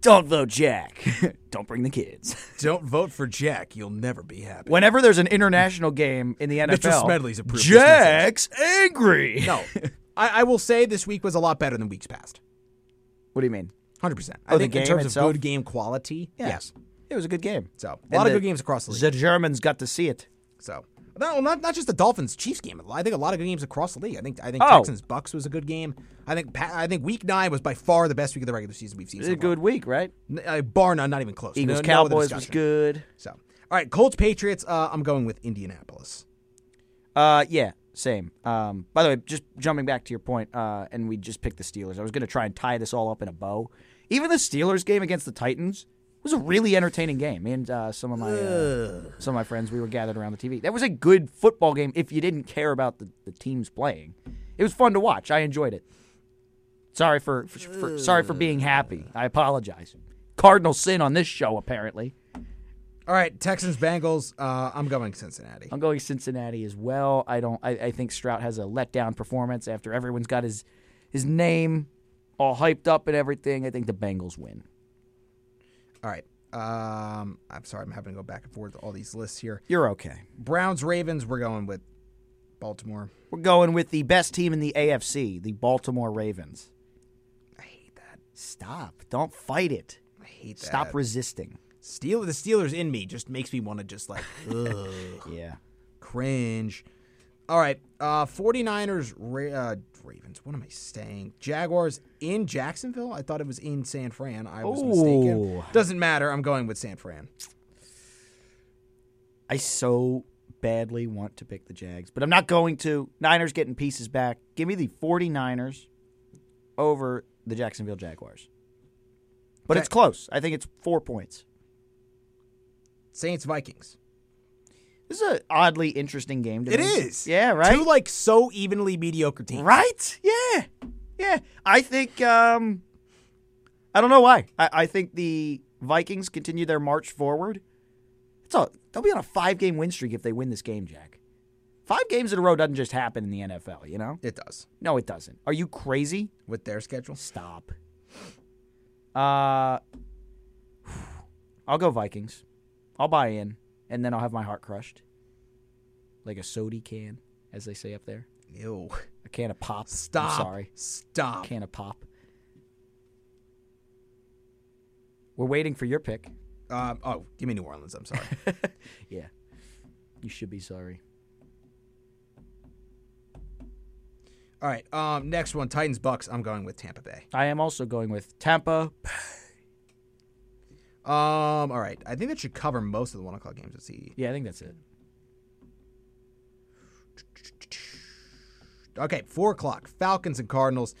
Speaker 2: Don't vote Jack. Don't bring the kids.
Speaker 1: Don't vote for Jack. You'll never be happy.
Speaker 2: Whenever there's an international game in the
Speaker 1: Mitchell
Speaker 2: NFL,
Speaker 1: Smedley's approved this
Speaker 2: Jack's angry.
Speaker 1: No, I, I will say this week was a lot better than weeks past.
Speaker 2: What do you mean?
Speaker 1: Hundred percent. I
Speaker 2: Oh, the
Speaker 1: think in
Speaker 2: game
Speaker 1: terms
Speaker 2: itself?
Speaker 1: of good game quality, yes.
Speaker 2: It was a good game.
Speaker 1: So a
Speaker 2: And
Speaker 1: lot of
Speaker 2: the-
Speaker 1: good games across the league.
Speaker 2: The Germans got to see it.
Speaker 1: So no, not not just the Dolphins Chiefs game. I think a lot of good games across the league. I think I think
Speaker 2: Oh.
Speaker 1: Texans Bucks was a good game. I think Pa- I think Week Nine was by far the best week of the regular season we've seen.
Speaker 2: It was
Speaker 1: so
Speaker 2: a good week, right?
Speaker 1: far. N- uh, bar none, not even close.
Speaker 2: Eagles
Speaker 1: No- no other
Speaker 2: Cowboys was
Speaker 1: discussion.
Speaker 2: good.
Speaker 1: So all right, Colts Patriots. Uh, I'm going with Indianapolis.
Speaker 2: Uh, yeah, same. Um, by the way, just jumping back to your point, uh, and we just picked the Steelers. I was going to try and tie this all up in a bow. Even the Steelers game against the Titans was a really entertaining game, and uh, some of my uh, some of my friends we were gathered around the TV. That was a good football game if you didn't care about the, the teams playing. It was fun to watch. I enjoyed it. Sorry for, for, for sorry for being happy. I apologize. Cardinal sin on this show apparently.
Speaker 1: All right, Texans Bengals. Uh, I'm going Cincinnati.
Speaker 2: I'm going Cincinnati as well. I don't. I, I think Stroud has a letdown performance after everyone's got his his name all hyped up and everything. I think the Bengals win.
Speaker 1: All right. Um, I'm sorry. I'm having to go back and forth with all these lists here.
Speaker 2: You're okay.
Speaker 1: Browns Ravens. We're going with Baltimore.
Speaker 2: We're going with the best team in the AFC, the Baltimore Ravens.
Speaker 1: I hate that.
Speaker 2: Stop. Don't fight it.
Speaker 1: I hate that.
Speaker 2: Stop resisting.
Speaker 1: Steel. The Steelers in me just makes me want to just like ugh,
Speaker 2: Yeah.
Speaker 1: cringe. All right. Uh, 49ers. Ra- uh, Ravens. What am I saying? Jaguars in Jacksonville. I thought it was in San Fran. I was mistaken.
Speaker 2: Ooh.
Speaker 1: Doesn't matter. I'm going with San Fran.
Speaker 2: I so badly want to pick the Jags, but I'm not going to. Niners getting pieces back. Give me the 49ers over the Jacksonville Jaguars. But it's close. I think it's four points.
Speaker 1: Saints Vikings.
Speaker 2: This is an oddly interesting game. To
Speaker 1: It
Speaker 2: me.
Speaker 1: is.
Speaker 2: Yeah, right?
Speaker 1: Two like so evenly mediocre teams.
Speaker 2: Right? Yeah. Yeah. I think um I don't know why. I, I think the Vikings continue their march forward. It's all they'll be on a five game win streak if they win this game, Jack. Five games in a row doesn't just happen in the NFL, you know?
Speaker 1: It does
Speaker 2: No, it doesn't. Are you crazy?
Speaker 1: with their schedule.
Speaker 2: Stop. Uh I'll go Vikings. I'll buy in, and then I'll have my heart crushed. Like a sody can, as they say up there.
Speaker 1: Ew.
Speaker 2: A can of pop. I'm
Speaker 1: Stop.
Speaker 2: sorry.
Speaker 1: Stop.
Speaker 2: can of pop. We're waiting for your pick.
Speaker 1: Um, oh, give me New Orleans. I'm sorry.
Speaker 2: Yeah. You should be sorry.
Speaker 1: All right. Um, next one, Titans Bucks. I'm going with Tampa Bay.
Speaker 2: I am also going with Tampa.
Speaker 1: Um, all right. I think that should cover most of the one o'clock games. E. Let's see.
Speaker 2: Yeah, I think that's it.
Speaker 1: Okay, four o'clock. Falcons and Cardinals.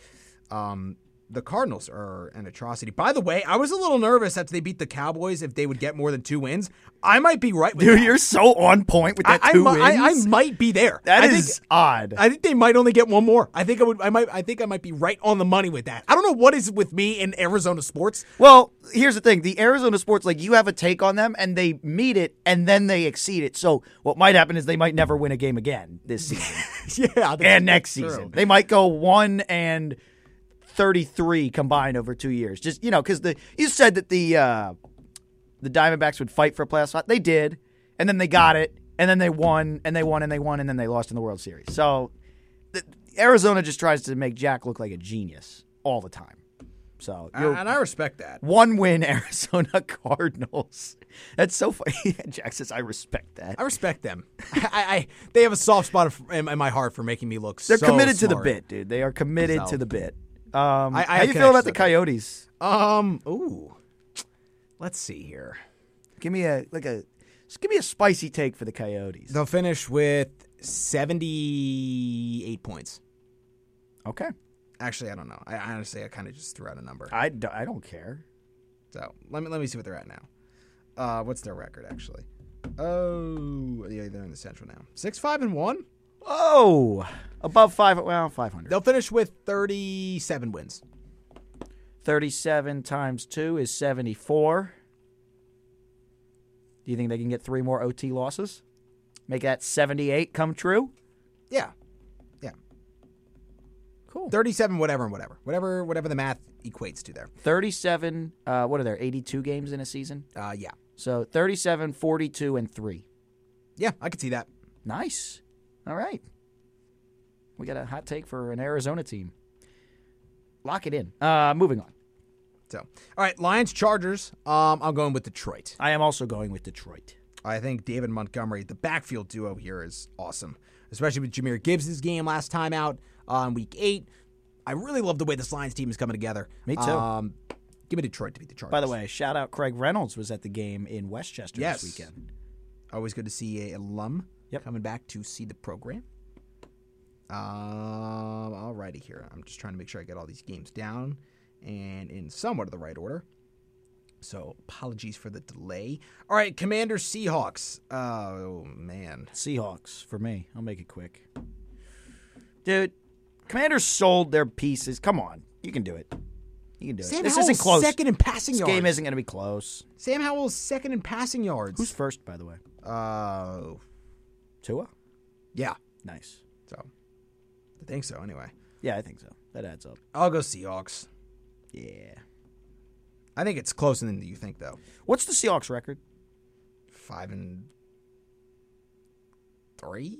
Speaker 1: Um, the Cardinals are an atrocity. By the way, I was a little nervous after they beat the Cowboys if they would get more than two wins. I might be right with that.
Speaker 2: so on point with
Speaker 1: I, I, mi- I, I might be there.
Speaker 2: That
Speaker 1: I
Speaker 2: is
Speaker 1: Think,
Speaker 2: odd.
Speaker 1: I think they might only get one more. I think I would. I might. I think I might be right on the money with that. I don't know what is with me in Arizona sports.
Speaker 2: well, here's the thing: the Arizona sports, like you have a take on them, and they meet it, and then they exceed it. So what might happen is they might never win a game again this season
Speaker 1: yeah, that's
Speaker 2: and next
Speaker 1: true.
Speaker 2: season. They might go one and thirty-three combined over two years. Just you know, because the you said that the uh, the Diamondbacks would fight for a playoff spot. They did, and then they got it, and then they won, and they won, and they won, and then they lost in the World Series. So the, Arizona just tries to make Jack look like a genius all the time. So
Speaker 1: I-
Speaker 2: you're-
Speaker 1: and I respect that.
Speaker 2: one win Arizona Cardinals. That's so funny. Jack says I respect that.
Speaker 1: I respect them. I, I they have a soft spot of, in, in my heart for making me look.
Speaker 2: They're
Speaker 1: so
Speaker 2: committed to the
Speaker 1: smart.
Speaker 2: bit, dude. They are committed
Speaker 1: So-
Speaker 2: to the bit.
Speaker 1: I- I have
Speaker 2: Um, how do you feel
Speaker 1: connections
Speaker 2: about the
Speaker 1: with them.
Speaker 2: Coyotes?
Speaker 1: Um. Ooh. Let's see here.
Speaker 2: Give me a like a just give me a spicy take for the Coyotes.
Speaker 1: They'll finish with seventy-eight points.
Speaker 2: Okay,
Speaker 1: Actually, I don't know. I, I honestly, I kind of just threw out a number.
Speaker 2: I, d- I don't care.
Speaker 1: So let me let me see what they're at now. Uh, what's their record actually? Oh, yeah, they're in the Central now. Six, five, and one.
Speaker 2: Oh, above five. Well, five hundred.
Speaker 1: They'll finish with thirty-seven wins.
Speaker 2: Thirty-seven times two is seventy-four. Do you think they can get three more OT losses? Make that seventy-eight come true.
Speaker 1: Yeah, yeah,
Speaker 2: Cool.
Speaker 1: thirty-seven, whatever, and whatever, whatever, whatever the math equates to there.
Speaker 2: Thirty-seven. Uh, what are there? Eighty-two games in a season.
Speaker 1: Uh, yeah,
Speaker 2: So 37, 42, and three.
Speaker 1: yeah, I could see that.
Speaker 2: Nice. All right. We got a hot take for an Arizona team. Lock it in. Uh, moving on.
Speaker 1: So, all right, Lions, Chargers. Um, I'm going with Detroit.
Speaker 2: I am also going with Detroit.
Speaker 1: I think David Montgomery, the backfield duo here, is awesome, especially with Jameer Gibbs' game last time out on Week Eight. I really love the way this Lions team is coming together.
Speaker 2: Me too.
Speaker 1: Um, give me Detroit to beat the Chargers.
Speaker 2: By the way, shout out Craig Reynolds was at the game in Westchester
Speaker 1: Yes.
Speaker 2: this weekend.
Speaker 1: always good to see a alum
Speaker 2: Yep.
Speaker 1: coming back to see the program. Um, alrighty here. I'm just trying to make sure I get all these games down and in somewhat of the right order. So apologies for the delay. All right, Commander Seahawks. oh man,
Speaker 2: Seahawks for me. I'll make it quick. Dude, Commanders sold their pieces. Come on. You can do it. You can do it.
Speaker 1: Sam
Speaker 2: this
Speaker 1: Howell's
Speaker 2: isn't close.
Speaker 1: second in passing
Speaker 2: this
Speaker 1: yards.
Speaker 2: game isn't going to be close.
Speaker 1: Sam Howell's second in passing yards.
Speaker 2: Who's first, by the way?
Speaker 1: uh,
Speaker 2: Tua?
Speaker 1: yeah.
Speaker 2: Nice.
Speaker 1: So I think so. Anyway,
Speaker 2: Yeah, I think so. That adds up.
Speaker 1: I'll go Seahawks.
Speaker 2: Yeah.
Speaker 1: I think it's closer than you think, though.
Speaker 2: What's the Seahawks record?
Speaker 1: Five and three.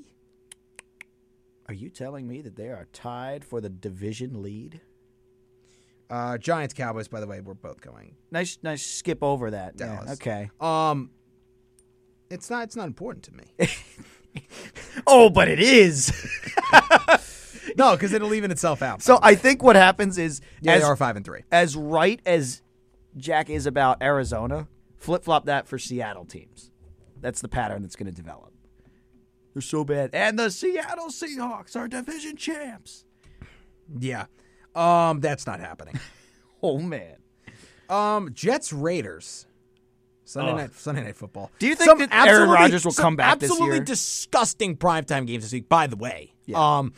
Speaker 2: Are you telling me that they are tied for the division lead?
Speaker 1: Uh, Giants Cowboys. By the way, we're both going.
Speaker 2: Nice, nice skip over that. Yeah,
Speaker 1: Dallas.
Speaker 2: okay.
Speaker 1: Um, it's not. It's not important to me.
Speaker 2: Oh, but it is.
Speaker 1: no, because it'll even itself out.
Speaker 2: so I think what happens is
Speaker 1: yeah,
Speaker 2: as
Speaker 1: they are five and three.
Speaker 2: as right as Jack is about Arizona, flip flop that for Seattle teams. That's the pattern that's going to develop. They're so bad. And the Seattle Seahawks are division champs.
Speaker 1: Yeah. Um, that's not happening.
Speaker 2: Oh, man.
Speaker 1: Um, Jets Raiders. Sunday night Sunday night football.
Speaker 2: Do you think that Aaron
Speaker 1: absolutely-
Speaker 2: Rodgers will
Speaker 1: some
Speaker 2: come back this
Speaker 1: Absolutely
Speaker 2: year?
Speaker 1: disgusting primetime games this week, by the way. Um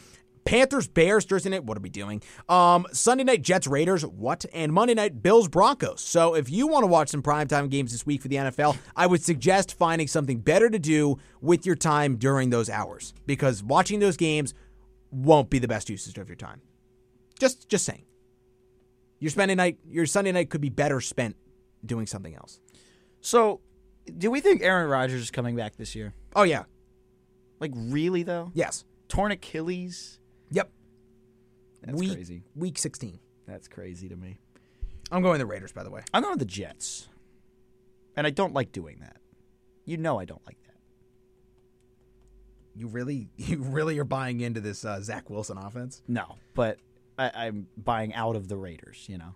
Speaker 1: Panthers Bears Thursday night, what are we doing? Um Sunday night Jets Raiders, what? And Monday night Bills Broncos. So if you want to watch some primetime games this week for the NFL, I would suggest finding something better to do with your time during those hours because watching those games won't be the best usage of your time. Just just saying. Your Sunday night, your Sunday night could be better spent doing something else.
Speaker 2: So, do we think Aaron Rodgers is coming back this year?
Speaker 1: Oh yeah,
Speaker 2: Like, really, though?
Speaker 1: yes,
Speaker 2: Torn Achilles?
Speaker 1: yep.
Speaker 2: That's
Speaker 1: week,
Speaker 2: crazy.
Speaker 1: Week sixteen.
Speaker 2: That's crazy to me.
Speaker 1: I'm going the Raiders, by the way.
Speaker 2: I'm going with the Jets. And I don't like doing that. You know I don't like that.
Speaker 1: You really, you really are buying into this uh, Zach Wilson offense.
Speaker 2: No, but I, I'm buying out of the Raiders, you know?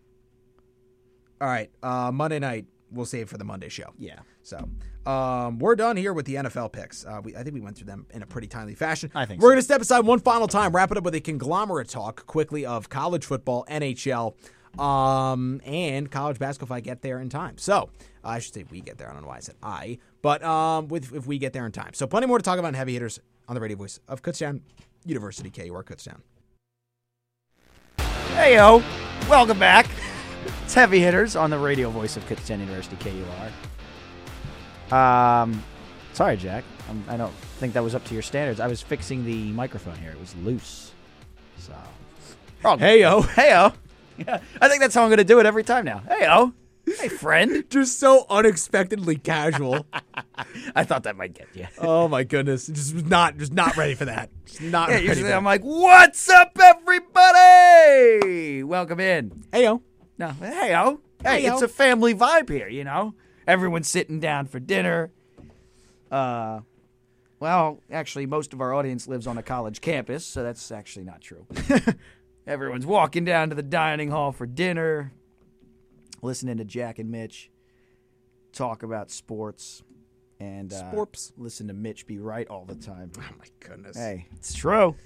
Speaker 1: All right, uh, Monday night we'll save for the Monday show.
Speaker 2: Yeah.
Speaker 1: So um, we're done here with the NFL picks. Uh, we, I think we went through them in a pretty timely fashion.
Speaker 2: I think
Speaker 1: we're
Speaker 2: so.
Speaker 1: going to step aside one final time, wrap it up with a conglomerate talk quickly of college football, NHL, um, and college basketball. If I get there in time, so uh, I should say we get there. I don't know why I said I, but um, with if we get there in time, so plenty more to talk about in heavy hitters on the radio voice of Kutztown University, KUR Kutztown.
Speaker 2: Hey yo, welcome back. It's Heavy Hitters on the radio voice of Kutztown University KUR. Um, sorry, Jack. Um, I don't think that was up to your standards. I was fixing the microphone here; it was loose. So, hey yo, hey yo. Yeah, I think that's how I'm going to do it every time now. Hey yo, hey friend.
Speaker 1: Just so unexpectedly casual.
Speaker 2: I thought that might get you.
Speaker 1: oh my goodness, just was not just not ready for that. Just not
Speaker 2: Yeah,
Speaker 1: ready.
Speaker 2: usually
Speaker 1: for
Speaker 2: I'm like, "What's up, everybody? Welcome in."
Speaker 1: that. Heyo.
Speaker 2: No, hey oh, hey,
Speaker 1: Hey-o.
Speaker 2: it's a family vibe here, you know. Everyone's sitting down for dinner. Uh, well, actually, most of our audience lives on a college campus, so that's actually not true. Everyone's walking down to the dining hall for dinner, listening to Jack and Mitch talk about sports, and uh,
Speaker 1: Sports.
Speaker 2: Listen to Mitch be right all the time.
Speaker 1: Oh my goodness.
Speaker 2: Hey, it's true.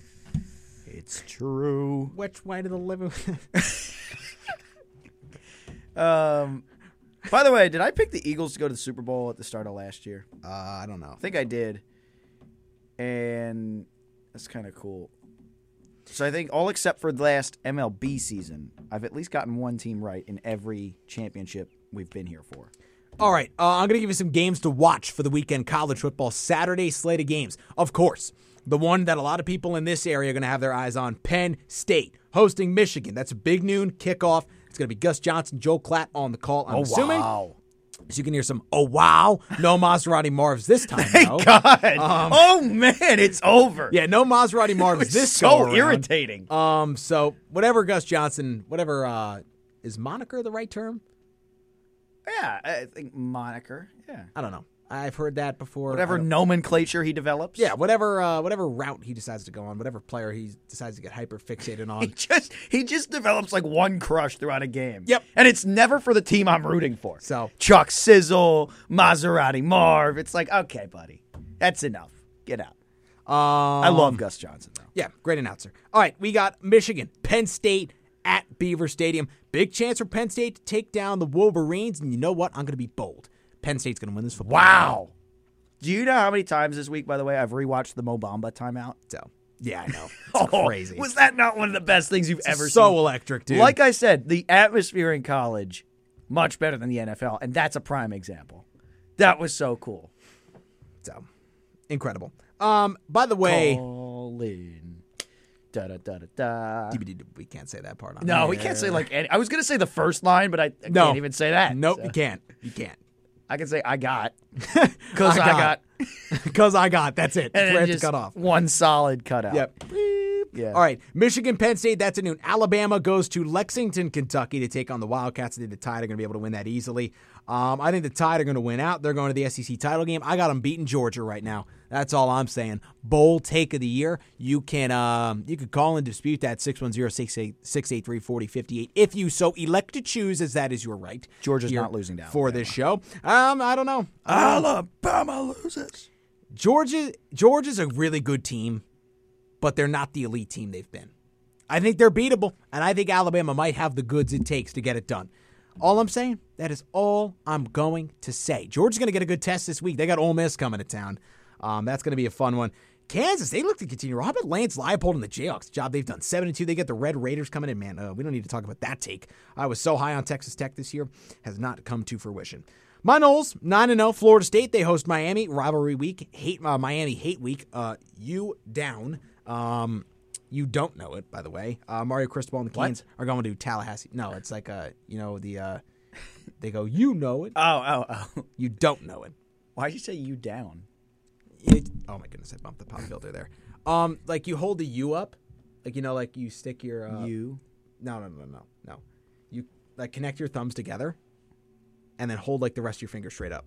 Speaker 2: It's true.
Speaker 1: Which way to the living?
Speaker 2: Um, by the way, did I pick the Eagles to go to the Super Bowl at the start of last year?
Speaker 1: uh, I don't know.
Speaker 2: I think I did, and that's kind of cool. So I think all except for the last MLB season, I've at least gotten one team right in every championship we've been here for.
Speaker 1: All right, uh, I'm going to give you some games to watch for the weekend college football Saturday slate of games. Of course, the one that a lot of people in this area are going to have their eyes on Penn State hosting Michigan. That's a big noon kickoff. It's going to be Gus Johnson, Joe Klatt on the call, I'm assuming. So you can hear some, oh, wow. No Maserati Marvs this time. though.
Speaker 2: God! oh man, it's over.
Speaker 1: Um, Yeah, no Maserati Marvs this go around.
Speaker 2: irritating.
Speaker 1: Um, so whatever Gus Johnson, whatever uh, is moniker the right term?
Speaker 2: yeah, I think moniker. Yeah,
Speaker 1: I don't know. I've heard that before. I
Speaker 2: whatever
Speaker 1: don't-
Speaker 2: nomenclature he develops.
Speaker 1: Yeah, whatever uh, whatever route he decides to go on, whatever player he decides to get hyper fixated
Speaker 2: He
Speaker 1: on.
Speaker 2: just he just develops like one crush throughout a game.
Speaker 1: Yep.
Speaker 2: And it's never for the team I'm rooting for.
Speaker 1: So-
Speaker 2: Chuck Sizzle, Maserati Marv. It's like, okay, buddy. That's enough. Get out.
Speaker 1: Um,
Speaker 2: I love Gus Johnson though.
Speaker 1: Yeah, great announcer. All right, we got Michigan, Penn State, at Beaver Stadium. Big chance for Penn State to take down the Wolverines. And you know what? I'm going to be bold. Penn State's going to win this football. game.
Speaker 2: Wow. Do you know how many times this week, by the way, I've rewatched the Mobamba timeout?
Speaker 1: So, yeah, I know. It's Oh, crazy.
Speaker 2: Oh, Was that not one of the best things you've ever
Speaker 1: so
Speaker 2: seen?
Speaker 1: electric, dude.
Speaker 2: Like I said, the atmosphere in college much better than the NFL, and that's a prime example. That was so cool.
Speaker 1: so, incredible. Um, by the way,
Speaker 2: All in. Da da da da da.
Speaker 1: we can't say that part. On
Speaker 2: No, we
Speaker 1: air.
Speaker 2: can't say like any. I was gonna say the first line, but I, I
Speaker 1: No.
Speaker 2: can't even say that.
Speaker 1: Nope,
Speaker 2: so.
Speaker 1: you can't. You can't.
Speaker 2: I can say I got because I,
Speaker 1: I got.
Speaker 2: got,
Speaker 1: Because I got. That's it.
Speaker 2: and
Speaker 1: That's where I
Speaker 2: then
Speaker 1: have
Speaker 2: just
Speaker 1: to cut off.
Speaker 2: one solid cutout.
Speaker 1: Yep.
Speaker 2: Yeah.
Speaker 1: All right. Michigan, Penn State, that's at noon. Alabama goes to Lexington, Kentucky to take on the Wildcats. I think the Tide are going to be able to win that easily. Um, I think the Tide are going to win out. They're going to the SEC title game. I got them beating Georgia right now. That's all I'm saying. Bowl take of the year. You can um, you can call and dispute that 610-683-4058 if you so elect to choose, as that is your right.
Speaker 2: Georgia's
Speaker 1: here
Speaker 2: not losing to
Speaker 1: for this show. Um, I don't know.
Speaker 2: Alabama loses.
Speaker 1: Georgia Georgia's a really good team, but they're not the elite team they've been. I think they're beatable, and I think Alabama might have the goods it takes to get it done. All I'm saying, that is all I'm going to say. Georgia's going to get a good test this week. They got Ole Miss coming to town. Um, that's going to be a fun one. Kansas, they look to continue. How about Lance Leipold and the Jayhawks? Job they've done seven and two. They get the Red Raiders coming in. Man, uh, we don't need to talk about that take. I was so high on Texas Tech this year, has not come to fruition. My Knowles, 9 0. Florida State, they host Miami. Rivalry week. Hate uh, Miami hate week. Uh, you down. Um, you don't know it, by the way. Uh, Mario Cristobal and the Canes are going to Tallahassee. No, it's like, uh, you know, the uh, they go, you know it.
Speaker 2: Oh oh oh.
Speaker 1: You don't know it.
Speaker 2: Why'd you say you down?
Speaker 1: It- Oh, my goodness. I bumped the pop filter there. Um, Like, you hold the U up. Like, you know, like you stick your. Uh,
Speaker 2: you.
Speaker 1: No, no, no, no, no. You like connect your thumbs together, and then hold like the rest of your fingers straight up.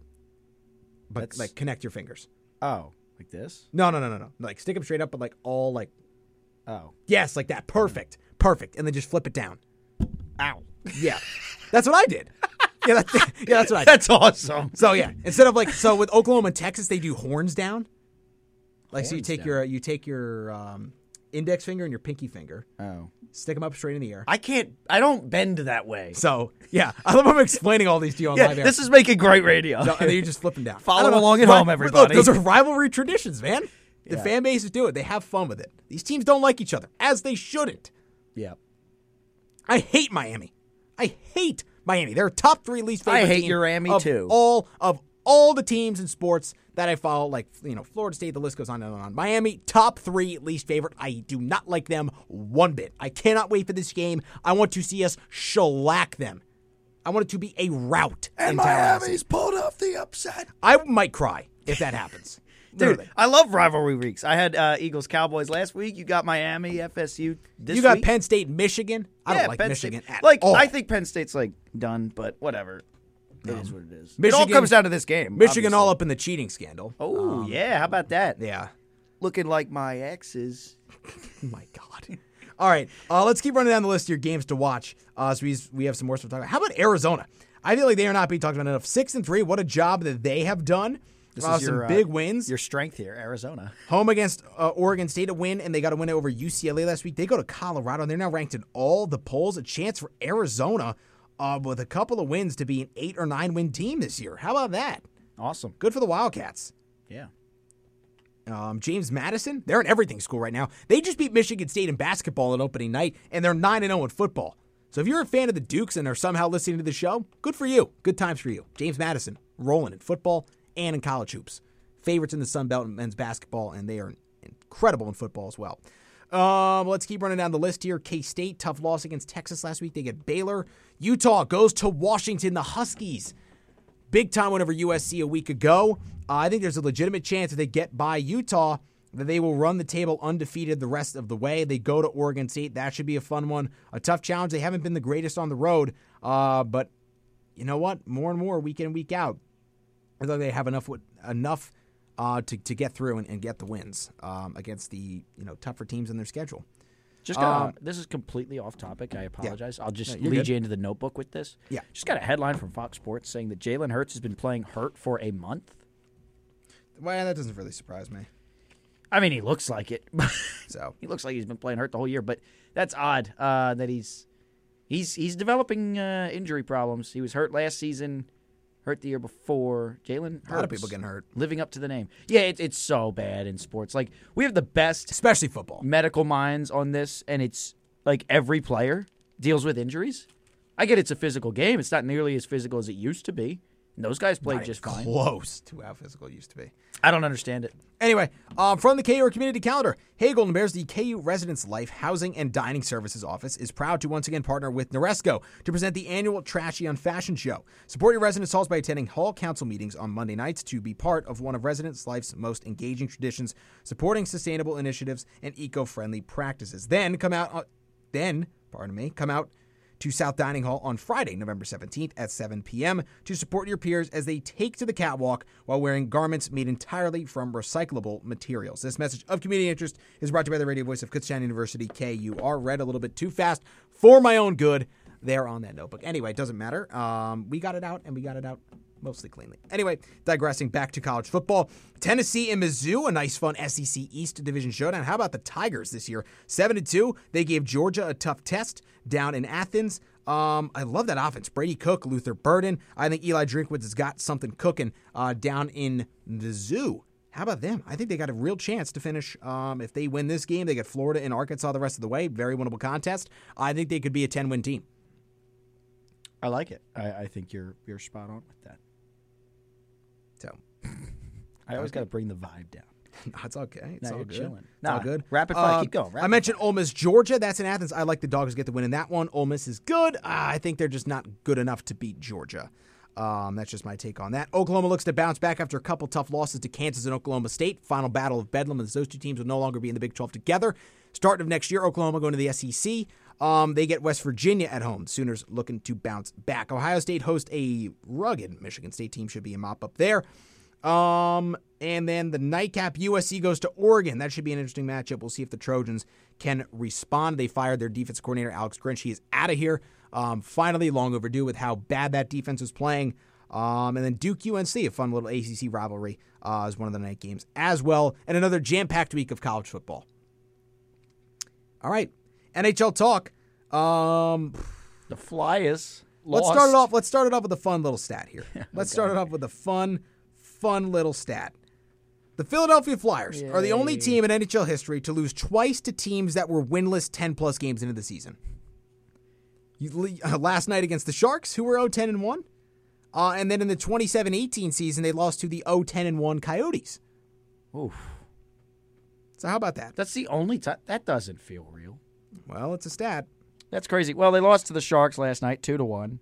Speaker 1: But
Speaker 2: That's-
Speaker 1: like connect your fingers.
Speaker 2: Oh, like this?
Speaker 1: No, no, no, no, no. Like stick them straight up, but like all like
Speaker 2: Oh.
Speaker 1: yes, like that. Perfect, perfect. And then just flip it down.
Speaker 2: Ow.
Speaker 1: Yeah, that's what I did. Yeah, that's, yeah, that's what I did.
Speaker 2: That's awesome.
Speaker 1: So yeah, instead of like so with Oklahoma and Texas, they do horns down. Like so, you
Speaker 2: Horns
Speaker 1: take
Speaker 2: down.
Speaker 1: your uh, you take your um, index finger and your pinky finger,
Speaker 2: Oh.
Speaker 1: stick them up straight in the air.
Speaker 2: I can't I don't bend that way.
Speaker 1: So yeah, I love how I'm explaining all these to you on
Speaker 2: Yeah,
Speaker 1: live air.
Speaker 2: this is making great radio.
Speaker 1: No, and then you just flip them down.
Speaker 2: Follow
Speaker 1: I don't know.
Speaker 2: along at
Speaker 1: Ri-
Speaker 2: home, everybody.
Speaker 1: Look, those are rivalry traditions, man. The
Speaker 2: Yeah.
Speaker 1: fan bases do it. They have fun with it. These teams don't like each other, as they shouldn't.
Speaker 2: yeah.
Speaker 1: I hate Miami. I hate Miami. They're a top three least favorite.
Speaker 2: I hate
Speaker 1: team
Speaker 2: Miami,
Speaker 1: of
Speaker 2: too.
Speaker 1: All of all the teams in sports that I follow, like you know, Florida State. The list goes on and on. Miami, top three least favorite. I do not like them one bit. I cannot wait for this game. I want to see us shellac them. I want it to be a rout. in Tallahassee.
Speaker 2: pulled off the upset.
Speaker 1: I might cry if that happens. Literally.
Speaker 2: Dude, I love rivalry weeks. I had uh, Eagles Cowboys last week. You got Miami, FSU this
Speaker 1: you got
Speaker 2: week.
Speaker 1: Penn State, Michigan. I
Speaker 2: Yeah,
Speaker 1: don't like
Speaker 2: Penn
Speaker 1: Michigan
Speaker 2: State.
Speaker 1: at
Speaker 2: like
Speaker 1: all.
Speaker 2: I think Penn State's like done, but whatever. It is what it is. it
Speaker 1: Michigan-
Speaker 2: all comes down to this game.
Speaker 1: Michigan all
Speaker 2: obviously.
Speaker 1: up in the cheating scandal.
Speaker 2: Oh yeah, how about that?
Speaker 1: Yeah.
Speaker 2: Looking like my exes.
Speaker 1: Oh my God. All right. Uh, let's keep running down the list of your games to watch. Uh, so we, we have some more stuff to talk about. How about Arizona? I feel like they are not being talked about enough. Six and three. What a job that they have done.
Speaker 2: This
Speaker 1: Uh,
Speaker 2: is your,
Speaker 1: some
Speaker 2: uh,
Speaker 1: big wins.
Speaker 2: Your strength here, Arizona.
Speaker 1: Home against uh, Oregon State a win, and they got a win over UCLA last week. They go to Colorado, and they're now ranked in all the polls. A chance for Arizona uh, with a couple of wins to be an eight or nine win team this year. How about that?
Speaker 2: Awesome.
Speaker 1: Good for the Wildcats.
Speaker 2: Yeah.
Speaker 1: Um, James Madison, they're in everything school right now. They just beat Michigan State in basketball on opening night, and they're 9 0 in football. So if you're a fan of the Dukes and are somehow listening to the show, good for you. Good times for you. James Madison, rolling in football and in college hoops. Favorites in the Sun Belt in men's basketball, and they are incredible in football as well. Um, let's keep running down the list here. K State, tough loss against Texas last week. They get Baylor. Utah goes to Washington, the Huskies big time win over USC a week ago. Uh, I think there's a legitimate chance that they get by Utah that they will run the table undefeated the rest of the way. They go to Oregon State. That should be a fun one. A tough challenge. They haven't been the greatest on the road, uh, but you know what? More and more week in week out, I think they have enough with- enough uh, to to get through and, and get the wins um, against the you know tougher teams in their schedule.
Speaker 8: Just got this is completely off topic. I apologize. I'll just
Speaker 1: Um, you're
Speaker 8: lead
Speaker 1: good.
Speaker 8: you into the notebook with this.
Speaker 1: Yeah.
Speaker 8: Just got a headline from Fox Sports saying that Jalen Hurts has been playing hurt for a month.
Speaker 1: Well, that doesn't really surprise me.
Speaker 8: I mean, he looks like it.
Speaker 1: So
Speaker 8: he looks like he's been playing hurt the whole year, but that's odd uh, that he's
Speaker 2: He's he's developing uh, injury problems. He was hurt last season, hurt the year before. Jalen
Speaker 1: A lot of people getting hurt.
Speaker 2: Living up to the name. Yeah, it, it's so bad in sports. Like we have the best
Speaker 1: especially football.
Speaker 2: medical minds on this, and it's like every player deals with injuries. I get it's a physical game. It's not nearly as physical as it used to be. And those guys played
Speaker 1: Not
Speaker 2: just fine.
Speaker 1: close to how physical it used to be.
Speaker 2: I don't understand it.
Speaker 1: Anyway, um, from the KU community calendar, hey Golden Bears, the KU Residence Life Housing and Dining Services Office is proud to once again partner with Noresco to present the annual Trashy on Fashion Show. Support your residence halls by attending hall council meetings on Monday nights to be part of one of Residence Life's most engaging traditions, supporting sustainable initiatives and eco-friendly practices. Then come out, on, then pardon me, come out to South Dining Hall on Friday, November 17th at 7 p.m. to support your peers as they take to the catwalk while wearing garments made entirely from recyclable materials. This message of community interest is brought to you by the radio voice of Kutztown University, KUR. Read a little bit too fast for my own good there on that notebook. Anyway, it doesn't matter. Um, we got it out, and we got it out mostly cleanly. Anyway, digressing back to college football. Tennessee and Mizzou, a nice fun SEC East Division showdown. How about the Tigers this year? 7 to 2. They gave Georgia a tough test down in Athens. Um, I love that offense. Brady Cook, Luther Burden. I think Eli Drinkwitz has got something cooking uh, down in the zoo. How about them? I think they got a real chance to finish. Um, if they win this game, they get Florida and Arkansas the rest of the way. Very winnable contest. I think they could be a 10 win team.
Speaker 9: I like it. I, I think you're you're spot on with that.
Speaker 1: So
Speaker 9: I always got to bring the vibe down.
Speaker 1: No, it's okay.
Speaker 9: No,
Speaker 1: It's all
Speaker 9: you're
Speaker 1: good.
Speaker 9: chilling.
Speaker 1: It's
Speaker 9: Nah,
Speaker 1: all good. Um,
Speaker 9: rapid fire. Keep going.
Speaker 1: I
Speaker 9: Rapid
Speaker 1: mentioned Ole Miss, Georgia. That's in Athens. I like the Dogs get the win in that one. Ole Miss is good. Ah, I think they're just not good enough to beat Georgia. Um, that's just my take on that. Oklahoma looks to bounce back after a couple tough losses to Kansas and Oklahoma State. Final battle of Bedlam, as those two teams will no longer be in the Big 12 together. Start of next year, Oklahoma going to the SEC. Um, they get West Virginia at home. Sooners looking to bounce back. Ohio State host a rugged Michigan State team. Should be a mop up there. Um, and then the nightcap USC goes to Oregon. That should be an interesting matchup. We'll see if the Trojans can respond. They fired their defense coordinator Alex Grinch. He is out of here. Um, finally, long overdue with how bad that defense was playing. Um, and then Duke UNC, a fun little ACC rivalry, uh, is one of the night games as well. And another jam packed week of college football. All right, NHL talk. Um,
Speaker 2: The Flyers.
Speaker 1: Let's
Speaker 2: lost.
Speaker 1: start it off. Let's start it off with a fun little stat here. Let's start it off with a fun, fun little stat. The Philadelphia Flyers are the only team in NHL history to lose twice to teams that were winless ten plus games into the season. You, le- uh, last night against the Sharks, who were 0-10 and one, uh, and then in the 27-18 season, they lost to the 0-10 and one Coyotes.
Speaker 2: Oof.
Speaker 1: So how about that?
Speaker 2: That's the only time. That doesn't feel real.
Speaker 1: Well, it's a stat.
Speaker 2: That's crazy. Well, they lost to the Sharks last night, two to one.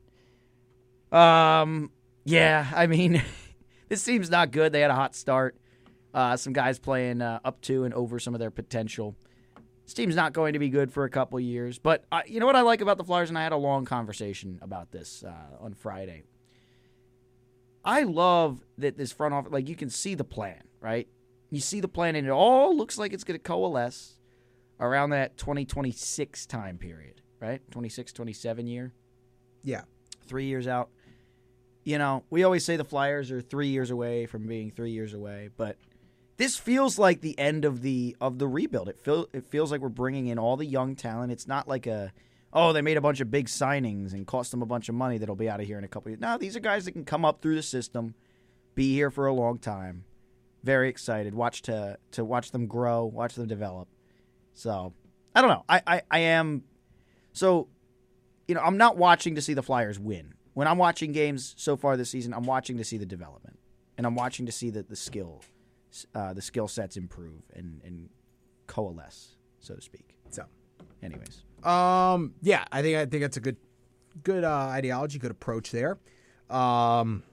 Speaker 2: Um, yeah, I mean, this seems not good. They had a hot start. Uh, some guys playing uh, up to and over some of their potential. This team's not going to be good for a couple years. But uh, you know what I like about the Flyers, and I had a long conversation about this uh, on Friday. I love that this front office, like you can see the plan, right? You see the plan, and it all looks like it's going to coalesce around that 2026 time period, right? 26, 27 year,
Speaker 1: Yeah,
Speaker 2: three years out. You know, we always say the Flyers are three years away from being three years away, but this feels like the end of the of the rebuild. It feel, it feels like we're bringing in all the young talent. It's not like a oh they made a bunch of big signings and cost them a bunch of money that'll be out of here in a couple years. No, these are guys that can come up through the system, be here for a long time. Very excited. Watch to to watch them grow, watch them develop. So I don't know. I, I, I am so you know, I'm not watching to see the Flyers win. When I'm watching games so far this season, I'm watching to see the development. And I'm watching to see that the skill uh, the skill sets improve and, and coalesce, so to speak.
Speaker 1: so.
Speaker 2: Anyways.
Speaker 1: Um, yeah, I think I think that's a good, good uh, ideology, good approach there. Um,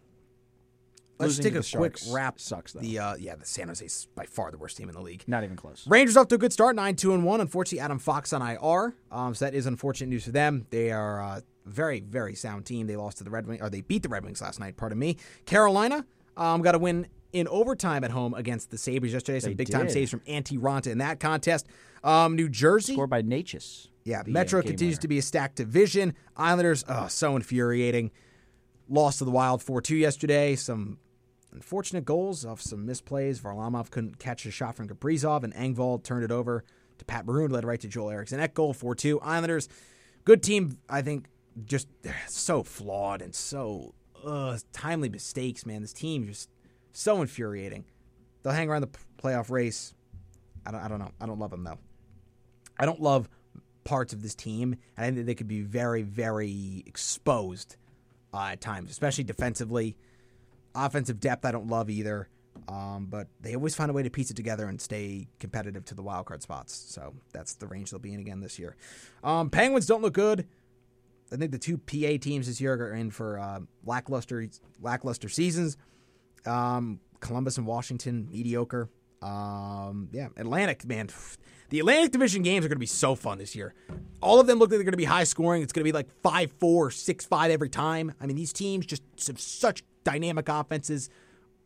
Speaker 1: let's
Speaker 2: Losing
Speaker 1: take
Speaker 2: to
Speaker 1: a
Speaker 2: the
Speaker 1: quick
Speaker 2: Sharks
Speaker 1: wrap.
Speaker 2: sucks, though.
Speaker 1: The uh, yeah, the San Jose's by far the worst team in the league.
Speaker 2: Not even close.
Speaker 1: Rangers off to a good start, nine two and one. Unfortunately, Adam Fox on IR, um, so that is unfortunate news for them. They are uh, very very sound team. They lost to the Red Wings, or they beat the Red Wings last night. Pardon me. Carolina um, got a win in overtime at home against the Sabres yesterday. Some
Speaker 2: They
Speaker 1: big time
Speaker 2: did.
Speaker 1: saves from Antti Ranta in that contest. Um, New Jersey
Speaker 2: Scored by Natchez.
Speaker 1: yeah,
Speaker 2: the, uh,
Speaker 1: Metro
Speaker 2: game
Speaker 1: continues
Speaker 2: winner.
Speaker 1: to be a stacked division. Islanders, oh, so infuriating. Lost to the Wild 4 2 yesterday. Some unfortunate goals off some misplays. Varlamov couldn't catch a shot from Kaprizov, and Engvall turned it over to Pat Maroon, led right to Joel Erickson. That goal 4 2. Islanders Good team, I think, just so flawed and so uh, timely mistakes, man. This team just so infuriating. They'll hang around the p- playoff race. I don't, I don't know. I don't love them, though. I don't love parts of this team, and I think they could be very, very exposed uh, at times, especially defensively. Offensive depth, I don't love either. Um, but they always find a way to piece it together and stay competitive to the wild card spots. So that's the range they'll be in again this year. Um, Penguins don't look good. I think the two PA teams this year are in for uh, lackluster lackluster seasons. Um, Columbus and Washington mediocre. Um, yeah, Atlantic man, the Atlantic Division games are going to be so fun this year. All of them look like they're going to be high scoring. It's going to be like 5-4, 6-5 every time. I mean, these teams just have such dynamic offenses.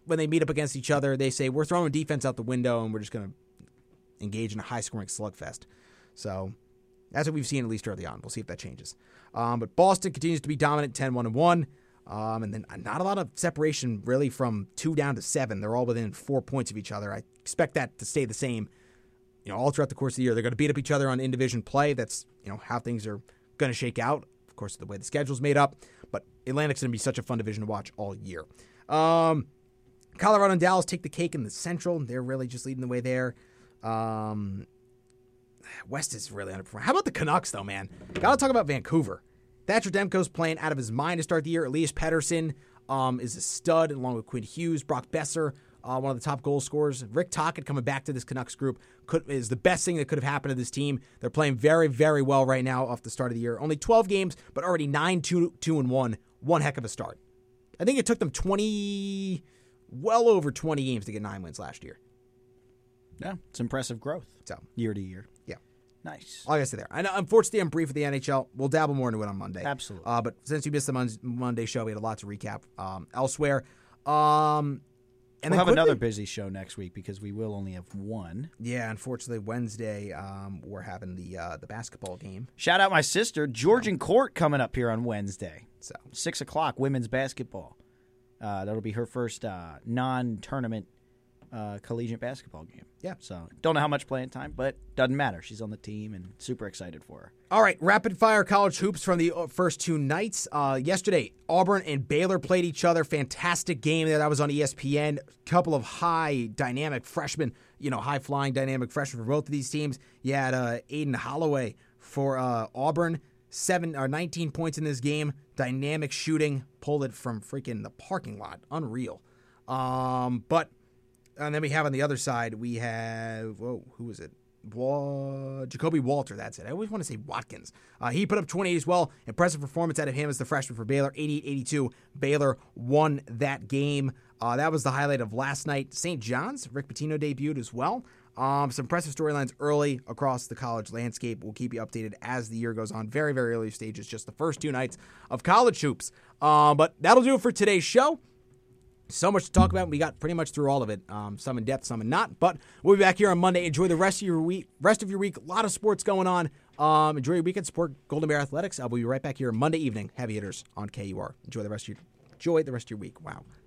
Speaker 1: When they meet up against each other, they say we're throwing defense out the window and we're just going to engage in a high scoring slugfest. So that's what we've seen at least early on. We'll see if that changes. Um, but Boston continues to be dominant 10 1 1. Um, and then not a lot of separation really from two down to seven. They're all within four points of each other. I expect that to stay the same. You know, all throughout the course of the year, they're going to beat up each other on in division play. That's you know how things are going to shake out. Of course, the way the schedule's made up. But Atlantic's going to be such a fun division to watch all year. Um, Colorado and Dallas take the cake in the Central. They're really just leading the way there. Um, West is really underperforming. How about the Canucks, though, man? Gotta talk about Vancouver. Thatcher Demko's playing out of his mind to start the year. Elias Pettersson um, is a stud, along with Quinn Hughes, Brock Besser, uh, one of the top goal scorers. Rick Tockett coming back to this Canucks group could, is the best thing that could have happened to this team. They're playing very, very well right now off the start of the year. Only 12 games, but already 9 2, 2 and 1. One heck of a start. I think it took them 20, well over 20 games to get nine wins last year.
Speaker 8: Yeah, it's impressive growth
Speaker 1: So,
Speaker 8: year to year.
Speaker 1: yeah. Uh,
Speaker 8: Nice.
Speaker 1: All I gotta say there. I know, unfortunately, I'm brief with the NHL. We'll dabble more into it on Monday.
Speaker 8: Absolutely.
Speaker 1: Uh, but since you missed the Mon- Monday show, we had a lot to recap um, elsewhere. Um,
Speaker 8: we'll
Speaker 1: and then
Speaker 8: have
Speaker 1: quickly-
Speaker 8: another busy show next week because we will only have one.
Speaker 1: Yeah, unfortunately, Wednesday um, we're having the uh, the basketball game.
Speaker 8: Shout out my sister, Georgian Court, coming up here on Wednesday,
Speaker 1: So
Speaker 8: six o'clock, women's basketball. Uh, that'll be her first uh, non-tournament uh, collegiate basketball game.
Speaker 1: Yeah.
Speaker 8: So don't know how much playing time, but doesn't matter. She's on the team and super excited for her.
Speaker 1: All right, rapid fire college hoops from the uh, first two nights. Uh, yesterday, Auburn and Baylor played each other. Fantastic game there. That was on E ESPN. Couple of high dynamic freshmen, you know, high flying dynamic freshmen for both of these teams. You had uh, Aiden Holloway for uh, Auburn, seven or 19 points in this game. Dynamic shooting, pulled it from freaking the parking lot. Unreal. Um, but and then we have on the other side, we have, whoa, who is it? Wa- Jacoby Walter, that's it. I always want to say Watkins. Uh, he put up 28 as well. Impressive performance out of him as the freshman for Baylor, 88 82. Baylor won that game. Uh, that was the highlight of last night. St. John's, Rick Pitino debuted as well. Um, some impressive storylines early across the college landscape. We'll keep you updated as the year goes on. Very, very early stages, just the first two nights of college hoops. Uh, but that'll do it for today's show so much to talk about. We got pretty much through all of it. Um, some in depth, some in not. But we'll be back here on Monday. Enjoy the rest of your week. Rest of your week. A lot of sports going on. Um, enjoy your weekend. Support Golden Bear Athletics. I will be right back here Monday evening. Heavy hitters on KUR. Enjoy the rest of your enjoy the rest of your week. Wow,